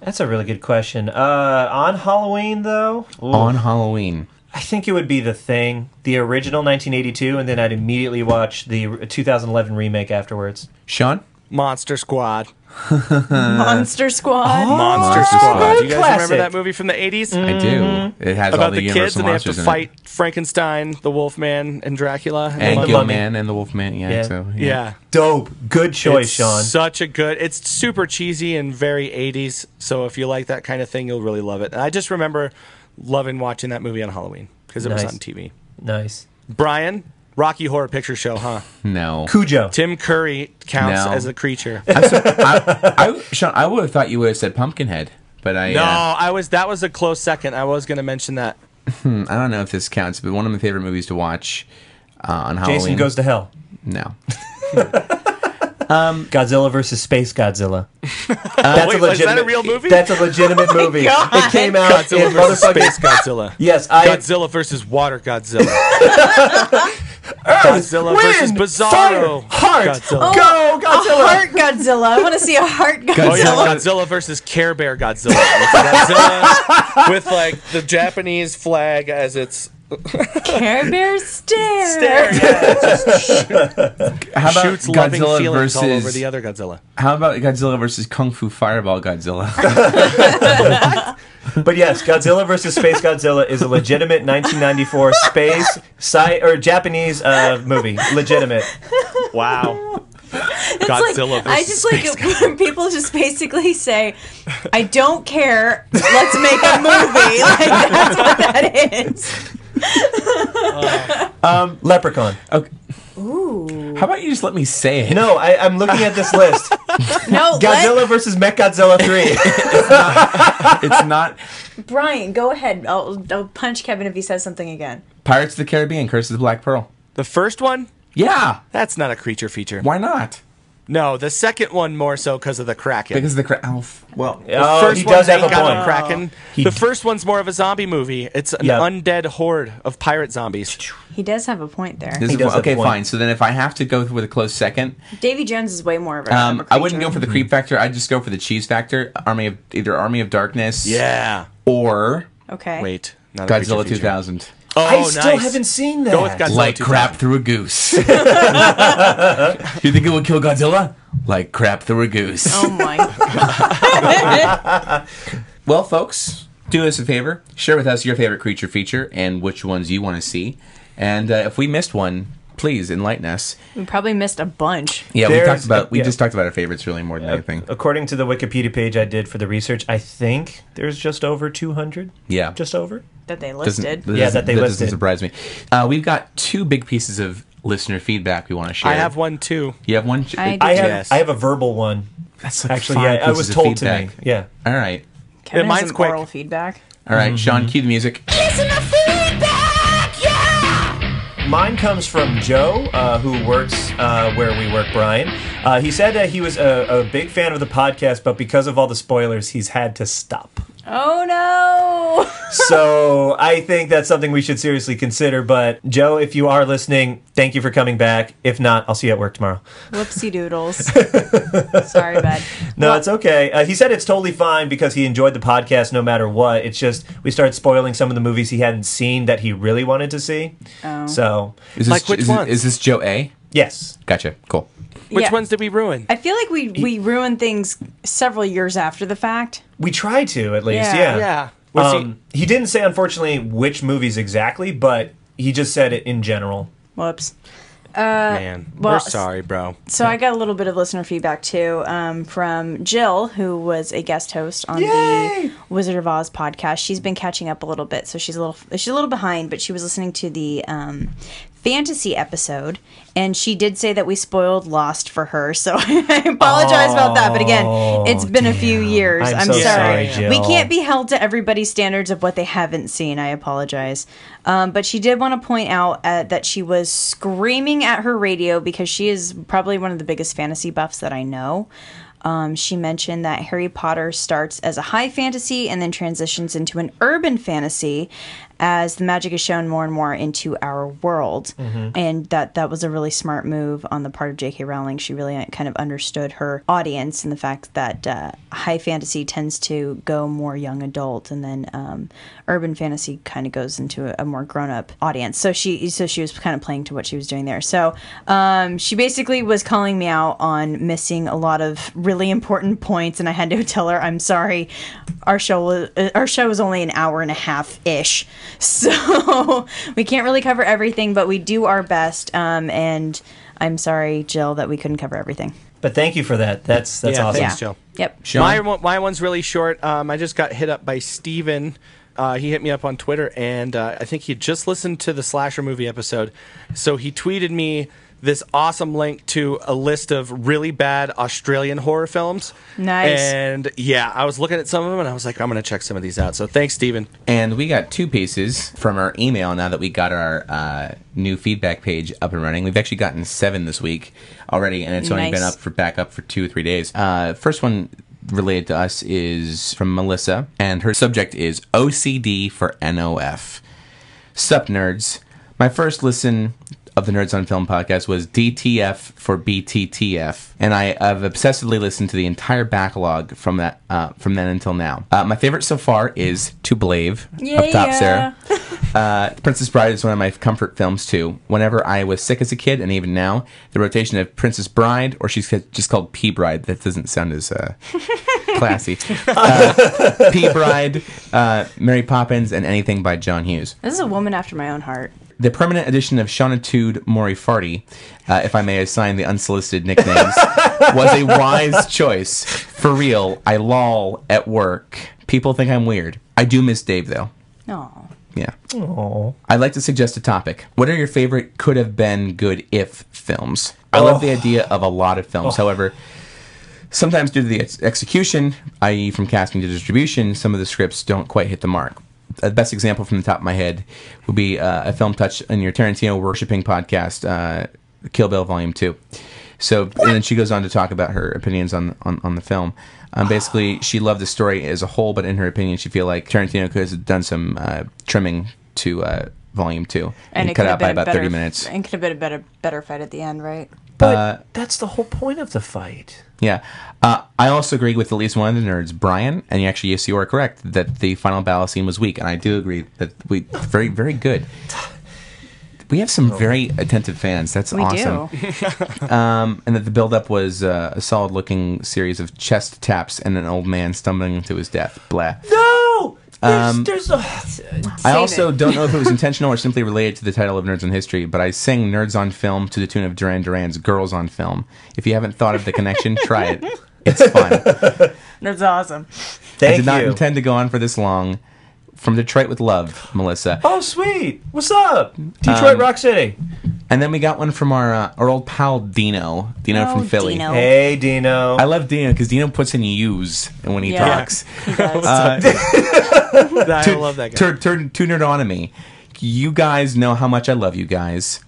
Speaker 5: That's a really good question. Uh, on Halloween, though, Ooh.
Speaker 6: On Halloween,
Speaker 5: I think it would be The Thing, the original 1982, and then I'd immediately watch the 2011 remake afterwards.
Speaker 6: Sean.
Speaker 3: Monster Squad.
Speaker 8: Monster Squad.
Speaker 3: Uh,
Speaker 5: Oh,
Speaker 3: Monster
Speaker 6: Monster
Speaker 3: Squad.
Speaker 6: Squad.
Speaker 3: Do you guys remember
Speaker 5: Classic. Mm.
Speaker 3: that movie from the 80s?
Speaker 6: I do. It
Speaker 3: Mm-hmm.
Speaker 6: has all
Speaker 3: About
Speaker 6: the,
Speaker 3: the kids
Speaker 6: universal
Speaker 3: and they have to
Speaker 6: monsters in
Speaker 3: fight
Speaker 6: it.
Speaker 3: Frankenstein, the Wolfman, and Dracula. the
Speaker 6: and
Speaker 3: Mummy.
Speaker 5: Gil- Mummy.
Speaker 6: Gillman and the Wolfman. Yeah.
Speaker 5: Yeah.
Speaker 6: So,
Speaker 3: yeah.
Speaker 5: Dope. Good choice,
Speaker 3: It's
Speaker 5: Sean.
Speaker 3: Such a good. It's super cheesy and very 80s. So if you like that kind of thing, you'll really love it. And I just remember loving watching that movie on Halloween because it
Speaker 5: Nice.
Speaker 3: was on TV.
Speaker 5: nice.
Speaker 3: Brian, Rocky Horror Picture Show, huh?
Speaker 6: No.
Speaker 5: Cujo.
Speaker 3: Tim Curry counts
Speaker 6: No.
Speaker 3: as a creature.
Speaker 6: I'm so- I, I, Sean, I would have thought you would have said Pumpkinhead, but I
Speaker 3: No,
Speaker 6: uh,
Speaker 3: I was. That was a close second. I was going to mention that.
Speaker 6: I don't know if this counts. But one of my favorite movies to watch uh, on Halloween.
Speaker 5: Jason goes to hell.
Speaker 6: no.
Speaker 5: Godzilla versus Space Godzilla. that's
Speaker 3: wait, was that a real movie? Oh
Speaker 5: That's a legitimate movie. It came out
Speaker 3: Godzilla
Speaker 5: in
Speaker 3: versus
Speaker 5: motherfucking
Speaker 3: Space Godzilla.
Speaker 5: Yes, I
Speaker 3: Godzilla versus Water Godzilla. Godzilla versus
Speaker 5: Wind, fire,
Speaker 3: Bizarro.
Speaker 5: heart,
Speaker 3: Godzilla.
Speaker 5: go Godzilla.
Speaker 8: A heart Godzilla. I want to see a heart Godzilla.
Speaker 3: Oh yeah, Godzilla versus Care Bear Godzilla. It's Godzilla with like the Japanese flag as its
Speaker 8: Care Bear stare.
Speaker 3: there. Yeah, it
Speaker 6: How about
Speaker 3: shoots loving
Speaker 6: Godzilla
Speaker 3: feelings
Speaker 6: versus?
Speaker 3: all over the other Godzilla.
Speaker 6: How about Godzilla versus Kung Fu Fireball Godzilla?
Speaker 5: But yes, Godzilla versus Space Godzilla is a legitimate 1994 space sci- or Japanese uh, movie. Legitimate.
Speaker 3: Wow.
Speaker 8: It's
Speaker 3: Godzilla
Speaker 8: like, I
Speaker 3: versus
Speaker 8: just
Speaker 3: Space
Speaker 8: like it when people just basically say, "I don't care. Let's make a movie." Like that's what that is.
Speaker 5: Um, Leprechaun.
Speaker 6: Okay. How about you just let me say it?
Speaker 5: No, I, I'm looking at this list.
Speaker 4: No,
Speaker 5: Godzilla versus Mech Godzilla 3.
Speaker 6: It's not
Speaker 4: let Brian, go ahead. I'll, I'll punch Kevin if he says something again.
Speaker 6: Pirates of the Caribbean, Curse of the Black Pearl.
Speaker 3: The first one,
Speaker 6: Yeah.
Speaker 3: that's not a creature feature.
Speaker 6: Why not?
Speaker 3: No, the second one more so because of the kraken.
Speaker 6: Because of the cra- Alf. Well,
Speaker 3: the
Speaker 5: Oh,
Speaker 3: first
Speaker 5: he does
Speaker 3: one's
Speaker 5: have a
Speaker 3: ain't got
Speaker 5: point.
Speaker 3: kraken.
Speaker 6: He
Speaker 3: the
Speaker 6: d-
Speaker 3: first one's more of a zombie movie. It's an
Speaker 5: Yeah.
Speaker 3: undead horde of pirate zombies.
Speaker 4: He does have a point there.
Speaker 6: this is
Speaker 5: does
Speaker 6: one-
Speaker 5: have
Speaker 6: okay,
Speaker 5: a point.
Speaker 6: fine. So then, if I have to go with a close second,
Speaker 4: Davy Jones is way more of a.
Speaker 6: um, I wouldn't go for the creep factor. I'd just go for the cheese factor. Army of either Army of Darkness,
Speaker 3: Yeah.
Speaker 6: or
Speaker 4: Okay.
Speaker 3: Wait. Not a creature
Speaker 6: Godzilla
Speaker 3: feature.
Speaker 6: 2000.
Speaker 3: Oh,
Speaker 5: I still
Speaker 3: nice.
Speaker 5: haven't seen that.
Speaker 3: Go with Godzilla
Speaker 6: Like
Speaker 3: 2000.
Speaker 6: crap through a goose. you think it would kill Godzilla? Like crap through a goose.
Speaker 4: Oh my.
Speaker 6: Well, folks, do us a favor. Share with us your favorite creature feature and which ones you want to see. And uh, if we missed one, please enlighten us.
Speaker 4: we probably missed a bunch.
Speaker 6: Yeah, we
Speaker 5: There's-
Speaker 6: talked about we
Speaker 5: yeah.
Speaker 6: just talked about our favorites really more than
Speaker 4: Uh,
Speaker 6: anything.
Speaker 5: According to the Wikipedia page I did for the research, I think there's just over 200.
Speaker 6: Yeah.
Speaker 5: Just over.
Speaker 4: that they
Speaker 6: Doesn't-
Speaker 4: listed.
Speaker 6: that
Speaker 5: Yeah,
Speaker 6: doesn't-
Speaker 5: that they
Speaker 6: doesn't
Speaker 5: listed.
Speaker 6: surprise me. Uh, we've got two big pieces of listener feedback we want to share.
Speaker 3: I have one too.
Speaker 6: You have one.
Speaker 4: I
Speaker 5: I have
Speaker 3: Yes.
Speaker 5: I have a verbal one.
Speaker 6: That's like
Speaker 5: Actually,
Speaker 6: five
Speaker 5: yeah, I
Speaker 6: pieces
Speaker 5: was
Speaker 6: of
Speaker 5: told to me.
Speaker 6: feedback.
Speaker 5: Yeah.
Speaker 6: All right,
Speaker 4: Kevin
Speaker 3: mine's
Speaker 4: has some
Speaker 3: quick.
Speaker 4: oral feedback.
Speaker 6: all right,
Speaker 3: Mm-hmm.
Speaker 6: Sean, cue the music.
Speaker 5: Mine comes from Joe, uh, who works uh, where we work, Brian. Uh, he said that he was a, a big fan of the podcast, but because of all the spoilers, he's had to stop.
Speaker 4: Oh no.
Speaker 5: so I think that's something we should seriously consider. But Joe, if you are listening, thank you for coming back. If not, I'll see you at work tomorrow.
Speaker 4: Whoopsie doodles. Sorry, bud.
Speaker 5: No, it's okay. Uh, he said it's totally fine because he enjoyed the podcast no matter what. It's just we started spoiling some of the movies he hadn't seen that he really wanted to see. Oh. So
Speaker 6: Is this,
Speaker 3: Like which
Speaker 6: is,
Speaker 3: ones?
Speaker 6: is this Joe A?
Speaker 5: yes,
Speaker 6: Gotcha. Cool.
Speaker 3: Which
Speaker 4: Yeah.
Speaker 3: ones did we ruin?
Speaker 4: I feel like we we ruined things several years after the fact.
Speaker 5: we try to at least.
Speaker 4: Yeah.
Speaker 5: Yeah.
Speaker 3: yeah. Was
Speaker 5: Um, he didn't say unfortunately which movies exactly, but he just said it in general.
Speaker 4: Whoops.
Speaker 3: he, man,
Speaker 4: well,
Speaker 3: we're
Speaker 4: s-
Speaker 3: sorry, bro.
Speaker 4: So I got a little bit of listener feedback too um, from Jill, who was a guest host on
Speaker 5: Yay!
Speaker 4: the Wizard of Oz podcast. She's been catching up a little bit, so she's a little she's a little behind, but she was listening to the um, fantasy episode, and she did say that we spoiled Lost for her. So I apologize about that, but again, it's been a few years.
Speaker 5: I'm
Speaker 4: I'm,
Speaker 5: so
Speaker 4: sorry.
Speaker 5: sorry, Jill.
Speaker 4: We can't be held to everybody's standards of what they haven't seen. I apologize. Um, but she did want to point out uh, that she was screaming at her radio because she is probably one of the biggest fantasy buffs that I know. Um, she mentioned that Harry Potter starts as a high fantasy and then transitions into an urban fantasy as the magic is shown more and more into our world. And that that was a really smart move on the part of J.K. Rowling. She really uh, kind of understood her audience and the fact that uh, high fantasy tends to go more young adult, and then um, urban fantasy kind of goes into a, a more grown up audience. So she so she was kind of playing to what she was doing there. So um, she basically was calling me out on missing a lot of really important points, and I had to tell her I'm sorry. Our show was, uh, our show is only an hour and a half ish, so we can't really cover everything, but we do our best. Um, and I'm sorry, Jill, that we couldn't cover everything.
Speaker 5: But thank you for that. That's that's
Speaker 3: Yeah,
Speaker 5: awesome.
Speaker 3: thanks, Jill.
Speaker 4: Yep.
Speaker 6: Sean,
Speaker 3: My one- my one's really short. Um, I just got hit up by Steven. Uh, he hit me up on Twitter, and uh, I think he just listened to the slasher movie episode. So he tweeted me this awesome link to a list of really bad Australian horror films.
Speaker 4: Nice.
Speaker 3: And yeah, I was looking at some of them, and I was like, I'm going to check some of these out. So thanks, Steven.
Speaker 6: And we got two pieces from our email now that we got our uh, new feedback page up and running. We've actually gotten seven this week already, and it's only
Speaker 4: Nice.
Speaker 6: been up for back up for two or three days. Uh, first one related to us is from Melissa, and her subject is OCD for NOF. Sup, nerds. My first listen of the Nerds on Film podcast was DTF for BTTF, and I have obsessively listened to the entire backlog from that uh, from then until now. Uh, my favorite so far is To Blave up top, Sarah. Uh, Princess Bride is one of my comfort films too. Whenever I was sick as a kid, and even now, the rotation of Princess Bride, or she's just called P Bride. That doesn't sound as uh, classy. Uh, P Bride, uh, Mary Poppins, and anything by John Hughes
Speaker 4: This is a woman after my own heart.
Speaker 6: the permanent edition of Shaunitude Mori Farty, uh, if I may assign the unsolicited nicknames, was a wise choice. For real, I loll at work. People think I'm weird. I do miss Dave though.
Speaker 4: No.
Speaker 6: Yeah. I'd like to suggest a topic. What are your favorite could have been good if films? I love the idea of a lot of films. However, sometimes due to the ex- execution, i.e., from casting to distribution, some of the scripts don't quite hit the mark. Uh, The best example from the top of my head would be uh, a film touch on your Tarantino worshipping podcast, uh, Kill Bill Volume 2. So, and then she goes on to talk about her opinions on, on, on the film. Um, basically, she loved the story as a whole, but in her opinion, she feel like Tarantino could have done some uh, trimming to uh, Volume 2 and,
Speaker 8: it
Speaker 6: cut
Speaker 8: could've
Speaker 6: out by
Speaker 8: been a
Speaker 6: about
Speaker 8: better-
Speaker 6: 30 minutes.
Speaker 8: And could have been a better, better fight at the end, right?
Speaker 5: But
Speaker 3: Uh,
Speaker 5: that's the whole point of the fight.
Speaker 6: Yeah. Uh, I also agree with at least one of the nerds, Brian, and you actually, yes, you are correct that the final battle scene was weak, and I do agree that we very, very good. We have some very attentive fans. That's
Speaker 8: We
Speaker 6: awesome.
Speaker 8: do.
Speaker 6: And that the build-up was uh, a solid-looking series of chest taps and an old man stumbling to his death. Blah.
Speaker 5: No, there's,
Speaker 6: Um,
Speaker 5: there's a
Speaker 6: I
Speaker 8: Save
Speaker 6: also
Speaker 8: it.
Speaker 6: don't know if it was intentional or simply related to the title of Nerds on History, but I sang Nerds on Film to the tune of Duran Duran's Girls on Film. If you haven't thought of the connection, try it. It's fun.
Speaker 8: That's awesome.
Speaker 5: thank
Speaker 6: I did not
Speaker 5: you.
Speaker 6: intend to go on for this long. From Detroit with love, Melissa.
Speaker 5: oh, sweet. What's up, Detroit Rock City?
Speaker 6: And then we got one from our uh, our old pal Dino, Dino
Speaker 8: Oh,
Speaker 6: from Philly.
Speaker 8: Dino.
Speaker 5: Hey, Dino.
Speaker 6: I love Dino because Dino puts in "use" when he
Speaker 8: Yeah.
Speaker 6: talks.
Speaker 8: He does.
Speaker 6: Uh,
Speaker 3: I love that guy.
Speaker 6: Turn turn turn it on to me. You guys know how much I love you guys.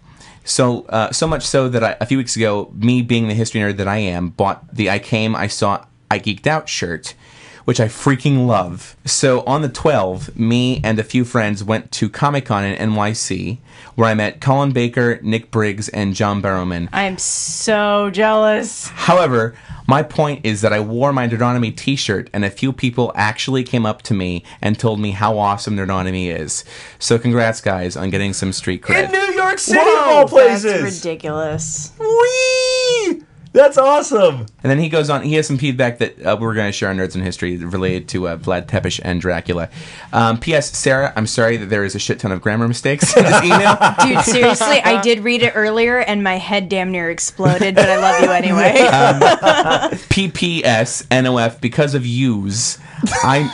Speaker 6: So uh, so much so that I, a few weeks ago, me being the history nerd that I am, bought the "I came, I saw, I geeked out" shirt, which I freaking love. So on the 12, me and a few friends went to Comic Con in NYC, where I met Colin Baker, Nick Briggs, and John Barrowman.
Speaker 8: I'm so jealous.
Speaker 6: However, my point is that I wore my Nerdonomy t shirt, and a few people actually came up to me and told me how awesome Nerdonomy is. So, congrats, guys, on getting some street
Speaker 5: in
Speaker 6: cred.
Speaker 5: New York City, of
Speaker 8: Whoa,
Speaker 5: all places.
Speaker 8: That's ridiculous.
Speaker 5: Whee! That's awesome.
Speaker 6: And then he goes on, he has some feedback that uh, we're going to share on Nerds in History related to uh, Vlad Tepish and Dracula. Um, P.S. Sarah, I'm sorry that there is a shit ton of grammar mistakes in this email.
Speaker 8: Dude, seriously, I did read it earlier and my head damn near exploded, but I love you anyway.
Speaker 6: PPS NOF because of yous. I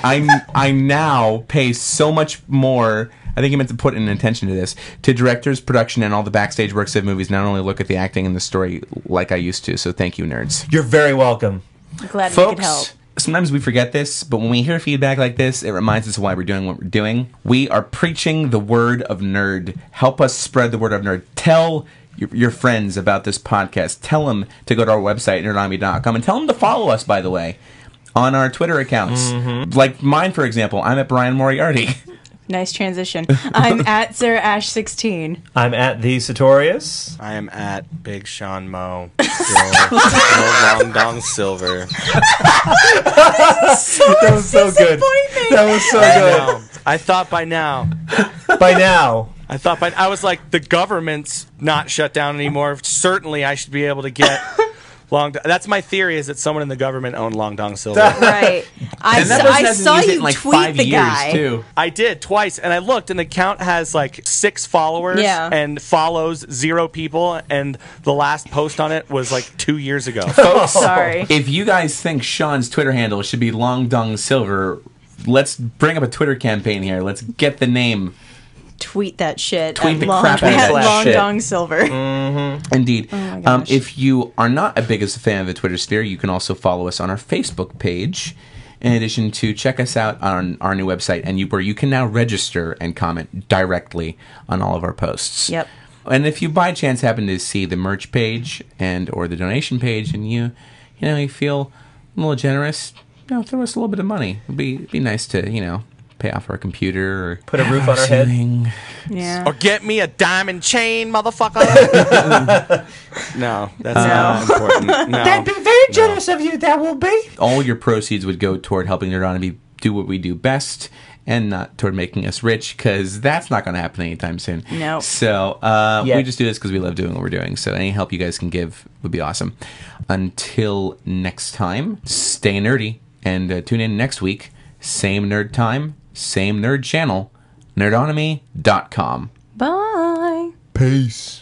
Speaker 6: I I now pay so much more. I think he meant to put an intention to this to directors, production, and all the backstage works of movies. Not only look at the acting and the story like I used to. So thank you, nerds,
Speaker 5: You're very welcome.
Speaker 8: Glad we could help.
Speaker 6: folks. Sometimes we forget this, but when we hear feedback like this, it reminds us why we're doing what we're doing. We are preaching the word of nerd. Help us spread the word of nerd. Tell your, your friends about this podcast. Tell them to go to our website, nerdonomy.com, and tell them to follow us, by the way on our Twitter accounts. Like mine, for example, I'm at Brian Moriarty.
Speaker 8: Nice transition. I'm at Sarah Ash 16.
Speaker 5: I'm at the Satorius.
Speaker 10: I am at Big Sean Mo. Still, no long dong silver.
Speaker 5: That was so good. That was so
Speaker 10: I
Speaker 5: good.
Speaker 10: know. I thought by now.
Speaker 5: By now,
Speaker 3: I thought, but I was like, the government's not shut down anymore. Certainly, I should be able to get long. That's my theory: is that someone in the government owned Long Dong Silver.
Speaker 8: Right. I,
Speaker 6: that
Speaker 8: saw-
Speaker 6: person
Speaker 8: I
Speaker 6: hasn't
Speaker 8: saw
Speaker 6: used it
Speaker 8: you
Speaker 6: in, like,
Speaker 8: tweet
Speaker 6: five
Speaker 8: the
Speaker 6: years,
Speaker 8: guy.
Speaker 6: too.
Speaker 3: I did twice, and I looked, and the count has like six followers
Speaker 8: Yeah.
Speaker 3: and follows zero people. And the last post on it was like two years ago.
Speaker 8: Sorry.
Speaker 6: If you guys think Sean's Twitter handle should be Long Dong Silver, let's bring up a Twitter campaign here. Let's get the name.
Speaker 8: Tweet that shit.
Speaker 6: Tweet
Speaker 8: at
Speaker 6: the
Speaker 8: long,
Speaker 6: crap out of that
Speaker 8: at long
Speaker 6: shit. Mm.
Speaker 8: dong silver.
Speaker 6: Indeed. um,
Speaker 8: Oh gosh.
Speaker 6: if you are not a biggest fan of the Twitter sphere, you can also follow us on our Facebook page. In addition to check us out on our new website, and you, where you can now register and comment directly on all of our posts.
Speaker 8: Yep.
Speaker 6: And if you by chance happen to see the merch page and or the donation page, and you, you know, you feel a little generous, you know, throw us a little bit of money. It'd be it'd be nice to you know pay off our computer or
Speaker 5: put a roof on our head.
Speaker 6: something.
Speaker 8: Yeah.
Speaker 3: Or get me a diamond chain, motherfucker. no, that's not important. No.
Speaker 5: very generous of you. That will be.
Speaker 6: all your proceeds would go toward helping Neuronomy do what we do best and not toward making us rich because that's not going to happen anytime soon.
Speaker 8: No.
Speaker 6: So uh,
Speaker 5: Yeah.
Speaker 6: we just do this because we love doing what we're doing. So any help you guys can give would be awesome. Until next time, stay nerdy and uh, tune in next week. Same nerd time, same nerd channel, nerdonomy.com.
Speaker 8: Bye.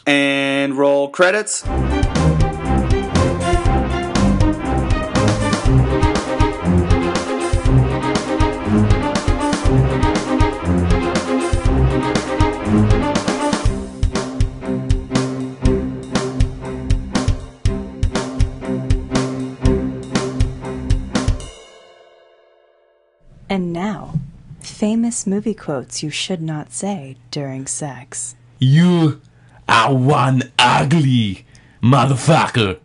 Speaker 11: And roll credits.
Speaker 4: And now, famous movie quotes you should not say during sex.
Speaker 6: You are one ugly motherfucker.